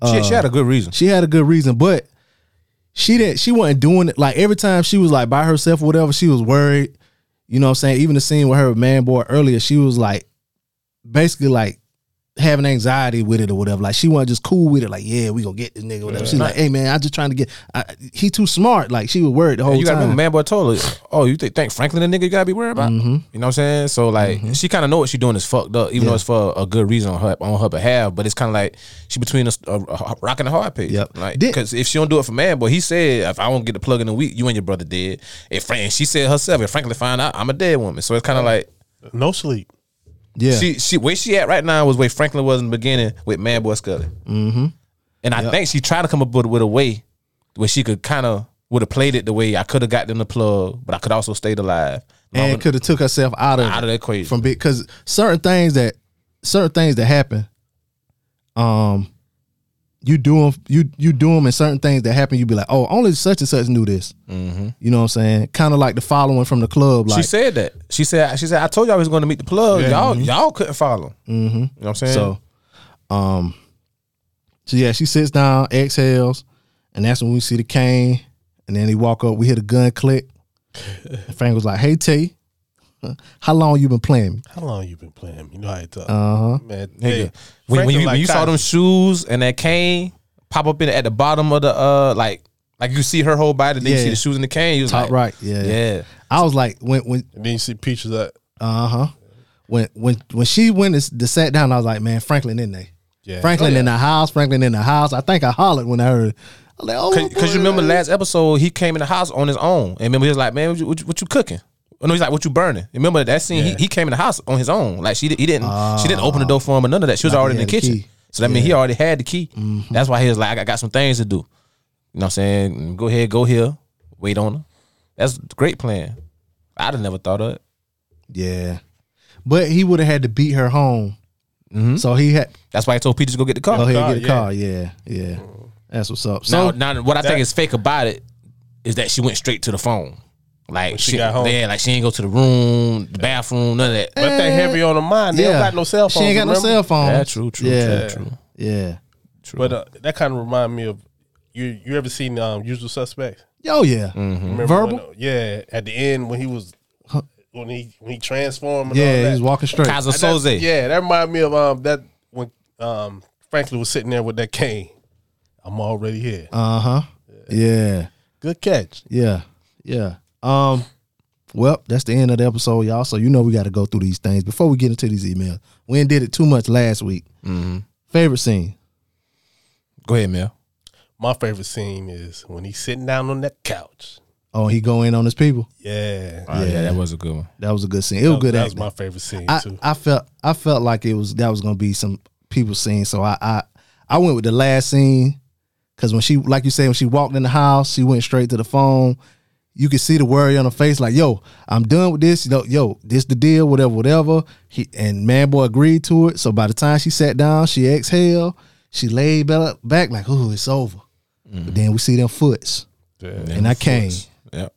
F: She, she
G: uh,
F: had a good reason.
E: she had a good reason. But she didn't. She wasn't doing it. Like every time she was like by herself or whatever, she was worried. You know what I'm saying? Even the scene with her man boy earlier, she was like basically like having anxiety with it or whatever. Like she wasn't just cool with it. Like yeah, we gonna get this nigga. Whatever. She's like, hey man, I just trying to get. I, he too smart. Like she was worried the whole
F: you gotta
E: time. Mm-hmm.
F: remember, man boy told her, "Oh, you think think Franklin the nigga you gotta be worried about?" You know what I'm saying? So like, she kind of know what she doing is fucked up, even though it's for a good reason on her on her behalf. But it's kind of like she between a, a, a rock and a hard place.
E: Yep.
F: Like,
E: Did-
F: because if she don't do it for man boy, he said, "If I don't get the plug in a week, you and your brother dead." If Frank, she said herself, if Franklin find out, I'm a dead woman. So it's kind of like.
G: No sleep.
E: yeah,
F: She she where she at right now was where Franklin was in the beginning with Man Boy Scully. Mm-hmm. And I think she tried to come up with, with a way where she could kind of would have played it the way I could have got them the plug, but I could also stayed alive.
E: and could have took herself out of
F: out of that equation.
E: from because certain things that certain things that happen, um, you do them you you do them and certain things that happen you be like oh only such and such knew this. Mm-hmm. You know what I'm saying? Kind of like the following from the club. Like
F: she said that. She said she said I told y'all I was going to meet the plug. Y'all y'all couldn't follow. Mm-hmm. You know what I'm saying?
E: So, um, so yeah, she sits down, exhales, and that's when we see the cane. And then he walk up. We hear the gun click. And Frank was like, "Hey T, how long you been playing me?"
G: How long you been playing? You know how you talk. Uh huh. Man,
F: Nigga, when, when you when you saw them shoes and that cane pop up in at the bottom of the uh like like you see her whole body, then you
E: Yeah.
F: see the shoes and the cane. You was
E: Top
F: like,
E: right, yeah.
F: yeah.
E: I was like, "When when
G: and then you see pictures of
E: uh huh, when when when she went to, to sat down, I was like, man, Franklin in there,
G: Yeah.
E: Franklin in the house, Franklin in the house. I think I hollered when I heard. I was like, oh, boy.
F: Because you remember last episode, he came in the house on his own. And remember, he was like, man, what you, what you, what you cooking? Oh, no, he's like, what you burning? Remember that scene? He, he came in the house on his own. Like, she, di- he didn't she didn't open the door for him or none of that. She was
E: Like,
F: already
E: he
F: in the
E: had the
F: kitchen.
E: key. Mm-hmm.
F: So that means he already had the key. That's why he was like, I got, got some things to do. You know what I'm saying? Go ahead, go here. Wait on her. That's a great plan. I'd have never thought of it.
E: yeah, but he would have had to beat her home. So he had
F: That's why I told Peter to go get the car.
E: Go ahead
G: car,
E: and get a
G: Mm-hmm. Oh, yeah. Mm.
E: car. Yeah, yeah. That's what's up. So
F: So now, now what I think is fake about it is that she went straight to the phone. Like
G: she
F: she,
G: got home.
F: yeah, like she ain't go to the room, the bathroom, none of that.
G: But they heavy on the mind. They
E: yeah,
G: don't got no cell
E: She
G: phones.
E: ain't got no
G: remember?
E: cell phone.
F: Yeah, true, true,
E: yeah,
F: true, true.
E: yeah.
G: But uh, that kind of remind me of you. You ever seen um, Usual Suspects?
E: Oh yeah,
G: Remember
E: Verbal?
G: when, uh, yeah. At the end when he was when he when he transformed. And all
E: yeah.
G: that.
E: He's walking straight.
F: Kaiser
G: That-
F: Soze.
G: Yeah, that remind me of um that when um Franklin was sitting there with that cane. I'm already here.
E: Uh huh. Yeah,
G: Good catch.
E: yeah, yeah. Um. Well, that's the end of the episode, y'all. So you know we got to go through these things before we get into these emails. We ain't did it too much last week.
G: Mm-hmm.
E: Favorite scene.
F: Go ahead, Mel.
G: My favorite scene is when he's sitting down on that couch.
E: Oh, he go in on his people.
G: Yeah,
F: Oh, yeah. that was a good one.
E: That was a good scene. It was good.
G: That was
E: acting.
G: my favorite scene
E: I,
G: too.
E: I felt I felt like it was that was gonna be some people scene. So I I, I went with the last scene because when she like you said when she walked in the house, she went straight to the phone. You could see the worry on her face, like yo, I'm done with this. You know, yo, this the deal, whatever, whatever. He and man boy agreed to it. So by the time she sat down, she exhaled, she laid ba- back like, oh, it's over. But then we see them foots, and I came.
F: Yep.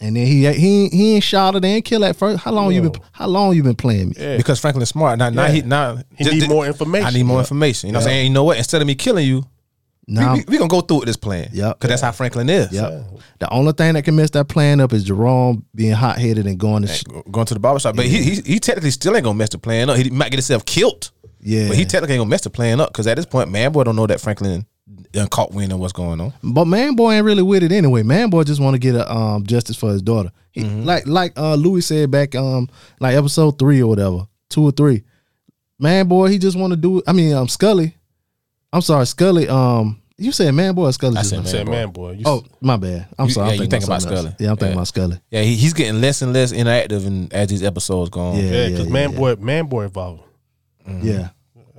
E: And then he he he ain't shot her, they ain't kill at first. How long you been? How long you been playing me?
F: Because Franklin's smart. Now, now he now
G: He need more information.
F: I need more information. You know what I'm saying? You know what? Instead of me killing you,
E: Now
F: we, we, we gonna go through with this plan.
E: Yep.
F: Because that's how Franklin is.
E: Yep. The only thing that can mess that plan up is Jerome being hot headed and going to. Sh-
F: Go- Going to the barbershop. But he, he he technically still ain't gonna mess the plan up. He might get himself killed.
E: yeah.
F: But he technically ain't gonna mess the plan up. Cause at this point, man boy don't know that Franklin done caught wind of what's going on.
E: but man, boy ain't really with it anyway. Man, boy just want to get a um justice for his daughter. He,
F: Mm-hmm.
E: Like like uh Louis said back um like episode three or whatever, two or three. Man, boy, he just want to do. I mean, um Scully. I'm sorry, Scully. Um, you said man, boy, or Scully. just
F: said
E: now?
G: Say,
F: Man, boy.
G: man, boy. You
E: Oh, my bad. I'm
F: You-
E: sorry.
F: yeah,
E: I'm
F: you think about
E: something else.
F: Scully.
E: Yeah, I'm thinking
F: Yeah.
E: about Scully.
F: Yeah, he, he's getting less and less interactive in, as these episodes go on.
E: Yeah,
G: yeah, because
E: yeah,
G: man,
E: yeah.
G: boy, man, boy, involved.
E: Yeah,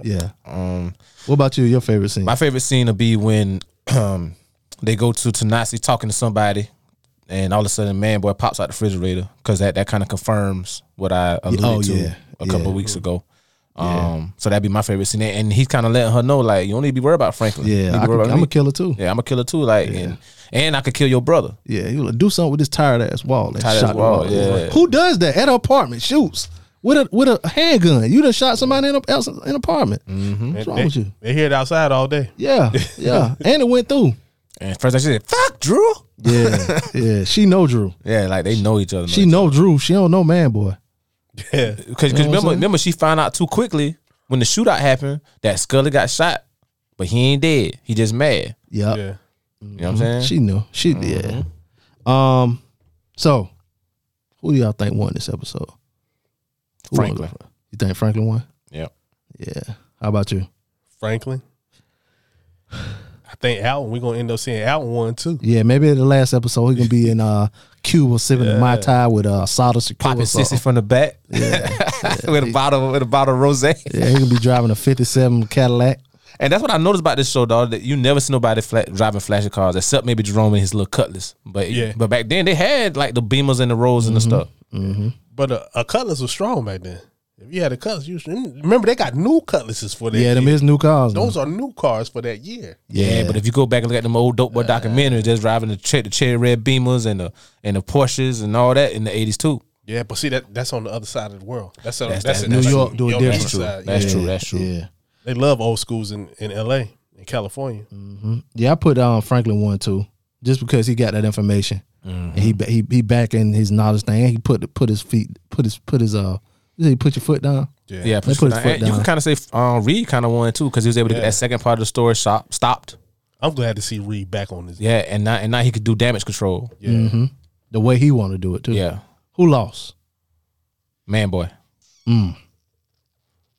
E: yeah.
F: Um,
E: What about you? Your favorite scene?
F: My favorite scene will be when um, they go to Tanasi talking to somebody, and all of a sudden, man, boy pops out the refrigerator because that, that kind of confirms what I alluded
E: oh,
F: to
E: yeah,
F: a couple
E: yeah.
F: weeks ago. Um, so that'd be my favorite scene, and he's kind of letting her know like you don't need to be worried about Franklin. You need to
E: yeah, I
F: be worried
E: could,
F: about
E: I'm
F: me.
E: a killer too.
F: Yeah, I'm a killer too. Like, and, and I could kill your brother.
E: Yeah, you like, do something with this tired ass wall. That
F: Tired-ass
E: shot the
F: wall,
E: wall.
F: yeah.
E: Who does that at an apartment? Shoots with a with a handgun. You done shot somebody in a else in an apartment. What's wrong
G: they,
E: with you?
G: They hear it outside all day.
E: Yeah, yeah. and it went through.
F: And first I said, "Fuck Drew."
E: Yeah, yeah. She know Drew.
F: Yeah, like they know each other.
E: She know Drew. She don't know man boy.
G: Yeah,
F: because
E: what I'm
F: remember
E: saying?
F: remember she found out too quickly when the shootout happened that Scully got shot, but he ain't dead. He just mad.
E: Yep.
G: Yeah.
F: You know what I'm saying?
E: Mm-hmm. She knew. She did. Um. So, who do y'all think won this episode? Who won
F: Franklin.
E: the- You think Franklin won?
F: Yeah.
E: Yeah. How about you?
G: Franklin. I think Alton, we're gonna end up seeing Alton one too.
E: Yeah, maybe in the last episode he can be in uh Cuba sipping a mai tai with uh soda secure.
F: Popping sissy from the back with a bottle with a bottle of rose.
E: Yeah, he can be driving a '57 Cadillac.
F: And that's what I noticed about this show, dog. That you never see nobody fla- driving flashy cars, except maybe Jerome and his little Cutlass. But
G: Yeah.
F: but back then they had like the Beamers and the Rolls and the
E: Mm-hmm.
F: stuff.
G: But uh, a, a cutlass was strong back then. If you had a cutlass, you was- remember they got new cutlasses for that.
E: Yeah, them
G: year.
E: his new cars. man.
G: Those are new cars for that year.
F: Yeah. but if you go back and look at them old
E: Uh,
F: dope boy documentaries, they're driving the, che- the cherry red Beamers and the and the Porsches and all that in the eighties too.
G: Yeah, but see that that's on the other side of the world. That's on,
F: That's-
G: that's,
F: that's-
G: in-
F: New
E: York do it
G: on the
E: different.
G: east
F: True.
G: side.
F: That's
G: Yeah.
F: true. That's true.
E: Yeah,
G: They love old schools in, in L.A. in California.
E: Mm. yeah. I put um Franklin one too, just because he got that information. And
F: Mm-hmm.
E: he ba- he he back in his knowledge thing. And he put put his feet put his put his uh. He put your foot down.
F: Yeah,
E: They
F: put
E: put his
F: down.
E: foot
F: And you
E: down.
F: can kind of say um, Reed kind of won too because he was able to get that second part of the story shop, stopped.
G: I'm glad to see Reed back on this.
F: Yeah, and now and now he could do damage control. Yeah,
E: the way he want to do it too. Who lost?
F: man, boy.
E: Mm.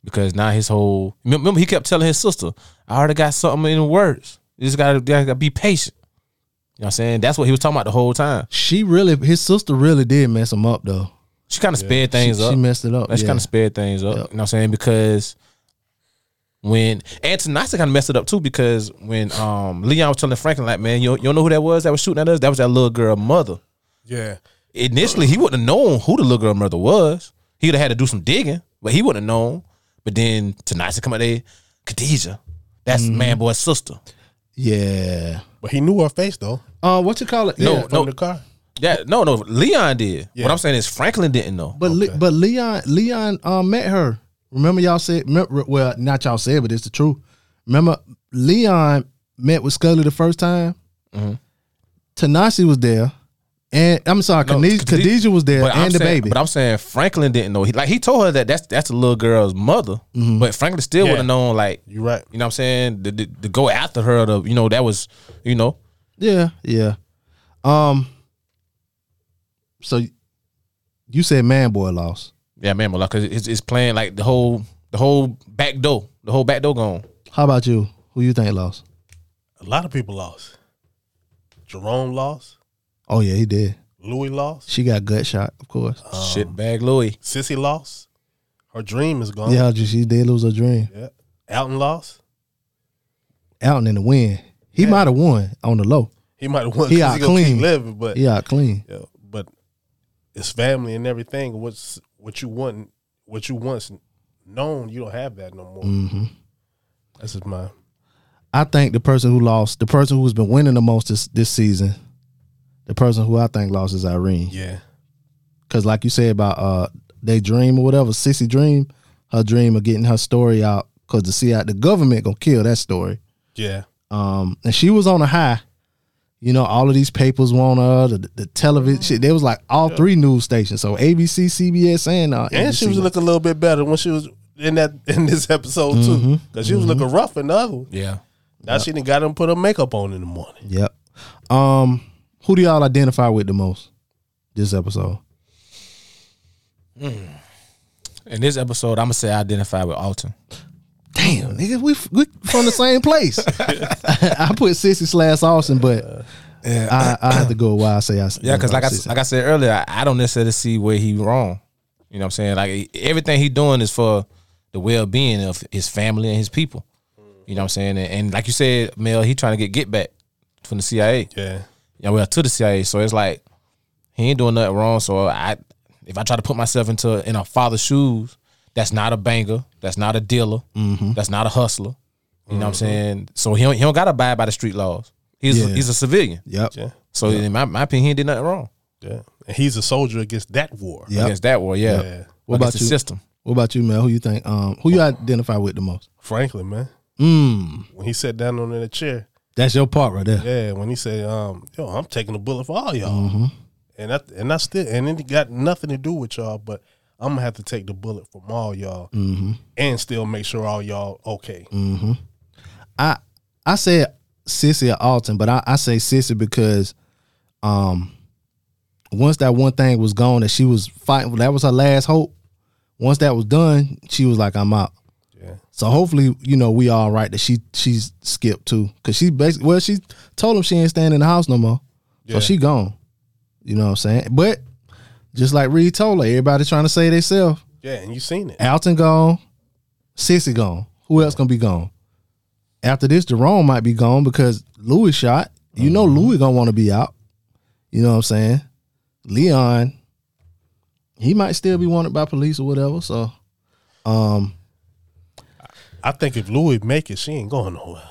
F: Because now his whole remem- remember he kept telling his sister, "I already got something in the words. You just gotta, gotta be patient." You know what I'm saying? That's what he was talking about the whole time.
E: She really, his sister really did mess him up though.
F: She kind of sped things
E: she,
F: up.
E: she messed it up.
F: That's
E: yeah.
F: kind of sped things up. You know what I'm saying? Because when and Tanasa kind of messed it up too because when um Leon was telling Franklin like, man, you, you don't know who that was that was shooting at us? That was that little girl mother.
G: Yeah,
F: Initially, he wouldn't have known who the little girl mother was. He'd have had to do some digging, but he wouldn't have known. But then Tanasa come out there, Khadija, that's
E: Mm-hmm.
F: man boy's sister.
E: yeah.
G: but he knew her face though.
E: Uh, what you call it?
F: No,
E: Yeah.
G: from
F: no,
G: the car.
F: that no, no. Leon did. What I'm saying is Franklin didn't know.
E: But Le- but Leon Leon uh, met her. Remember y'all said remember, well not y'all said but it's the truth. Remember Leon met with Scully the first time.
F: Mm-hmm.
E: Tanasi was there, and I'm sorry,
F: No,
E: Khadijah,
F: Khadi-
E: Khadijah was there
F: Oh, but
E: and
F: I'm
E: the
F: saying-
E: baby.
F: But I'm saying Franklin didn't know. He, like he told her that that's that's the little girl's mother.
E: Mm-hmm.
F: But Franklin still
G: Yeah.
F: would have known. Like
G: You right.
F: you know, what I'm saying to, to, to go after her. To you know that was you know
E: Yeah, yeah. Um. So, you said man boy lost.
F: yeah man, like it's, it's playing like the whole the whole back door, the whole back door gone.
E: How about you? Who you think lost?
G: A lot of people lost. Jerome lost.
E: Oh yeah, he did.
G: Louis lost.
E: She got gut shot, of course.
F: Shit bag Louis.
G: Sissy lost. Her dream is gone.
E: yeah, she did lose her dream.
G: yeah. Alton lost.
E: Out in the wind, he might have won on the low.
G: He might have won
E: He
G: because
E: out
G: he, gonna
E: clean.
G: keep living, but
E: He out clean.
G: Yeah, but it's family and everything. What's what you want? What you once known, you don't have that no more.
E: Mm-hmm.
G: That's just my
E: I think the person who lost, the person who's been winning the most this this season, the person who I think lost is Irene.
G: yeah.
E: Cause like you said about uh they dream or whatever, sissy dream, her dream of getting her story out. Cause the see the government gonna kill that story.
G: Yeah,
E: Um, and she was on a high. You know, all of these papers want her. The, the television, shit, they was like all three news stations. So ABC, CBS, and uh,
G: and she was
E: NBC.
G: looking a little bit better when she was in that in this episode too,
E: Mm-hmm.
G: because she was looking rough in the other. One.
F: Yeah.
G: Now she didn't got him put her makeup on in the morning.
E: Yep. Um, who do y'all identify with the most this episode?
F: In this episode, I'm gonna say I identify with Alton.
E: Damn, nigga, we, we from the same place. I put sissy slash Austin, but I, I have to go. Why I say I
F: Yeah, because like I
E: Sissy.
F: like I said earlier, I, I don't necessarily see where he wrong. You know what I'm saying? Like everything he doing is for the well being of his family and his people. You know what I'm saying? And, and like you said, Mel, he trying to get get back from the CIA.
G: Yeah,
F: Yeah, well, to the CIA. So it's like he ain't doing nothing wrong. So I, if I try to put myself into in a father's shoes, that's not a banger. That's not a dealer. That's not a hustler. You know what I'm saying? So he don't, he don't got to abide by the street laws. He's a,
E: Yeah.
F: he's a civilian.
E: yep,
G: yeah,
F: So in my, my opinion, he ain't did nothing wrong
G: yeah. And he's a soldier against that war.
E: yep.
F: against that war. Yeah.
G: Yeah.
E: What
F: Against
E: about
F: the
E: you?
F: system?
E: What about you, man? Who you think? Um, who you identify with the most?
G: Franklin, man.
E: Mm,
G: When he sat down on that chair,
E: that's your part right there.
G: yeah. When he said, um, "Yo, I'm taking a bullet for all y'all," and I and I still and it got nothing to do with y'all, but I'm gonna have to take the bullet from all y'all and still make sure all y'all okay.
E: I I said Sissy or Alton, but I, I say Sissy because um once that one thing was gone that she was fighting that was her last hope. Once that was done, she was like, I'm out.
G: Yeah.
E: So hopefully, you know, we all right that she she's skipped too. Cause she basically well, she told him she ain't staying in the house no more.
G: Yeah.
E: So she gone. You know what I'm saying? But just like Reed told her, everybody trying to say theyself.
G: Yeah, and you seen it.
E: Alton gone, Sissy gone. Who else gonna be gone? After this, Jerome might be gone because Louis shot. You know Louis gonna want to be out. You know what I'm saying? Leon, he might still be wanted by police or whatever. So
G: I think if Louis make it, she ain't going nowhere.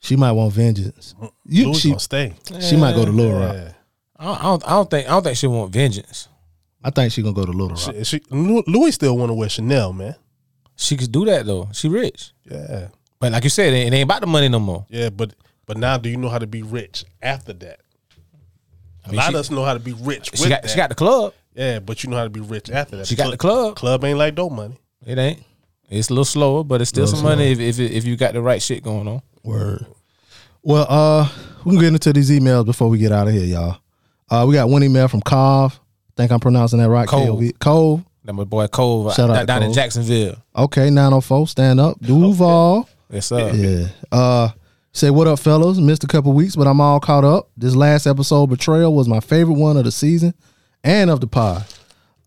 E: she might want vengeance. You,
G: Louis
E: she,
G: gonna stay.
E: she might go to Little Rock.
G: Yeah.
F: I don't, I don't. I don't think. I don't think she want vengeance.
E: I think she gonna go to Little Rock.
G: She, she, Lou- Louis still want to wear Chanel, man.
F: She could do that though. She rich,
G: Yeah,
F: but like you said, it ain't about the money no more.
G: yeah, but but now do you know how to be rich after that? A
F: mean,
G: lot
F: she-
G: of us know how to be rich.
F: She
G: with
F: got.
G: that.
F: She got the club.
G: yeah, but you know how to be rich after that.
F: She got the club.
G: Club ain't like dope money.
F: It ain't. It's a little slower, but it's still some money if if if you got the right shit going on.
E: Word. Well, uh, we can get into these emails before we get out of here, y'all. Uh, we got one email from Cove. Think I'm pronouncing that right?
F: Cove.
E: K-O-V- Cove.
F: That my boy Cove
E: Shout out
F: out
E: to
F: down in
E: Cove.
F: Jacksonville.
E: Okay, 904, stand up. Duval.
F: Yes sir.
E: Yeah. Uh say what up, fellas. Missed a couple weeks, but I'm all caught up. This last episode, Betrayal, was my favorite one of the season and of the pod.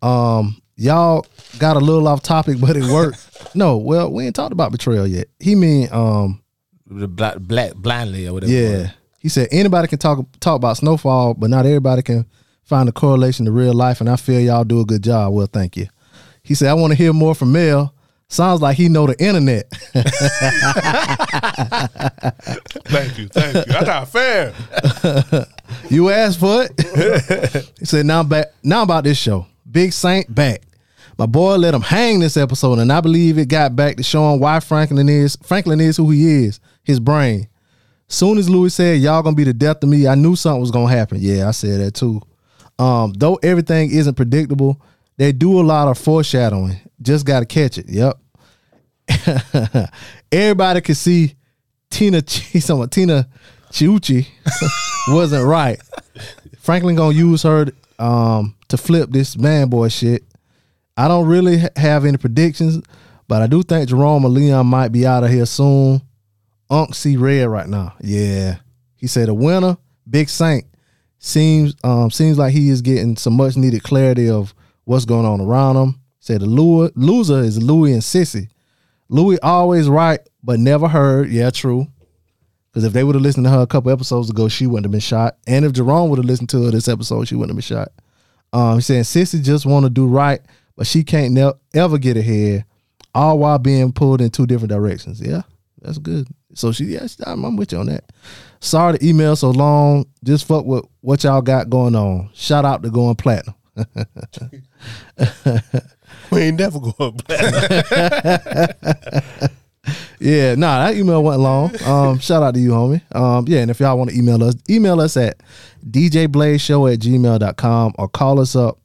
E: Um, y'all got a little off topic, but it worked. no, well, we ain't talked about betrayal yet. He mean um
F: The black, black blindly or whatever. it was.
E: yeah. He said anybody can talk talk about snowfall, but not everybody can find a correlation to real life. And I feel y'all do a good job. Well, thank you. He said I want to hear more from Mel. Sounds like he know the internet.
G: Thank you, thank you. I got fair.
E: You asked for it. he said, "Now I'm back. Now about this show, Big Saint back. My boy let him hang this episode, and I believe it got back to showing why Franklin is Franklin is who he is. His brain. Soon as Louis said, "Y'all gonna be the death of me," I knew something was gonna happen. Yeah, I said that too. Um, though everything isn't predictable, they do a lot of foreshadowing. Just gotta catch it. Yep. Everybody could see Tina. He's talking about Tina Chiuchi wasn't right. Franklin gonna use her um, to flip this man boy shit. I don't really ha- have any predictions, but I do think Jerome or Leon might be out of here soon. Unc see red right now. Yeah, he said a winner, Big Saint seems um, seems like he is getting some much needed clarity of what's going on around him. Said the lure, loser is Louis and Sissy. Louis always right, but never heard. Yeah, true. Because if they would have listened to her a couple episodes ago, she wouldn't have been shot. And if Jerome would have listened to her this episode, she wouldn't have been shot. Um, he's saying Sissy just want to do right, but she can't ne- ever get ahead, all while being pulled in two different directions. Yeah, that's good. So she, yes, I'm, I'm with you on that. Sorry to email so long. Just fuck with what y'all got going on. Shout out to going platinum.
G: We ain't never going black.
E: Yeah, nah, that email went long. Um, shout out to you, homie. Um, yeah, and if y'all want to email us, email us at djblazeshow at gmail.com or call us up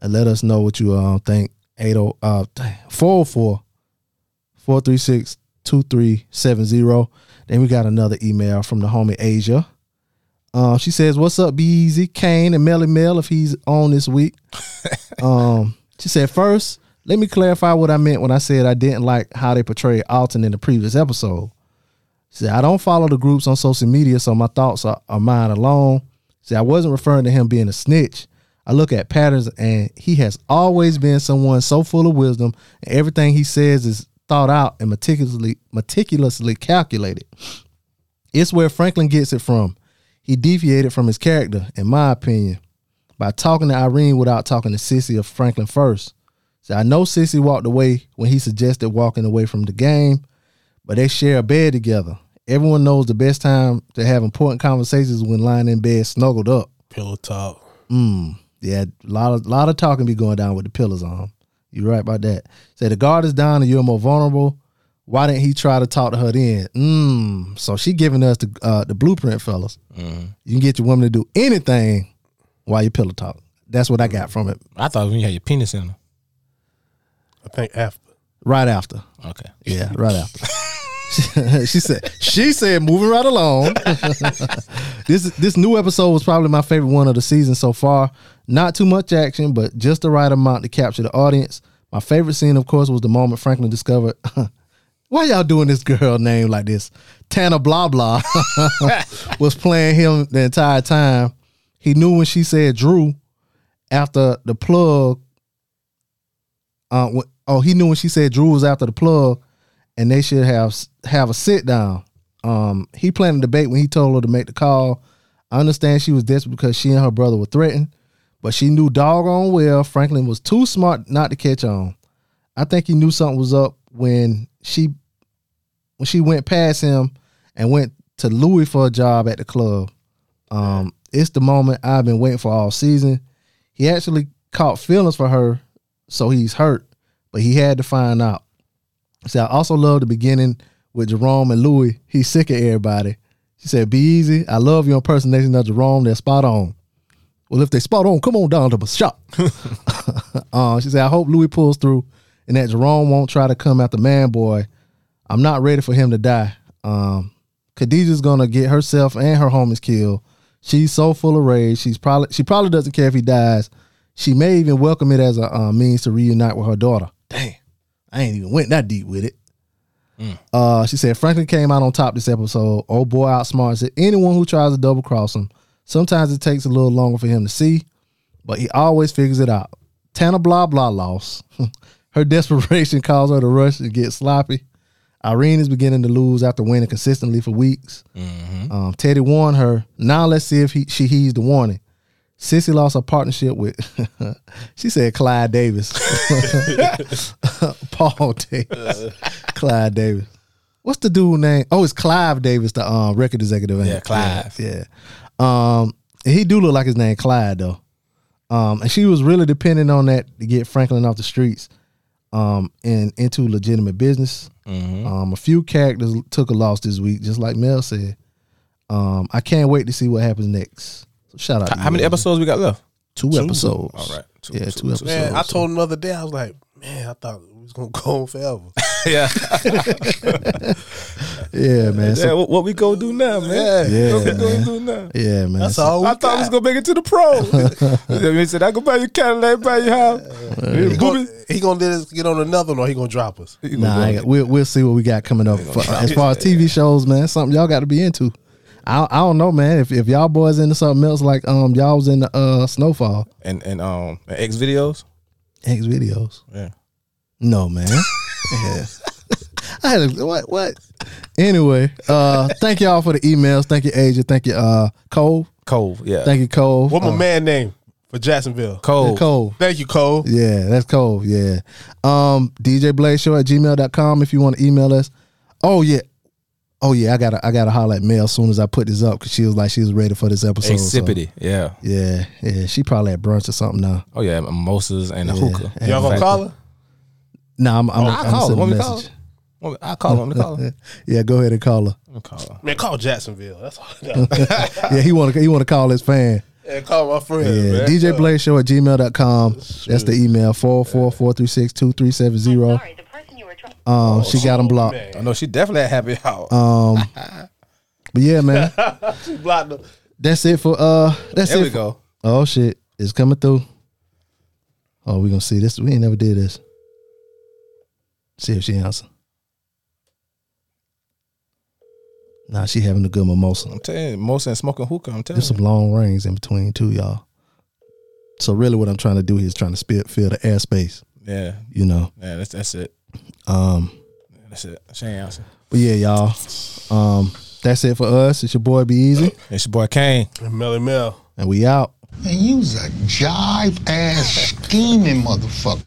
E: and let us know what you um think. 80 uh 404 436 2370. Then we got another email from the homie Asia. Um, she says, What's up, Be Easy, Kane, and Melly Mel if he's on this week? Um, she said, first, let me clarify what I meant when I said I didn't like how they portrayed Alton in the previous episode. She said, I don't follow the groups on social media, so my thoughts are, are mine alone. She said, I wasn't referring to him being a snitch. I look at patterns, and he has always been someone so full of wisdom, and everything he says is thought out and meticulously meticulously calculated. It's where Franklin gets it from. He deviated from his character, in my opinion by talking to Irene without talking to Sissy or Franklin first. So I know Sissy walked away when he suggested walking away from the game, but they share a bed together. Everyone knows the best time to have important conversations is when lying in bed snuggled up. Mm,
G: Pillow talk.
E: Yeah, a lot of lot of talking be going down with the pillars on. You're right about that. Say the guard is down and you're more vulnerable. Why didn't he try to talk to her then? Mm. So she giving us the uh, the blueprint, fellas.
G: Mm-hmm.
E: You can get your woman to do anything while you pillow talk. That's what I got from it.
F: I thought when you had your penis in her.
G: I think after.
E: Right after.
F: Okay.
E: Yeah, right after. she said she said moving right along. this this new episode was probably my favorite one of the season so far. Not too much action, but just the right amount to capture the audience. My favorite scene, of course, was the moment Franklin discovered why y'all doing this girl name like this? Tana Blah Blah was playing him the entire time. He knew when she said Drew after the plug uh, wh- oh, he knew when she said Drew was after the plug, and they should have s- have a sit down. Um, he planned a debate when he told her to make the call. I understand she was desperate because she and her brother were threatened, but she knew doggone well Franklin was too smart not to catch on. I think he knew something was up when she when she went past him and went to Louis for a job at the club. Um, it's the moment I've been waiting for all season. He actually caught feelings for her, so he's hurt, but he had to find out. See, I also love the beginning with Jerome and Louis. He's sick of everybody. She said, Be easy. I love your impersonation of Jerome. They're spot on. Well, if they spot on, come on down to my shop. uh, she said, I hope Louis pulls through and that Jerome won't try to come after man boy. I'm not ready for him to die. Um, Khadijah's gonna get herself and her homies killed. She's so full of rage. She's probably she probably doesn't care if he dies. She may even welcome it as a uh, means to reunite with her daughter. Damn, I ain't even went that deep with it. Uh, she said Franklin came out on top this episode. Oh boy, outsmarts it. Anyone who tries to double cross him. Sometimes it takes a little longer for him to see, but he always figures it out. Tana blah blah lost. her desperation caused her to rush and get sloppy. Irene is beginning to lose after winning consistently for weeks. Um, Teddy warned her. Now let's see if he, she heeds the warning. Sissy lost her partnership with, she said Clyde Davis, Paul Davis, Clyde Davis. What's the dude name? Oh, it's Clive Davis, the um, record executive. ain't
F: Yeah,
E: it?
F: Clive.
E: Yeah, yeah. Um, he do look like his name Clyde though. Um, and she was really dependent on that to get Franklin off the streets um, and into legitimate business.
F: Mm-hmm.
E: Um, a few characters took a loss this week, just like Mel said. Um, I can't wait to see what happens next. So shout out. to
F: How,
E: you,
F: many
E: Mel.
F: episodes we got left?
E: Two, episodes.
F: All right. Two,
E: yeah,
F: two,
E: two,
F: two.
E: episodes.
G: Man, I told him the other day, I was like, man, I thought we was going to go on forever.
F: yeah.
E: yeah, man.
F: yeah.
E: So,
F: What, what we gonna do now, man?
E: Yeah,
F: What we
E: man.
F: gonna do now?
E: yeah, man.
G: That's
E: So-
G: all we
F: I thought we was gonna make it to the pro. he said, "I go buy your Cadillac, buy your house."
G: He gonna, he gonna let us get on another one or he gonna drop us.
E: Nah, I ain't got- we'll we'll see what we got coming up for, as far as TV shows, man. Something y'all got to be into. I I don't know, man. If if y'all boys into something else, like um y'all was in the uh Snowfall
F: And and um and X videos.
E: X videos.
F: Yeah.
E: No, man. yeah. I had a, what what. Anyway, uh, thank y'all for the emails. Thank you, Asia. Thank you, uh, Cole.
F: Cove. Yeah.
E: Thank you, Cole.
G: What my
E: Uh,
G: man name for Jacksonville?
F: Cove.
E: Cole.
G: Thank you, Cole.
E: Yeah, that's cold. Yeah. Um, DJ Blaze Show at gmail.com if you want to email us. Oh yeah. Oh yeah, I gotta I gotta holler at Mel as soon as I put this up because she was like she was ready for this episode. so-
F: Exhibity. Yeah.
E: Yeah, yeah. She probably at brunch or something now.
F: Oh yeah, mimosas and a hookah.
G: Y'all gonna call her?
E: Nah, I'm I'm,
F: I'll
E: I'm
F: Oh, call her.
E: sending a
F: Want me to call
E: message.
F: her? Want me- I'll call her. I'm gonna call her.
E: yeah, go ahead and call her.
F: I'm gonna call her.
G: Man, call Jacksonville. That's all.
E: Yeah, he wanna he wanna call his fan.
G: yeah, call my friend.
E: Yeah.
G: man.
E: DJ Blaze Show at gmail.com. That's the email. Four four four three six two three seven zero.
I: Sorry, the person you were trying.
F: Oh,
E: Um she got him blocked.
F: I know she definitely had happy hour.
E: Uh, But yeah, man.
G: She blocked him.
E: That's it for uh that's
F: there
E: it
F: we
E: for-
F: go.
E: Oh shit, it's coming through. Oh, we gonna see this. We ain't never did this. See if she answer. Nah, she having a good mimosa.
F: I'm telling you, mimosa and smoking hookah. I'm telling
E: There's some
F: you.
E: long rings in between too, y'all. So really, what I'm trying to do here is trying to spill, fill the airspace.
F: Yeah.
E: You know.
F: Yeah. That's that's it.
E: Um.
F: That's it. Shane Allison.
E: But yeah, y'all. Um. That's it for us. It's your boy Be Easy,
F: It's your boy Kane.
G: And Melly Mel.
E: and we out.
H: And you's a jive ass scheming motherfucker.